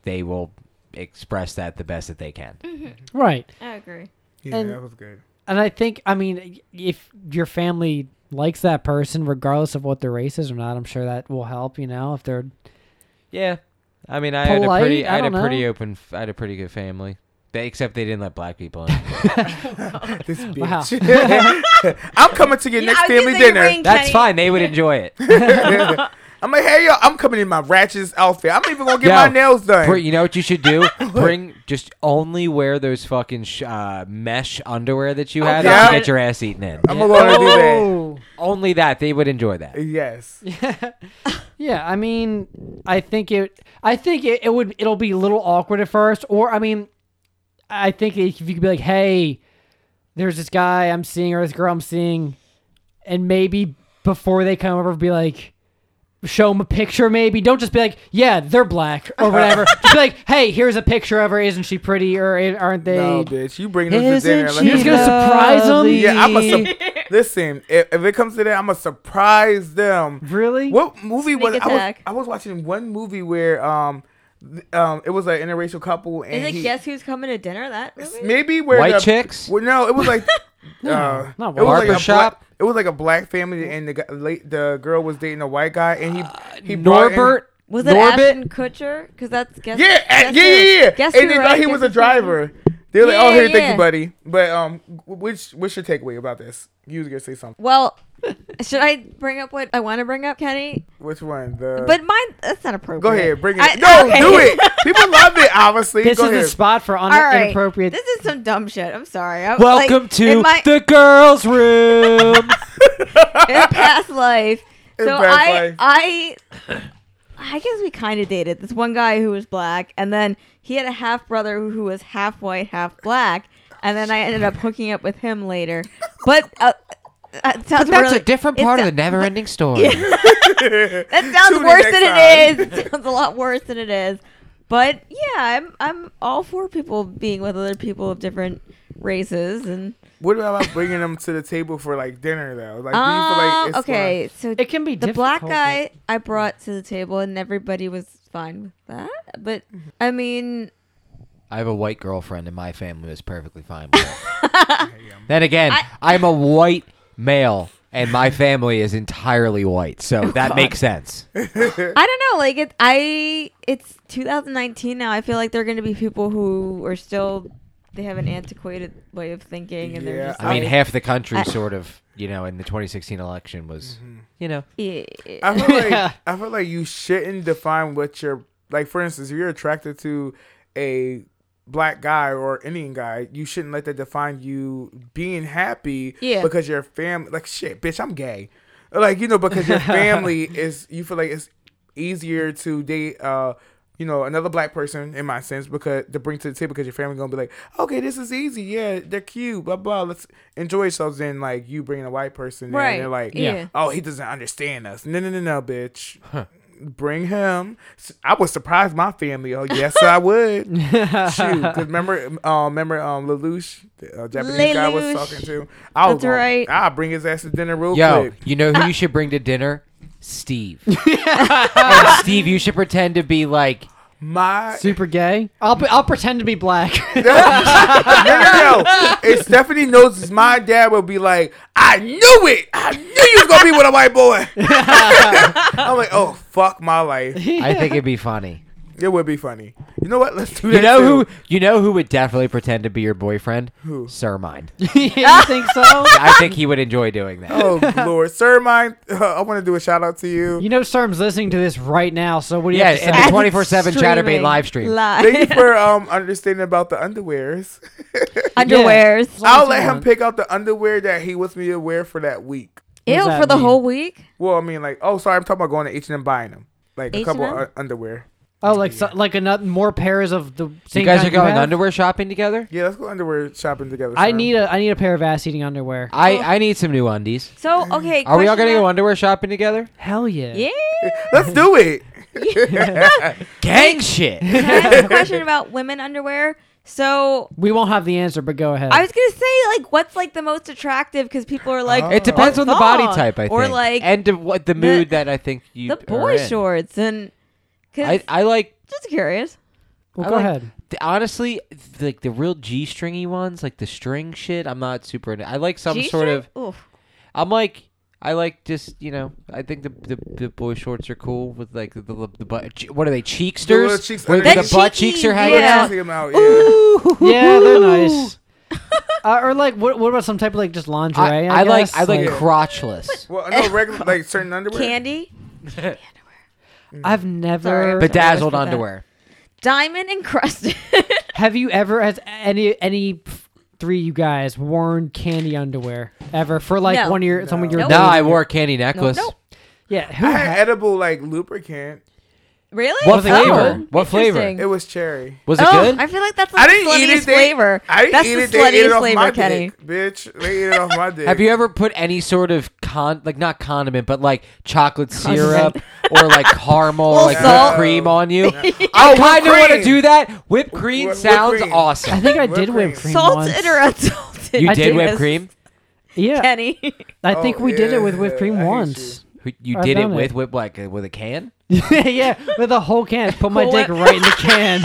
E: they will express that the best that they can.
D: Mm. right.
B: I agree.
A: Yeah,
D: and-
A: that was good.
D: And I think, I mean, if your family likes that person, regardless of what their race is or not, I'm sure that will help. You know, if they're
E: Yeah, I mean, I had a
D: Polite?
E: pretty, I,
D: I
E: had a
D: don't
E: pretty
D: know.
E: open, f- I had a pretty good family. They, except they didn't let black people in.
A: This
D: Wow.
A: bitch. I'm coming to your
B: Yeah,
A: next
B: I was gonna
A: family
B: say
A: dinner.
B: ring-
E: That's
B: Kenny-
E: fine. They would enjoy it.
A: I'm like, hey, yo, I'm coming in my ratchet outfit. I'm even gonna get
E: Yo,
A: my nails done.
E: Br- you know what you should do? Bring just only wear those fucking sh- uh, mesh underwear that you had.
A: God.
E: and get your ass eaten in.
A: I'm gonna do that.
D: Oh.
E: Only that they would enjoy that.
A: Yes.
D: Yeah, I mean, I think it. I think it, it would. It'll be a little awkward at first, or I mean, I think if you could be like, "Hey, there's this guy I'm seeing, or this girl I'm seeing," and maybe before they come over, be like, show them a picture. Maybe don't just be like, "Yeah, they're black" or whatever. just be like, "Hey, here's a picture of her. Isn't she pretty? Or i- aren't they?"
A: No, bitch, you bring this to
E: Isn't
A: dinner. Let
E: she
A: me
D: You're just gonna
A: know.
D: surprise them.
E: lovely?
A: Yeah, I'm a su- listen. If, if it comes to that, I'm gonna surprise them.
D: Really?
A: What movie was
B: Sneak
A: I was
B: attack.
A: I was watching one movie where um th- um it was an interracial couple and
B: Is it
A: he-
B: guess who's coming to dinner? That movie?
A: maybe where
E: White
A: the,
E: chicks?
A: Well, no, it was like uh, it was
D: not
A: like a
E: Barber
A: black-
E: shop?
A: It was like a black family and the guy- late the girl was dating a white guy and he he brought in-
E: Norbert.
B: Was it
E: Norbit?
B: Ashton Kutcher? Because that's guess.
A: yeah,
B: guess
A: and- yeah, yeah, yeah.
B: Guess
A: and
B: who,
A: they
B: right?
A: thought he
B: Guess
A: was a
B: who's
A: driver. They were like,
B: Yeah,
A: "Oh, here,
B: yeah,
A: thank
B: yeah.
A: you, buddy." But um, which what's your takeaway about this? You was gonna say something.
B: coming. Well, should I bring up what I want to bring up, Kenny?
A: Which one? The
B: But mine, that's not appropriate.
A: Go ahead, bring it.
B: I-
A: no,
B: okay.
A: do it. People love it, obviously.
D: This
A: Go
D: is
A: ahead.
D: the spot for un-
B: All right.
D: inappropriate.
B: This is some dumb shit. I'm sorry. I,
E: Welcome
B: like,
E: to
B: in my,
E: the girls' room.
B: in a past life.
A: In
B: so
A: past
B: I,
A: life.
B: I, I guess we kind of dated this one guy who was black, and then he had a half brother who was half white, half black, and then I ended up hooking up with him later. But uh, that sounds
E: That's
B: really-
E: a different
B: it
E: part of
B: sou-
E: the never-ending story.
B: That sounds
A: Tune in
B: worse
A: next
B: than
A: time.
B: it is. It sounds a lot worse than it is. But yeah, I'm I'm all for people being with other people of different races and
A: What about bringing them to the table for like dinner though? Like, do you feel like
B: um,
A: it's
B: okay, so
D: it can be
B: the black
D: difficult.
B: guy I brought to the table and everybody was fine with that. But
E: Mm-hmm.
B: I mean,
E: I have a white girlfriend, and my family was perfectly fine with it. then again, I, am a white male, and my family is entirely white, so that makes sense.
B: I don't know. Like it, I it's 2019 now. I feel like there are going to be people who are still they have an antiquated way of thinking and
A: Yeah,
B: they're just
E: I mean,
B: like,
E: half the country
B: I-
E: sort of, you know, in the 2016 election was,
A: Mm-hmm.
E: you know,
B: yeah.
A: fun? I feel like I feel like you shouldn't define what you're like. For instance, if you're attracted to a black guy or Indian guy, you shouldn't let that define you being happy.
B: Yeah.
A: Because your family, like shit, bitch, I'm gay. Like you know, because your family is. You feel like it's easier to date. uh you know, another black person in my sense because to bring to the table because your family gonna be like, okay, this is easy, yeah, they're cute, blah blah, let's enjoy yourselves. Then like you bringing a white person, in,
B: Right,
A: and they're like,
B: yeah.
A: oh, he doesn't understand us. No, no, no, no, bitch. Bring him. S- I would surprise my family. Oh yes, I would. Shoot, 'cause remember, uh, remember, um, Lelouch, the uh, Japanese guy I was
B: Lelouch.
A: talking to. I was
B: That's
A: gonna-
B: right.
A: I'll bring his ass to dinner real
E: Yo,
A: quick.
E: you know who you should bring to dinner? Steve. And Steve, you should pretend to be like
A: My
D: Super gay. I'll be, I'll pretend to be black.
A: no, no, no. If Stephanie knows this, my dad will be like, I knew it. I knew you was gonna be with a white boy. I'm like, oh fuck my life.
E: I think it'd be funny.
A: It would be funny. You know what? Let's do that.
E: You know who
A: too.
E: you know who would definitely pretend to be your boyfriend? Who? Sir mine.
D: you think so?
E: I think he would enjoy doing that.
A: Oh Lord, sir, mine. I want to do a shout out to you.
D: You know, Serm's listening to this right now. So what do you
E: Yeah,
D: have to
E: and
D: say?
E: the 24/7 Chatterbait live stream.
B: Live.
A: Thank you for um understanding about the underwears.
B: Underwears.
A: I'll let him
D: on.
A: pick out the underwear that he was me to wear for that week.
B: Ew,
D: does
B: for
D: that
B: the
D: mean?
B: whole week?
A: Well, I mean, like, oh, sorry, I'm talking about going to H and M buying them, like a couple
B: H&M?
A: of underwear.
D: oh, like so, like another more pairs of the same.
E: You guys
D: kind
E: are going
D: have?
E: underwear shopping together?
A: Yeah, let's go underwear shopping together.
D: I
A: son.
D: need a I need a pair of ass eating underwear.
E: I, I need some new undies.
B: So, okay.
E: Mm. Are we all gonna
B: Oh. question
E: go
B: now-
E: underwear shopping together?
D: Hell yeah.
B: Yeah.
A: Let's do it.
E: Gang shit.
B: Can I have a question about women underwear. So,
D: We won't have the answer, but go ahead.
B: I was going to say, like, what's, like, the most attractive? Because people are like,
A: Oh.
E: It depends on the body
B: thong,
E: type, I think,
B: Or, like,
E: and to what the mood that I think you
B: the
E: are
B: boy
E: in.
B: shorts. And, cause,
E: I, I like
B: just curious.
D: well,
E: I
D: go
E: like-
D: ahead.
E: th- honestly, th- like the real G stringy ones, like the string shit. I'm not super into. I like some sort
B: G-string?
E: of.
B: Oof.
E: I'm like. I like just you know. I think the the, the boy shorts are cool with like the the, the butt. che- What are they cheeksters?
A: little cheeks
E: Where the,
A: underneath.
E: butt cheeks are
B: Cheekies,
E: hanging
B: yeah.
E: out.
A: Take 'em out, yeah.
D: Yeah, they're nice. uh, or like, what, what about some type of like just lingerie?
E: I,
D: I,
E: I like
D: guess?
E: I like
A: Yeah.
E: crotchless.
A: Well, no regular like certain underwear.
B: Candy,
D: I've never
B: Sorry.
E: Bedazzled
B: What's with that?
E: underwear.
B: diamond encrusted.
D: Have you ever has any any three you guys worn candy underwear ever for like
B: No.
D: one of your someone you're
B: Nope.
E: No, I wore a candy necklace.
B: Oh. Nope.
D: yeah who
A: I
D: ha-
A: had edible like lubricant.
B: really? Oh,
E: What
D: Wasn't
E: flavor?
D: good.
E: What flavor?
B: Interesting.
A: It was cherry.
E: Was it
B: oh,
E: good?
B: I feel like that's
A: I
B: like the
A: didn't eat
B: sluttiest
A: it. They,
B: flavor.
A: I didn't
B: that's
A: eat
B: the
A: it. They ate it
B: sluttiest
A: off my
B: flavor, Kenny.
A: dick, bitch. They ate it off my dick.
E: Have you ever put any sort of con like not condiment, but like chocolate syrup or like caramel or
B: Little
E: like
B: salt.
E: whipped cream on you? I
A: Oh,
E: kind of want to
A: cream.
E: do that. Whipped cream
A: Whipped
E: sounds
A: cream.
D: I
E: awesome.
D: think I
A: Whipped
D: did whipped
A: cream.
D: cream.
B: Salted
D: once.
B: or unsalted?
E: You
D: I
E: did
D: did
E: whipped
B: this,
E: cream.
D: Yeah,
B: Kenny.
D: I think
A: Oh,
D: we did it with
A: yeah,
D: whipped cream
A: I hate
D: once.
E: Who- You
D: I've
E: did it
D: done it.
E: with whip like uh, with a can.
D: yeah, with a whole can. Put my
B: Cool
D: dick
B: Whip.
D: right in the can.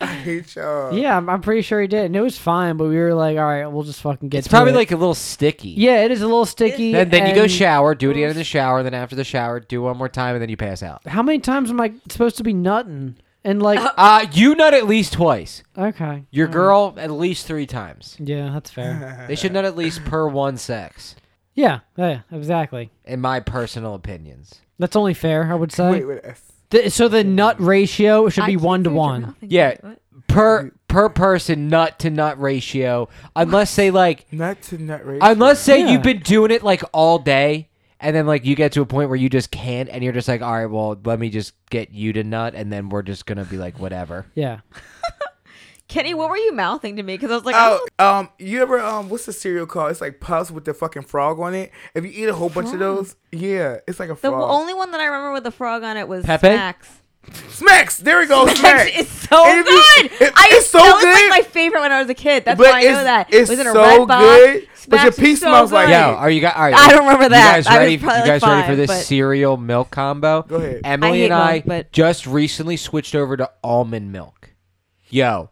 A: I hate y'all.
D: yeah, I'm, I'm pretty sure he did, and it was fine. But we were like, all right, we'll just fucking get.
E: It's
D: to
E: probably
D: it.
E: like a little sticky.
D: Yeah, it is a little sticky.
E: Then, then you go
D: and-
E: shower, do it again in the shower, then after the shower, do one more time, and then you pass out.
D: How many times am I supposed to be nutting? And like,
E: Uh, you nut at least twice.
D: okay,
E: Your girl at least three times.
D: yeah, that's fair.
E: They should nut at least per one sex,
D: yeah, yeah, exactly.
E: in my personal opinions.
D: That's only fair, I would say.
A: Wait, wait. that's-
D: The- so the nut ratio should be one to one.
E: Yeah, per per person nut to nut ratio. Unless they like,
A: Nut to nut ratio.
E: unless say
D: Yeah.
E: you've been doing it like all day, and then like you get to a point where you just can't, and you're just like, all right, well, let me just get you to nut, and then we're just gonna be like, whatever.
D: Yeah.
B: Kenny, what were you mouthing to me? Because I was like, I
A: Oh,
B: don't-
A: um, you ever um, what's the cereal called? It's like puffs with the fucking frog on it. If you eat a whole bunch of those, yeah, it's like a
B: the
A: frog.
B: only one that I remember with the frog on it was
E: Pepe?
B: Smacks.
A: Smacks. There we go. Smacks.
B: It's so
A: And if you-
B: good.
A: it-
B: I,
A: it's so
B: that was
A: good.
B: like my favorite when I was a kid. That's
A: But
B: why I know
A: it's-
B: that.
A: it's
B: it was in a
A: so
B: red box.
A: good, but your
B: Smacks was
A: pee
B: so
A: smells like
B: good.
A: Hey.
E: Yo, are you guys? All right,
B: I don't remember that.
E: You guys
B: I was
E: ready?
B: probably,
E: you
B: like,
E: guys ready for
B: five,
E: this
B: but-
E: cereal milk combo? Go
A: ahead.
E: Emily
B: I hate
E: and I
B: milk, but-
E: just recently switched over to almond milk. Yo,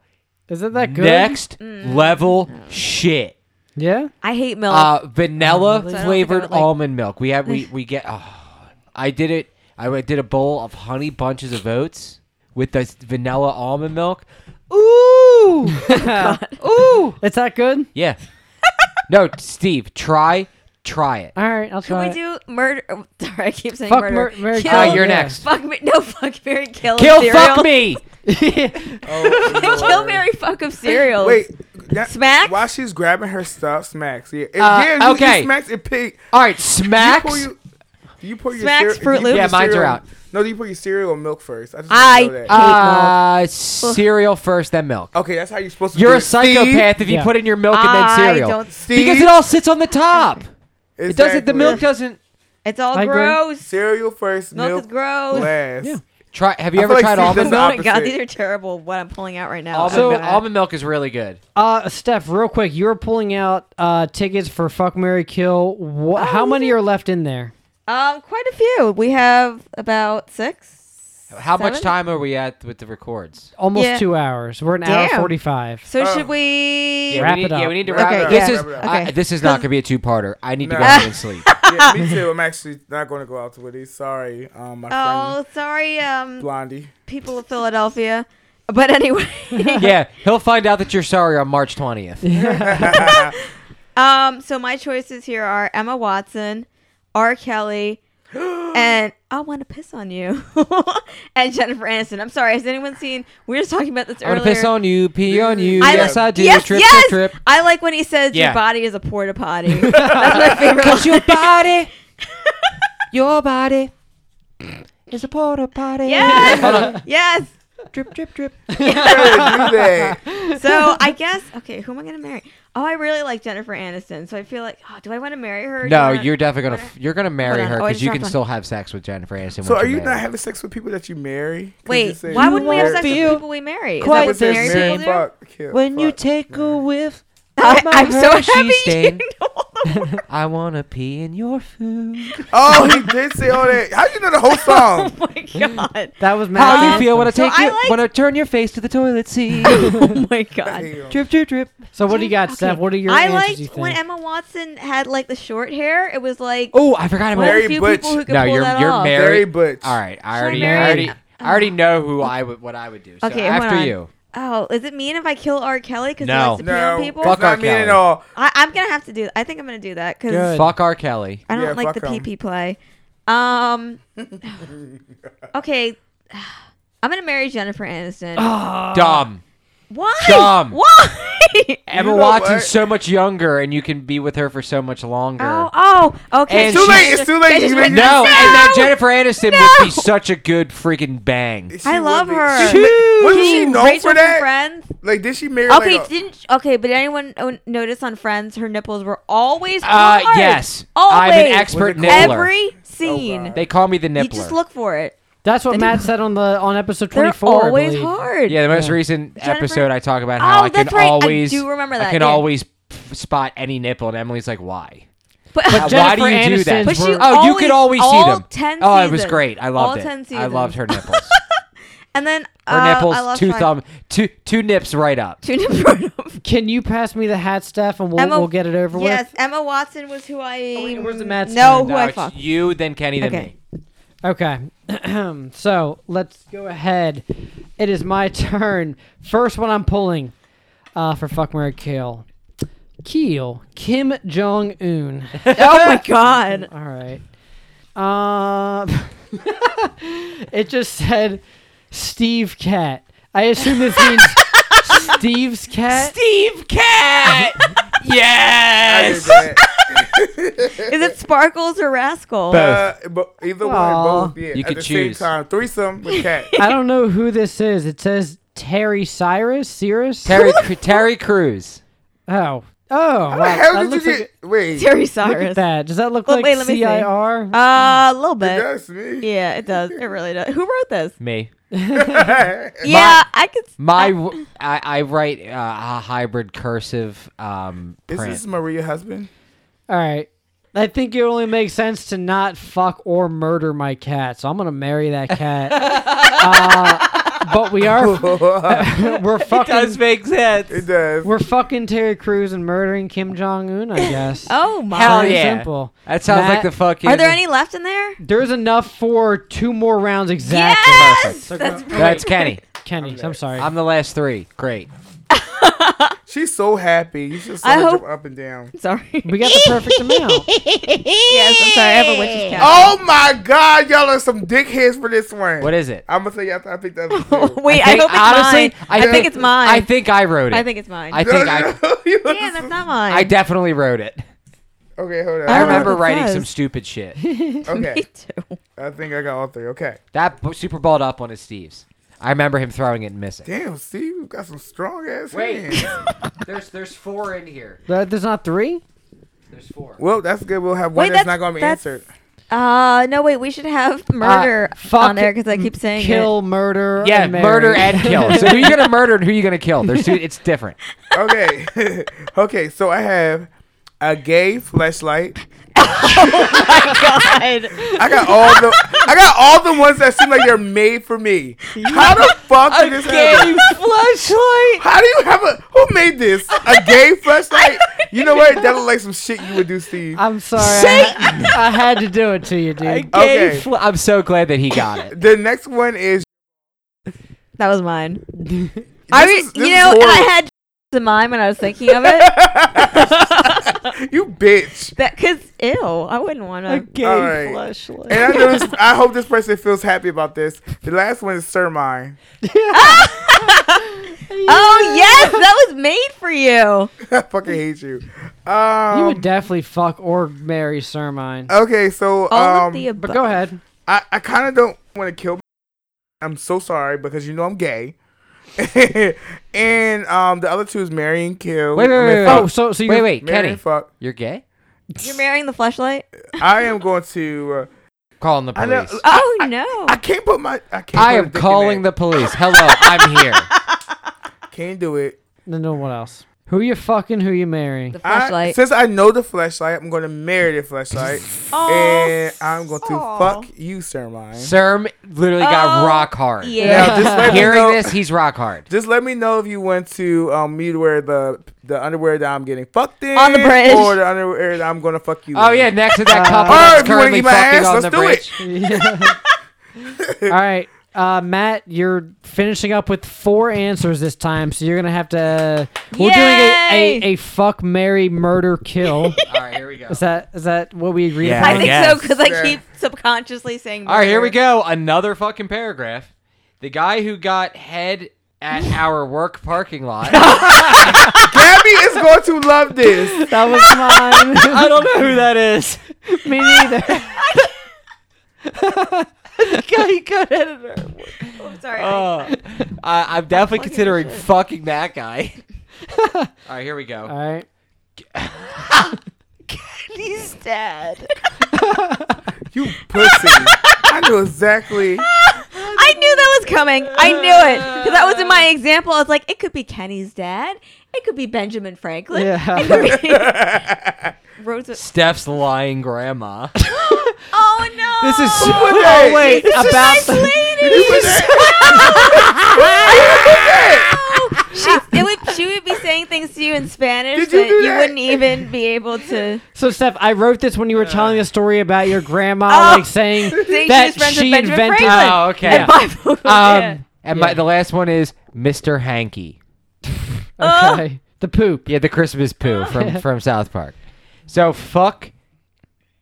D: Is it that good?
E: next
B: Mm.
E: level shit.
D: Yeah.
B: I hate milk.
E: uh, vanilla
B: So I don't
E: flavored
B: think I would Oh, like-
E: almond milk. We have we we get. Oh, I did it. I w- did a bowl of honey bunches of oats with the s- vanilla almond milk.
D: Ooh. Ooh. It's that good?
E: Yeah. no, Steve, try try it.
D: All right, I'll
B: Can
D: try.
B: we
D: it.
B: do murder? oh, Sorry, I keep saying
D: Fuck
B: murder.
D: Mur- Mary
B: Kill-
E: Uh,
D: Kill,
E: you're
D: yeah.
E: next.
B: Fuck Mary- no fuck Mary kill.
E: Kill
B: of
E: fuck
B: cereal.
E: me. Oh,
B: kill Mary fuck of cereals.
A: Wait, that,
B: Smacks?
A: While she's grabbing her stuff, smacks. Yeah, If-
E: Uh,
A: yeah. You
E: okay.
A: Eat smacks and pig.
E: All right, smacks.
A: You pull you- Do you put your cere-
B: Smacks
A: do
B: Froot
A: you put
B: Loops.
E: Yeah,
A: your
E: mine's are
A: cereal-
E: out.
A: No, do you put your cereal or milk first? I just
B: I-
A: wanna know that.
B: I-
E: Uh, cereal first, then milk.
A: okay, that's how you're supposed to.
E: You're
A: do
E: a
A: it.
E: psychopath if you
D: Yeah.
E: put in your milk and then
B: I
E: cereal.
B: don't-
E: Because
A: See?
E: it all sits on the top.
A: Exactly.
E: It doesn't. The milk doesn't.
B: It's all
D: I agree.
B: gross.
A: Cereal first,
B: Milk
A: milk,
B: is gross.
A: last.
D: Yeah.
E: Try. Have you
A: I
E: ever
A: feel like
E: tried
A: Steve doesn't-
E: almond milk?
B: Oh my god,
A: opposite.
B: these are terrible. What I'm pulling out right now.
E: Also,
B: I'm mad.
E: almond milk is really good.
D: Uh, Steph, real quick, you were pulling out uh, tickets for Fuck Mary Kill. Wha
E: Oh,
D: how many are left in there?
B: um, quite a few. We have about six.
E: How much
B: seven?
E: time are we at with the records?
D: Almost
B: Yeah.
D: two hours. We're an hour
B: Damn.
D: forty-five.
B: So
A: Oh.
B: should we?
E: Yeah,
D: Wrap
E: we need,
D: it
E: Yeah,
D: up.
E: we need to
A: Wrap
E: wrap
A: it
E: it
A: up.
E: up.
A: Yeah,
E: This is
A: wrap it
B: up.
E: I-
B: Okay.
E: this is not gonna be a two-parter. I need to
A: No.
E: go home and sleep.
A: yeah, me too. I'm actually not going to go out to with these. Sorry, um, my friend
B: Oh, sorry, um,
A: Blondie.
B: people of Philadelphia. But anyway,
E: yeah, he'll find out that you're sorry on March twentieth.
B: um, so my choices here are Emma Watson, R. Kelly, and I want to piss on you, and Jennifer Aniston. I'm sorry, has anyone seen? We were just talking about this
E: I'm
B: earlier.
E: gonna piss on you, pee on you.
B: I
E: yes,
B: like-
E: I do.
B: Yes,
E: trip,
B: yes!
E: trip, trip.
B: I like when he says
E: Yeah.
B: your body is a porta potty. That's my favorite.
E: Cause your body, your body is a porta potty.
B: Yes!
E: Hold on.
B: yes.
E: Drip, drip, drip.
A: Where did you do that?
B: So I guess okay, who am I gonna marry? Oh, I really like Jennifer Aniston. So I feel like, oh, do I want to marry her? Do I
E: No,
B: wanna-
E: you're definitely gonna
B: wanna-
E: f- you're gonna marry
B: on.
E: her
B: Oh, I
E: because
B: just
E: you
B: dropped
E: can
B: one.
E: still have sex with Jennifer Aniston.
A: So
E: once
A: are you not
E: married.
A: having sex with people that you marry? 'Cause you
B: Wait,
A: said
B: why
A: you
B: wouldn't we have
A: married-
B: sex
E: feel
B: with people we marry? Is that
E: quite
A: That
B: what
A: was
E: the
A: it,
B: married
E: same.
A: married
B: people
E: same.
B: do?
A: fuck, kill,
E: When you
A: fuck.
E: take a whiff,
B: I,
E: of Oh my
B: I'm so
E: Hershey
B: happy
E: stain,
B: you know all the words.
E: I wanna pee in your food.
A: Oh, he did say all that. How you know the whole song?
B: Oh my god!
D: That was
E: How do
D: Matt.
E: you feel when I
B: so
E: take
B: I
E: you
B: liked-
E: when I turn your face to the toilet seat?
B: Oh my god!
A: Damn.
E: drip, drip, drip.
D: So what do you got, Steph? What are your
B: I
D: answers?
B: liked
D: you
B: when
D: think?
B: Emma Watson had like the short hair. It was like
E: Oh, I forgot
B: one of
E: about.
A: Mary
B: the few
A: Butch.
B: people who could
E: No,
B: pull
E: you're
B: that
E: you're
B: off.
A: Very
E: married.
A: butch.
E: All right, I
B: Should I
E: already, I
B: marry- Uh-huh.
E: already, I already know who I would, what I would do. So
B: Okay, hold
E: after
B: on.
E: you,
B: Oh, is it mean if I kill R. Kelly because he
E: No.
B: likes to pee
A: No,
B: on people?
A: that's
E: Fuck R.
A: not mean at
E: Kelly.
A: all.
B: I, I'm gonna have to do. I think I'm gonna do that because
D: Good.
E: fuck R. Kelly.
B: I don't
A: Yeah,
B: like
A: fuck
B: the
A: 'em.
B: PP play. Um. okay, I'm gonna marry Jennifer Aniston. Uh,
E: Dumb.
B: Why?
E: Ah, dumb.
B: Why?
E: Emma
A: know
E: Watson's
A: what?
E: so much younger, and you can be with her for so much longer.
B: oh, oh. Okay.
E: And
A: It's too
E: she-
A: late. It's too late.
B: They
A: You
B: just
A: made
B: went-
E: No,
B: No!
E: and then Jennifer Aniston would
B: No!
E: be such a good freaking bang.
A: She
B: I love
A: would be-
B: her.
A: She, ma- wasn't she
B: She-
A: known
B: Rachel
A: for
B: from
A: that?
B: Friends.
A: Like, did she marry?
B: Okay,
A: like, a-
B: didn't okay, but anyone o- notice on Friends her nipples were always
E: Uh,
B: hard.
E: yes.
B: always.
E: I'm an expert
A: Was it Oh,
E: nibbler.
B: Every scene,
A: God.
E: they call me the nippler.
B: you just look for it.
D: That's what Matt said on the on episode
B: They're
D: twenty-four. I
B: always
D: believe.
B: hard.
E: yeah, the most recent
B: Jennifer-
E: episode I talk about how
B: Oh,
E: I can
B: that's right. I
E: always
B: do remember that,
E: I can
B: yeah.
E: always f- spot any nipple, and Emily's like, "Why?
B: but,
E: Why do you
D: Jennifer
E: do that?"
D: Aniston's But she
E: oh, you could always
B: always-
E: see
B: all
E: them.
B: 10
E: oh, it was
B: seasons.
E: great. I
B: All
E: loved it.
B: 10
E: I loved
B: seasons.
E: her nipples.
B: and then
E: Her
B: uh, I
E: nipples,
B: lost
E: two
B: my-
E: thumb, two two nips right up.
B: two nipples.
D: Can you pass me the hat, Steph, and we'll, we'll get it over
B: yes,
D: with?
B: Emma Watson was who I.
D: wait, where's the Matt's
B: No,
D: turn?
B: who
E: No,
B: I
E: it's
B: fucked.
E: you, then Kenny, then
B: Okay.
E: me.
D: Okay. so let's go ahead. It is my turn. First one I'm pulling uh, for fuck Mary Kill. Kill Kim Jong Un.
B: oh my god.
D: All right. Um, it just said Steve Cat. I assume this means Steve's cat.
E: Steve Cat.
A: I did
E: yes.
A: that.
B: Is it Sparkles or Rascal?
A: Uh, but either
D: Aw.
A: one, both. Yeah,
E: You
A: at
E: could
A: the
E: choose.
A: same time, threesome with cat.
D: I don't know who this is. It says Terry Cyrus. Cyrus.
E: Terry Terry Cruz.
D: Oh. Oh. Wow.
A: What the
D: that
A: hell did
D: looks
A: you
D: like
A: get? Wait,
B: Terry
D: Look at
B: Cyrus.
D: that. Does that look
B: Well,
D: like
B: wait, let me see.
D: CIR?
B: Uh, a little bit.
A: that's me.
B: Yeah, it does. It really does. Who wrote this?
E: Me.
B: yeah, I could. s-
E: My w- I, I write uh, a hybrid cursive um
A: Is
E: print.
A: this Maria husband?
D: All right. I think it only makes sense to not fuck or murder my cat, so I'm gonna marry that cat. uh, but we are we're fucking
E: make sense.
A: It does.
D: we're fucking Terry Crews and murdering Kim Jong Un, I guess.
B: Oh my.
E: Hell
D: Very
E: yeah.
D: simple.
E: That sounds like
D: Matt-
E: the fucking.
B: Are there any left in there?
D: There's enough for two more rounds exactly.
B: Yes. That's
E: That's Kenny.
D: Kenny, I'm sorry.
E: I'm the last three. Great.
A: She's so happy. You should
B: I
A: so jump
B: hope-
A: up and down.
B: sorry.
D: we got the perfect amount.
B: yes, I'm sorry. I have a witch's cat.
A: Oh my God, y'all are some dickheads for this one.
E: What is it?
A: I'm gonna say after I picked that up.
B: Wait, I, hope it's mine. I, think it's mine.
E: I think I wrote it.
B: I think it's mine.
E: I think I.
A: You
B: Damn, that's not mine.
E: I definitely wrote it.
A: Okay, hold on.
B: I
E: I
B: don't know
E: remember
B: what that
E: writing some
B: says.
E: stupid shit.
B: Me
A: Okay,
B: too.
A: I think I got all three. Okay.
E: that b- super balled up on his Steve's. I remember him throwing it and missing.
A: Damn, Steve, you got some strong ass
E: Wait.
A: hands.
E: There's there's four in here.
D: There- There's not three.
E: There's four.
A: Well, that's good. We'll have one
B: Wait,
A: that's,
B: that's-
A: not going to be
B: that's-
A: answered.
B: Uh, no, wait. We should have murder
D: Uh, fuck,
B: on there because I keep saying
D: kill, murder,
E: yeah,
D: and marry.
E: murder and kill. So who you gonna murder and who you gonna kill? There's two. It's different.
A: Okay. okay, so I have a gay flashlight.
B: Oh it.
A: I got all the I got all the ones that seem like they're made for me. How the fuck did this happen?
D: flashlight.
A: How do you have a who made this? A gay flashlight? You know what? That look like some shit you would do, Steve.
D: I'm sorry. I, I had to do it to you, dude.
A: Okay.
E: Fl- I'm so glad that he got it.
A: The next one is
B: that was mine. I
A: this is-
B: was,
A: this
B: you
A: is
B: know, I
A: horrible.
B: had in mind when I was thinking of it.
A: you bitch.
B: That because ew, I wouldn't want to.
D: gay
A: All right.
D: flashlight.
A: And I know this, I hope this person feels happy about this. The last one is Sermine.
B: Oh yes, that was made for you.
A: I fucking hate you.
D: you
A: Um, Oh,
D: would definitely fuck or marry Sermine.
A: okay, so
B: All
A: um,
B: of the above.
D: but go ahead.
A: I, I kind of don't want to kill. I'm so sorry because you know I'm gay. and um, the other two is marry and kill.
E: Wait, wait,
A: I mean,
E: wait, wait,
A: fuck.
D: Oh, so so you
E: Wait, wait,
A: Marry
E: Kenny,
A: and fuck.
E: you're gay?
B: You're marrying the flashlight.
A: I am going to. Uh,
E: Calling the
A: I know.
E: police.
B: Oh no.
A: Uh, I can't put my. I can't. put
E: I
A: a
E: am
A: dick in
E: calling
A: there.
E: the police. Hello, I'm here.
A: Can't do it.
D: Then no one else. Who you fucking? Who you marrying?
B: the
A: I,
B: flashlight.
A: since I know the flashlight, I'm going to marry the flashlight, and I'm going to
B: Aw.
A: fuck you, Sir Mine.
E: Serm literally got
B: Oh,
E: rock hard.
B: yeah.
A: Now, just let me
E: Hearing
A: know-
E: this, he's rock hard.
A: Just let me know if you want to um, me to wear the the underwear that I'm getting fucked in
B: On the bridge.
A: or the underwear that I'm gonna fuck you.
E: Oh
A: in.
E: yeah, next to that couple
A: All right,
E: that's
A: if you wanna
E: currently
A: eat my
E: fucking
A: ass,
E: on
A: let's
E: the
A: do
E: bridge.
D: All right, uh, Matt, you're finishing up with four answers this time, so you're gonna have to. We're
B: Yay!
D: doing a, a, a fuck, marry, murder, kill.
E: All right, here we go.
D: is that is that what we agreed
E: Yeah.
D: upon?
B: I think
E: Yes.
B: so because I
A: Yeah.
B: keep subconsciously saying.
E: All right, here
B: murder.
E: we go. Another fucking paragraph. The guy who got head at our work parking lot. I
A: Gabby is going to love this.
D: That was mine.
E: don't know who that is.
D: Me neither.
B: Oh, Sorry.
A: Oh.
E: Uh, I, I'm definitely
B: Fucking
E: considering
B: shit.
E: fucking that guy. All right, here we go.
D: All right.
B: He's dead.
A: You pussy. I know exactly.
B: I knew that was coming. I knew it because that was in my example. I was like, it could be Kenny's dad. It could be Benjamin Franklin.
D: Yeah.
B: It could be Rose.
E: Steph's lying grandma.
B: Oh no.
E: This is so-
A: What
D: Oh
A: the-
D: wait,
A: this is
D: about
B: nice lady. She, it would, she would be saying things to you in Spanish
A: Did you
B: that
A: do
B: you
A: that?
B: wouldn't even be able to.
D: so Steph, I wrote this when you were telling the story about your grandma,
B: Oh.
D: like saying
B: Saying she
D: that
B: was friends
D: she
B: with Benjamin
D: invented.
B: Franklin.
E: Oh, okay.
B: And Bible. yeah.
E: Um, and my, the last one is Mr. Hanky.
D: Oh, okay, the poop.
E: Yeah, the Christmas poo from from South Park. So fuck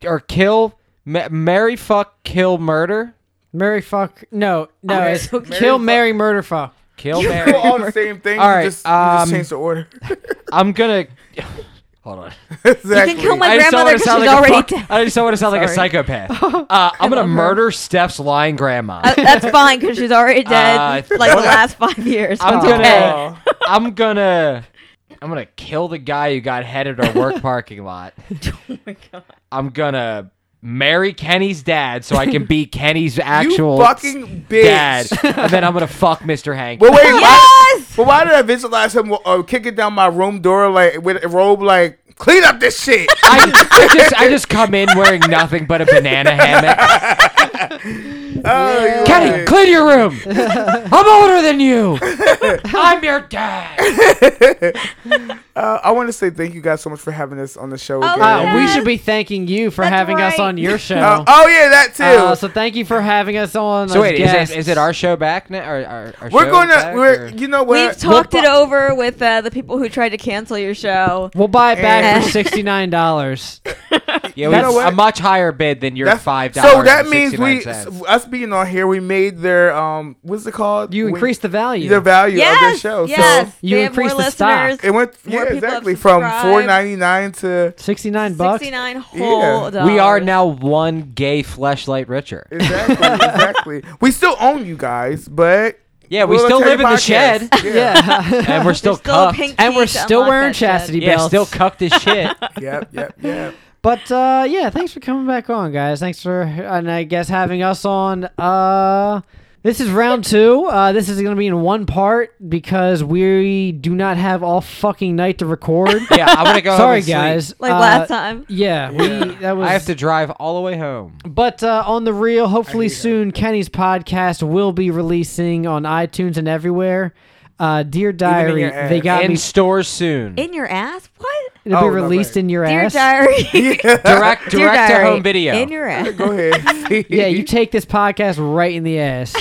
E: or kill, ma- marry, fuck, kill, murder,
D: Mary fuck. No, no.
B: Okay.
D: It's
B: Mary
D: kill,
A: fuck.
D: marry, murder, fuck.
E: kill,
A: We're
E: marry.
A: all the same thing.
E: All
A: you
E: right,
A: just, you just
E: um,
A: change the order.
E: I'm gonna hold on.
A: exactly.
B: kill my-
E: I just
B: grandmother
E: don't want to sound
B: 'cause
E: like
B: she's
E: a
B: already
E: fuck- I just don't want to sound like a psychopath. Uh, I'm gonna murder Steph's lying grandma.
B: Uh, that's fine because she's already dead
E: Uh,
B: like the
E: what a-
B: last five years.
E: I'm
B: It's
E: gonna-
B: okay.
E: I'm gonna I'm gonna kill the guy who got headed at our work parking lot.
B: Oh my God.
E: I'm gonna marry Kenny's dad so I can be Kenny's actual
A: you fucking bitch.
E: dad, and then I'm gonna fuck Mr. Hank.
A: But wait, why,
B: Yes!
A: but why did I visualize him uh, kicking down my room door like with a robe like clean up this shit?
E: I just, I just I just come in wearing nothing but a banana hammock.
A: Oh, you
E: Kenny,
A: bitch.
E: clean your room. I'm older than you. I'm your dad.
A: Uh, I want to say thank you guys so much for having us on the show again.
D: Uh,
B: Oh, yeah.
D: We should be thanking you for
B: That's
D: having us
B: right.
D: on your show.
A: Uh, oh yeah, that too.
D: Uh, so thank you for having us on.
E: So
D: as
E: wait, is it,
D: guests.
E: is it our show back now? Our, our, our
A: we're
E: show
A: gonna,
E: back,
A: we're,
E: or-
A: you know what?
B: We've talked it over with uh, the people who tried to cancel your show.
D: We'll buy it back
A: Eh.
D: for sixty nine dollars.
E: Yeah, it
A: You know
E: was a
A: what?
E: much higher bid than your
A: That's-
E: five dollars.
A: So that means we, s- us being on here, we made their um, what's it called?
D: You
A: We-
D: increased the value.
A: their value of their
B: Yes,
A: show.
B: yes.
A: So
D: you
B: They have more
D: increase the stock.
B: listeners.
A: it went
B: More
A: yeah
B: people have
A: exactly from
B: subscribed.
A: four ninety nine to
D: Sixty-nine bucks.
B: 69 whole
A: Yeah.
B: dollars.
E: we are now one gay fleshlight richer.
A: exactly exactly. We still own you guys, but
E: Yeah, we
A: we'll
E: still
A: tell
E: live
A: you
E: in the
A: podcast.
E: shed,
D: Yeah.
E: and we're still,
B: There's still a
E: cucked.
B: pink
D: and
B: key
D: we're
B: to
D: still
B: unlock
D: wearing
B: that shed.
D: chastity
E: yeah,
D: belts.
E: still cucked as shit.
A: yep yep yep.
D: But uh, yeah, thanks for coming back on, guys. Thanks for and I guess having us on. Uh, this is round two. Uh, this is going to be in one part because we do not have all fucking night to record.
E: Yeah, I'm gonna go. home
D: Sorry,
E: and sleep.
D: guys.
B: Like
D: Uh,
B: last time.
D: Yeah, we, that was.
E: I have to drive all the way home.
D: But uh, on the real, hopefully soon, Kenny's podcast will be releasing on iTunes and everywhere. Uh, Dear Diary,
A: your
D: they
A: ass.
D: got
E: in
D: me.
E: stores soon.
B: In your ass? What?
D: It'll
A: Oh,
D: be
A: no
D: released
A: way.
D: in your
B: Dear
D: ass.
B: diary.
E: direct
B: Dear
E: direct to
B: diary.
E: home video.
B: In your ass.
A: Go ahead.
D: yeah, you take this podcast right in the ass.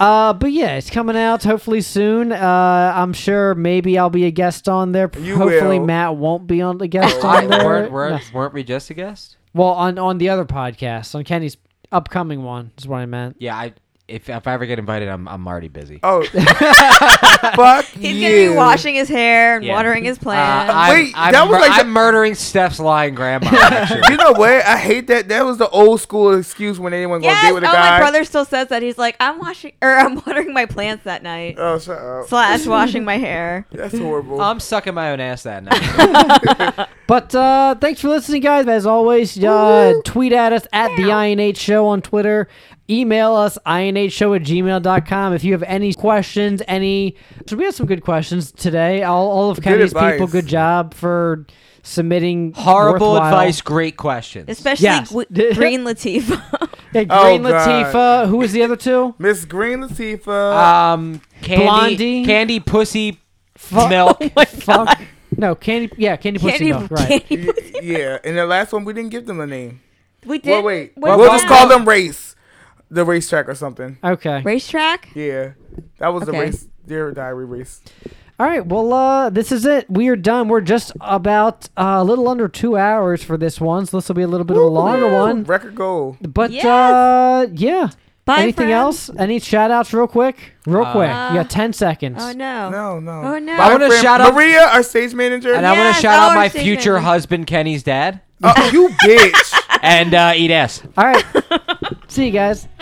D: uh, but yeah, it's coming out hopefully soon. Uh, I'm sure maybe I'll be a guest on there.
A: You
D: hopefully
A: will.
D: Matt won't be on the guest
E: I-
D: on there.
E: weren't, weren't-
D: No.
E: weren't we just a guest?
D: Well, on on the other podcast, on Kenny's upcoming one is what I meant.
E: Yeah, I if, if I ever get invited, I'm I'm already busy.
A: Oh, fuck
B: He's
A: you.
B: gonna be washing his hair and
E: Yeah.
B: watering his
E: Uh,
B: plants.
E: I'm,
A: Wait,
E: I'm
A: that was
E: mur-
A: like the-
E: I'm murdering Steph's lying grandma. actually.
A: You know what? I hate that. That was the old school excuse when anyone gonna
B: yes.
A: date
B: Oh,
A: with a guy.
B: my brother still says that. He's like, I'm washing or I'm watering my plants that night.
A: Oh, shut up.
B: Slash washing my hair.
A: That's horrible.
E: I'm sucking my own ass that night.
D: But uh, thanks for listening, guys. As always, uh, tweet at us at the INH Show on Twitter. Email us, inhshow at gmail.com. If you have any questions, any. So we had some good questions today. All, all of Kenny's people,
A: advice.
D: good job for submitting.
E: Horrible
D: worthwhile-
E: advice, great questions.
B: Especially
D: Yes.
B: Gw- Green Latifah.
D: Yeah,
A: Oh,
D: Green
A: God.
D: Latifah. Who was the other two?
A: Miss Green
B: Uh,
A: Latifah.
E: um, candy,
D: Blondie.
E: candy, pussy,
D: Fuck.
E: milk. Oh
D: Fuck. No, Candy. Yeah, Candy Pussy
B: Candy,
D: Milk. Right.
B: candy.
A: Y- yeah, and the last one we didn't give them a name.
B: We did.
A: Well, wait,
B: what
A: we'll
B: was
A: just
B: that?
A: call them race, the racetrack or something.
D: Okay.
B: racetrack.
A: Yeah, that was the
B: Okay.
A: race, their diary race.
D: All right, well, uh, this is it. We are done. We're just about uh, a little under two hours for this one, so this will be a little bit of a longer
B: Um,
D: one.
A: Record goal.
D: But
B: Yes.
D: uh, yeah.
B: Bye,
D: Anything
B: friends.
D: else? Any shout outs, real quick? Real quick. You got 10 seconds.
B: Oh no.
A: No, no.
B: Oh, no.
A: My
E: I wanna
A: friend
E: shout out-
A: Maria, our stage manager.
E: And I want
B: Yes,
E: to shout out
B: our
E: my
B: station.
E: future husband, Kenny's dad,
A: Oh, you bitch.
E: and uh, eat ass.
D: All right. See you guys.